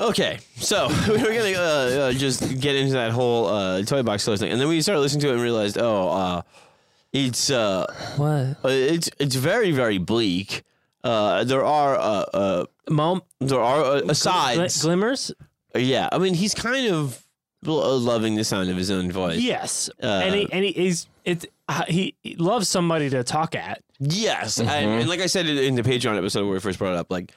B: Okay, so we were gonna uh, uh, just get into that whole uh, toy box killer thing, and then we started listening to it and realized, oh, uh, it's uh,
C: what?
B: It's it's very very bleak. Uh, there are uh, uh,
C: mom.
B: There are uh, asides,
C: glimmers.
B: Yeah, I mean he's kind of l- uh, loving the sound of his own voice.
C: Yes,
B: Uh,
C: and he and he is it's uh, he, he loves somebody to talk at.
B: Yes, and,
C: Mm-hmm.
B: and like I said in in the Patreon episode where we first brought it up, like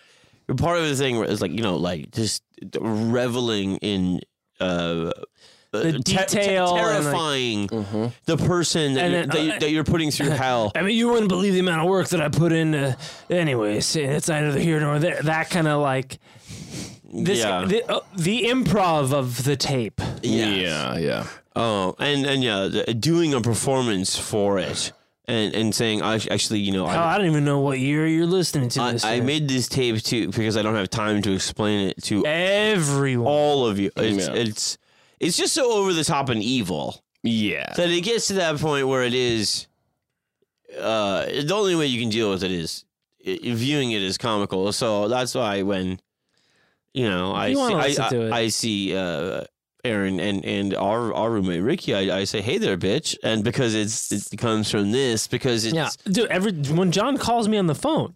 B: part of the thing is like you know, like just reveling in uh,
C: The detail and, like- mm-hmm.
B: terrifying the person that
C: And
B: you're,
C: then,
B: that, you-
C: uh,
B: that you're putting through hell.
C: I mean, you wouldn't believe the amount of work that I put in. Uh, anyways, it's neither here nor there. That kind of like this
B: Yeah.
C: the, uh, the improv of the tape.
B: Yeah, yeah. Oh, and and yeah, the- doing a performance for it, and and saying I actually, you know,
C: Hell, I don't even know what year you're listening to
B: I,
C: this.
B: I
C: in.
B: made this tape too because I don't have time to explain it to
C: everyone,
B: all of you. It's
D: Yeah.
B: it's it's just so over the top and evil
D: Yeah.
B: that it gets to that point where it is. Uh, the only way you can deal with it is i- viewing it as comical. So that's why when you know I
C: You wanna
B: see,
C: listen
B: I, I,
C: to it.
B: I see uh, Aaron and and our our roommate Ricky, I, I say, "Hey there, bitch," and because it's it comes from this because it's
C: yeah, dude. Every when John calls me on the phone,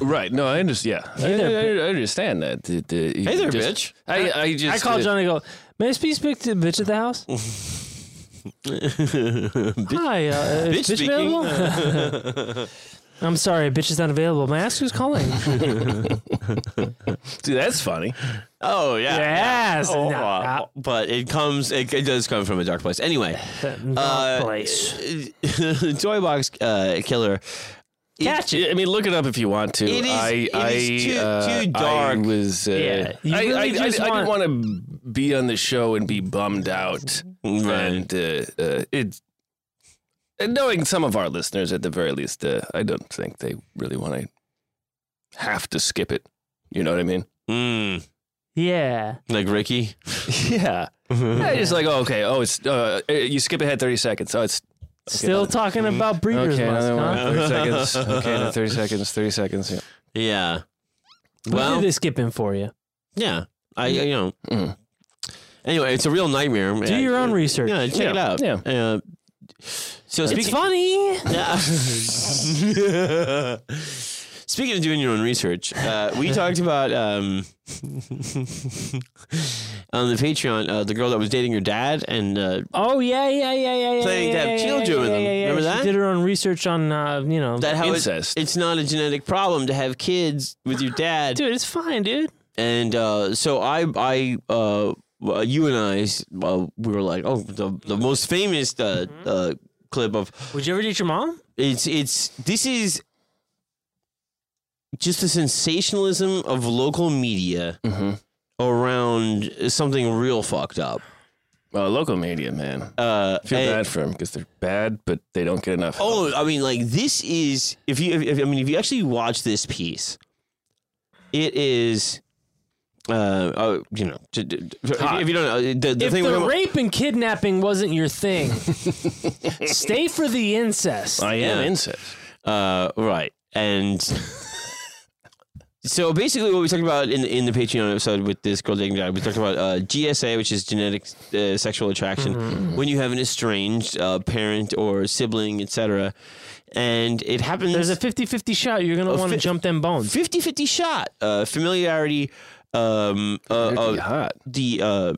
D: Right. No, I understand. Yeah, I, I- I understand that. The, the,
C: Hey there,
D: just- I, I just.
C: I call John and go, "May I speak to the bitch at the house?" Hi, uh,
B: bitch
C: is bitch
B: speaking.
C: available? I'm sorry, bitch is not available. May I ask who's calling?
D: Dude, that's funny.
B: Oh yeah,
C: Yes.
B: Oh,
C: No.
B: uh, but it comes. It, it does come from a dark place. Anyway, dark place. Toybox uh, killer.
D: Catch it. I mean, look it up if you want to.
B: It is-
D: I,
B: it
D: I,
B: is too-
D: uh,
B: too dark.
D: I was. Uh,
B: Yeah, you
D: I,
B: really
D: I, I,
B: just
D: I didn't
B: want-
D: want to be on the show and be bummed out. And uh, uh, it. And knowing some of our listeners, at the very least, uh, I don't think they really want to have to skip it. You know what I mean? Hmm.
B: Mm.
C: yeah.
B: Like Ricky.
D: yeah. Yeah, just like oh, okay. Oh, it's uh, uh, you skip ahead thirty seconds. Oh, it's okay,
C: Still
D: another-
C: talking about breeders'
D: Okay,
C: months,
D: another one.
C: huh?
D: Thirty seconds. Okay, another thirty seconds. Thirty seconds. Yeah.
B: Yeah.
C: Well,
B: Well-
C: did they skipping for you.
B: Yeah. I, I- you know. Anyway, it's a real nightmare.
C: Do your own research.
B: Yeah, check it
C: Yeah,
B: out.
C: yeah.
B: Uh, so
C: it's
B: speaking,
C: funny.
B: Yeah. speaking of doing your own research, uh, we talked about um, on the Patreon uh, the girl that was dating your dad and uh,
C: Oh yeah, yeah, yeah, yeah, yeah.
B: Playing
C: yeah,
B: to have
C: yeah,
B: children
C: yeah,
B: with
C: yeah,
B: them.
C: yeah, yeah.
B: Remember
C: She
B: that?
C: did her own research on uh, you know
B: that how it- it's not a genetic problem to have kids with your dad.
C: dude, it's fine, dude.
B: and uh, so I, I, uh, well, you and I, s- uh, we were like, oh, the the most famous uh, uh, clip of.
C: Mm-hmm. Would you ever date your mom?
B: It's it's this is just the sensationalism of local media
D: Mm-hmm.
B: around something real fucked up.
D: Well, local media, man.
B: Uh,
D: I feel
B: and-
D: bad for them because they're bad, but they don't get enough.
B: Oh, I mean, like this is if you, if, I mean, if you actually watch this piece, it is, uh, uh you know, d- d- d- if,
C: Hot.
B: if you don't know the, the
C: if
B: thing.
C: the
B: with-
C: rape and kidnapping wasn't your thing, stay for the incest.
B: I
D: am
B: incest. Uh, right. And so basically, what we talked about in in the Patreon episode with this girl dating guy, we talked about uh, GSA, which is genetic uh, sexual attraction,
C: Mm-hmm.
B: when you have an estranged uh, parent or sibling, etc. And it happens.
C: There's a 50-50 shot you're gonna
B: A
C: want to
B: fif-
C: jump them bones.
B: 50-50 shot. Uh, familiarity. Um, uh, of the uh,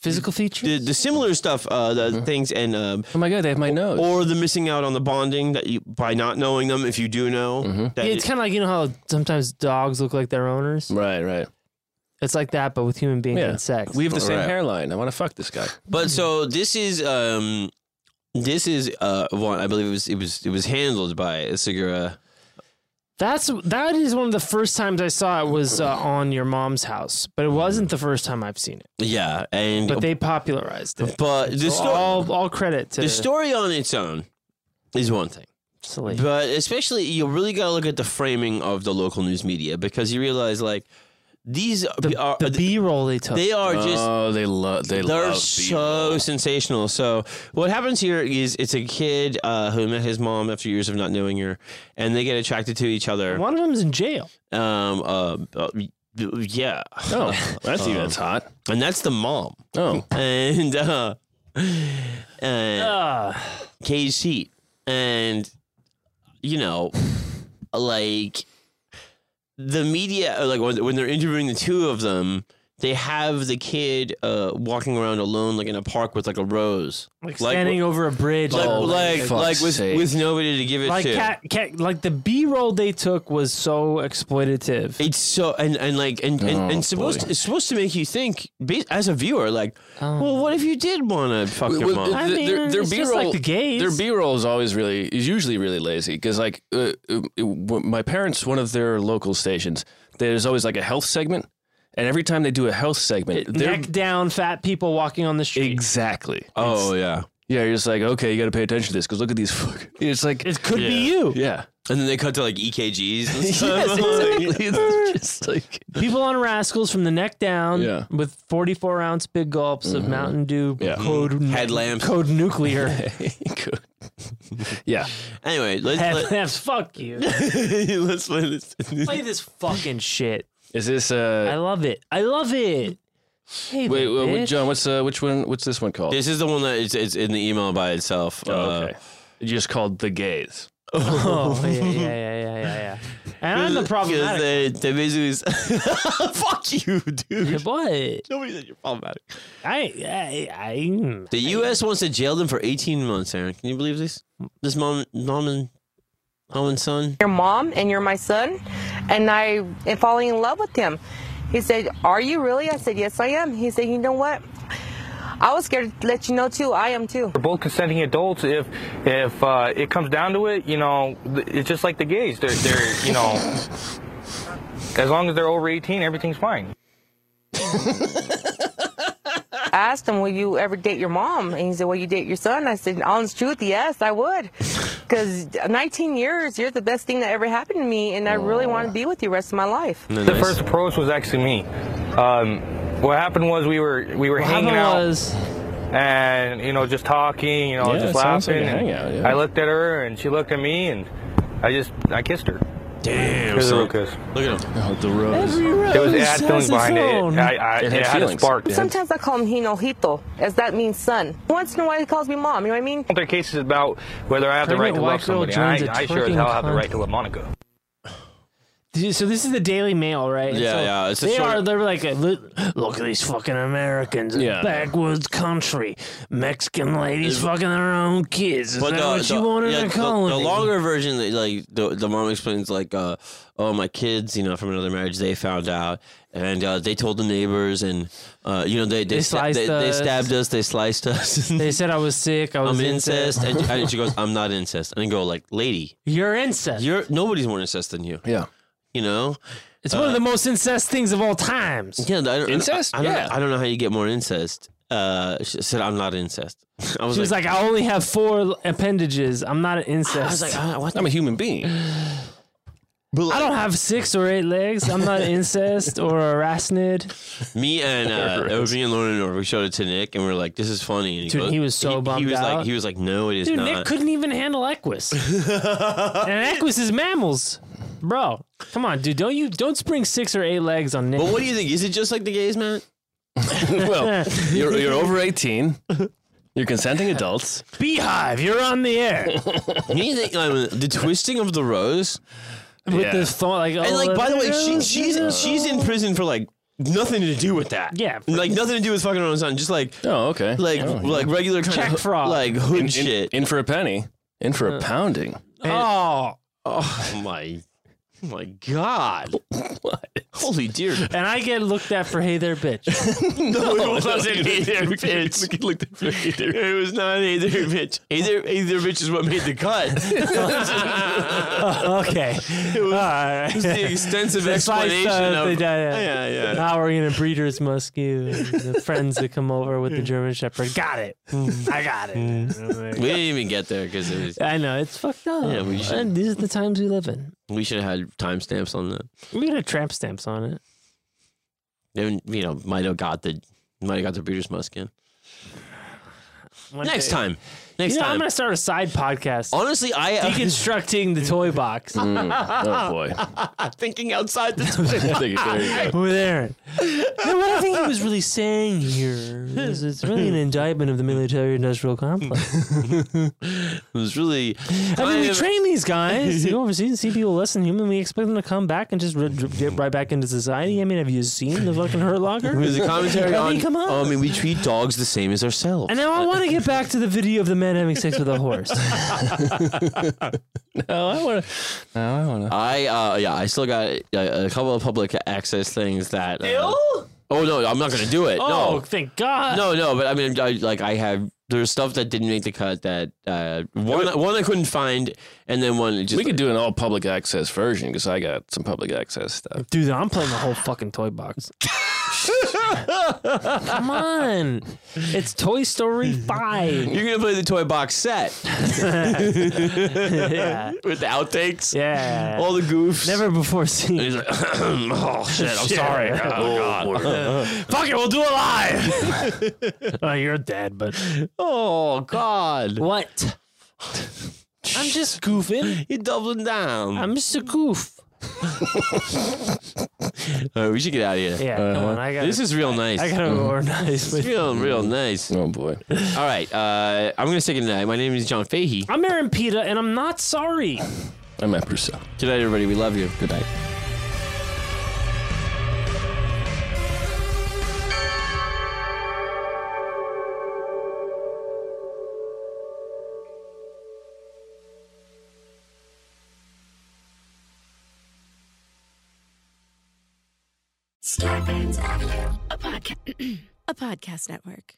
C: physical features,
B: the, the similar stuff, uh, the things, and um,
D: oh my god, they have my nose,
B: or the missing out on the bonding that you by not knowing them if you do know. That
C: Yeah, it's kind of like you know how sometimes dogs look like their owners.
D: Right, right.
C: It's like that, but with human beings and sex.
D: We have the same
B: Right.
D: hairline. I want to fuck this guy.
B: But so this is um this is uh one I believe it was it was it was handled by Segura.
C: That's that is one of the first times I saw it was uh, on your mom's house, but it wasn't the first time I've seen it.
B: Yeah, and
C: But they popularized it.
B: But the
C: So
B: sto-
C: all all credit to
B: the story on its own is one thing.
C: Silly.
B: But especially you really got to look at the framing of the local news media because you realize like these are
C: the B roll they took.
B: they are just
D: oh, they love they
B: They're
D: love
B: so sensational. So what happens here is it's a kid uh, who met his mom after years of not knowing her, and they get attracted to each other.
C: One of them's in jail.
B: Um. Uh. uh, yeah.
D: Oh, that's even- that's
B: hot. And that's the mom. Oh. And uh, and cage seat, and you know, like the media uh, like when, when they're interviewing the two of them they have the kid uh, walking around alone like in a park with like a rose
C: like standing over a bridge,
B: like
C: Oh,
B: like,
C: for
B: like
C: fuck's
B: with,
C: sake.
B: with nobody to give it
C: like
B: to
C: cat, cat, like the B roll they took was so exploitative.
B: It's so and and like and and,
D: Oh,
B: and supposed to, it's supposed to make you think ba- as a viewer like
D: Um,
B: well what if you did want to fuck
D: Well,
B: your
D: well,
B: mom
D: th- th- their, their B-roll, Their
B: B-
D: B-roll is always really is usually really lazy because like uh, uh, w- my parents, one of their local stations, there's always like a health segment, and every time they do a health segment, they're
C: Neck down, fat people walking on the street.
D: exactly. Oh
B: yeah,
D: yeah. You're just like okay, you got to pay attention to this because look at these. Fuck. It's like
C: it could be you.
D: Yeah.
B: and then they cut to like EKGs and
D: Yes,
B: stuff.
D: exactly. It's just like
C: People on rascals from the neck down
D: Yeah. Mm-hmm.
C: with 44 ounce big gulps of Mountain Dew
D: Yeah.
C: code
B: Headlamps.
C: code nuclear.
D: yeah.
B: Anyway, let's let,
C: Headlamps, fuck you.
B: let's play this.
C: Play this fucking shit.
D: Is this uh
C: I love it. I love it. Hey,
D: Wait,
C: there,
D: uh, wait,
C: bitch.
D: John, what's uh, which one? What's this one called?
B: This is the one that is, is in the email by itself.
D: Oh,
B: uh,
D: okay. You just called the gays.
C: Oh, yeah, yeah, yeah, yeah, yeah, yeah. And I'm the
B: Because
C: problematic.
B: They, they basically s- fuck you, dude.
C: What?
B: Nobody said you're problematic.
C: I, mm. I, I.
B: The U.S. wants to jail them for 18 months. Aaron, can you believe this? This mom, mom and mom and son.
F: your mom and you're my son and i am falling in love with him he said are you really i said yes i am he said you know what i was scared to let you know too i am too
G: We're both consenting adults. If if uh, it comes down to it, you know, th- it's just like the gays. They're, they're you know, as long as they're over 18, everything's fine.
F: i asked him will you ever date your mom and he said will you date your son i said honest truth yes i would because 19 years you're the best thing that ever happened to me and i really want to be with you the rest of my life
G: The first approach was actually me. Um, what happened was we were we were
F: What
G: hanging
F: happened
G: out.
F: was-
G: and you know, just talking, you know,
D: Yeah,
G: just
D: it sounds like
G: laughing.
D: a
G: and
D: hangout, yeah.
G: I looked at her, and she looked at me, and I just I kissed her.
D: Damn,
G: it was a
D: son.
G: real kiss.
B: Look at him.
D: Oh, the rose.
G: It was it had feelings behind it. I, I, it, had a spark.
F: Sometimes I call him Hino Hito, as that means son. Once in a while, he calls me mom. You know what I mean?
G: Their case is about whether I have the right
F: Pregnant
G: to
F: white
G: love
F: girl
G: somebody. and I,
F: joins a
G: I sure as
F: twerking
G: hell have the
F: con-
G: right to love Monica.
C: Dude, so this is the Daily Mail, right? And
G: Yeah,
C: so
G: yeah, it's a
C: they
G: short-
C: are. They're like, look at these fucking Americans, in
G: Yeah.
C: backwoods country, Mexican ladies
B: It's-
C: fucking their own kids. Is that what you wanted
B: yeah,
C: to
B: the-
C: call
B: the, longer version, that, like the, the mom explains, like, uh, "Oh, my kids, you know, from another marriage, they found out, and uh, they told the neighbors, and uh, you know, they they
C: They
B: sta-
C: sliced
B: they, they
C: us.
B: stabbed us, they sliced us.
C: They said I was sick. I was
B: I'm incest, and, and she goes, "I'm not incest," and I go, "Like, lady,
C: You're incest.
B: you're nobody's more incest than you."
D: Yeah,
B: you know,
C: It's one of the most incest things of all times.
B: uh, Yeah, I don't,
C: Incest?
B: I, don't,
C: Yeah.
B: I don't know how you get more incest. Uh, she said, "I'm not incest." I was
C: she was like, I only have four appendages. I'm not an incest. I
B: was like, "Ah, what the-
D: I'm a human being.
C: I don't have six or eight legs. I'm not an incest or a arachnid.
B: Me and uh, it was me and Lauren Norfolk showed it to Nick, and we are like, "This is funny." And
C: Dude, he was so
B: He
C: bummed
B: was like,
C: out.
B: "He was like, no, it is
C: Dude,
B: not."
C: Nick couldn't even handle Equus. and Equus is mammals. Bro, come on, dude. Don't you don't spring six or eight legs on Nick.
B: But what do you think? Is it just like the gays, man?
D: well, you're, you're over 18. You're consenting adults.
C: Beehive, you're on the air.
B: me, think, like, the twisting of the rose
C: With the thought, like,
B: and
C: oh,
B: like by the way, she,
C: there's a-
B: she's she's in prison for like nothing to do with that.
C: Yeah,
B: like nothing to do with fucking her own son. Just like
D: oh, okay,
B: like
D: Oh, yeah.
B: like regular kind of, like hood
D: in, in-
B: shit.
D: In, for a penny, in for
C: Uh.
D: a pounding.
C: oh,
B: oh my, oh my God! what? Holy dear!
C: And I get looked at for hey there, bitch.
B: No, it wasn't
D: no,
B: either,
D: we can-
B: bitch. It was not either, bitch. Either, either, bitch is what made the cut.
C: okay.
B: It was,
C: All
G: Ah,
C: right.
B: it was the extensive
C: The slice
B: explanation
C: of
B: of Oh,
C: the- yeah,
B: yeah, yeah.
C: Now we're gonna breeders muskew and the friends that come over with the German Shepherd. Got it. I got it.
B: We didn't even get there because it was.
C: I know it's fucked up.
B: Yeah, we should-
C: And these are the times we live in.
B: We should have had timestamps on that.
C: We could have tramp stamps on it.
B: Then you know might have got the might have got the breeder's musk in.
C: One
B: Next
C: day.
B: time. Next
C: You know,
B: time.
C: I'm gonna start a side podcast.
B: Honestly, I uh,
C: deconstructing the toy box.
D: Mm. Oh, boy.
B: Thinking outside the
D: There you
C: with Aaron. No, what I think he was really saying here is it's really an indictment of the military-industrial complex.
B: It was really.
C: I mean, we
B: of-
C: train these guys to go overseas and see people less than human. We expect them to come back and just r- r- get right back into society. I mean, have you seen the fucking Hurt Locker?
B: It was a commentary
C: I
B: on.
C: mean, come on.
B: Oh, I mean, we treat dogs the same as ourselves.
C: and now I want to get back to the video of the man having sex with a horse.
D: no, I want to. No, I want to.
B: I uh yeah, I still got uh, a couple of public access things that. Uh, Oh no, I'm not gonna do it.
C: Oh,
B: no,
C: thank God.
B: no, no. But I mean, I, like I have there's stuff that didn't make the cut that uh one one I couldn't find, and then one just
D: we could do an all public access version because I got some public access stuff.
C: Dude, I'm playing the whole fucking toy box. Come on. It's Toy Story 5.
B: You're gonna play the toy box set.
C: Yeah.
B: With the outtakes.
C: Yeah.
B: All the goofs.
C: Never before seen.
B: he's like, oh shit, I'm
C: Shit.
B: sorry. Oh,
C: Oh,
B: God.
C: Fuck it, we'll do it live. oh, you're dead, but
B: oh God.
C: What? I'm just goofing.
B: You're doubling down.
C: I'm just a goof.
B: Uh, we should get out of here.
C: Yeah, come on, I gotta-
B: this is real nice.
C: I gotta go organize
B: It's real, real nice. Oh boy. All right. Uh, I'm gonna say goodnight. My name is John Fahey.
C: I'm Aaron Pita, and I'm not sorry.
B: I'm Matt Purcell. Good night, everybody. We love you. Good night.
I: Starburns Audio, a, podca- a podcast network.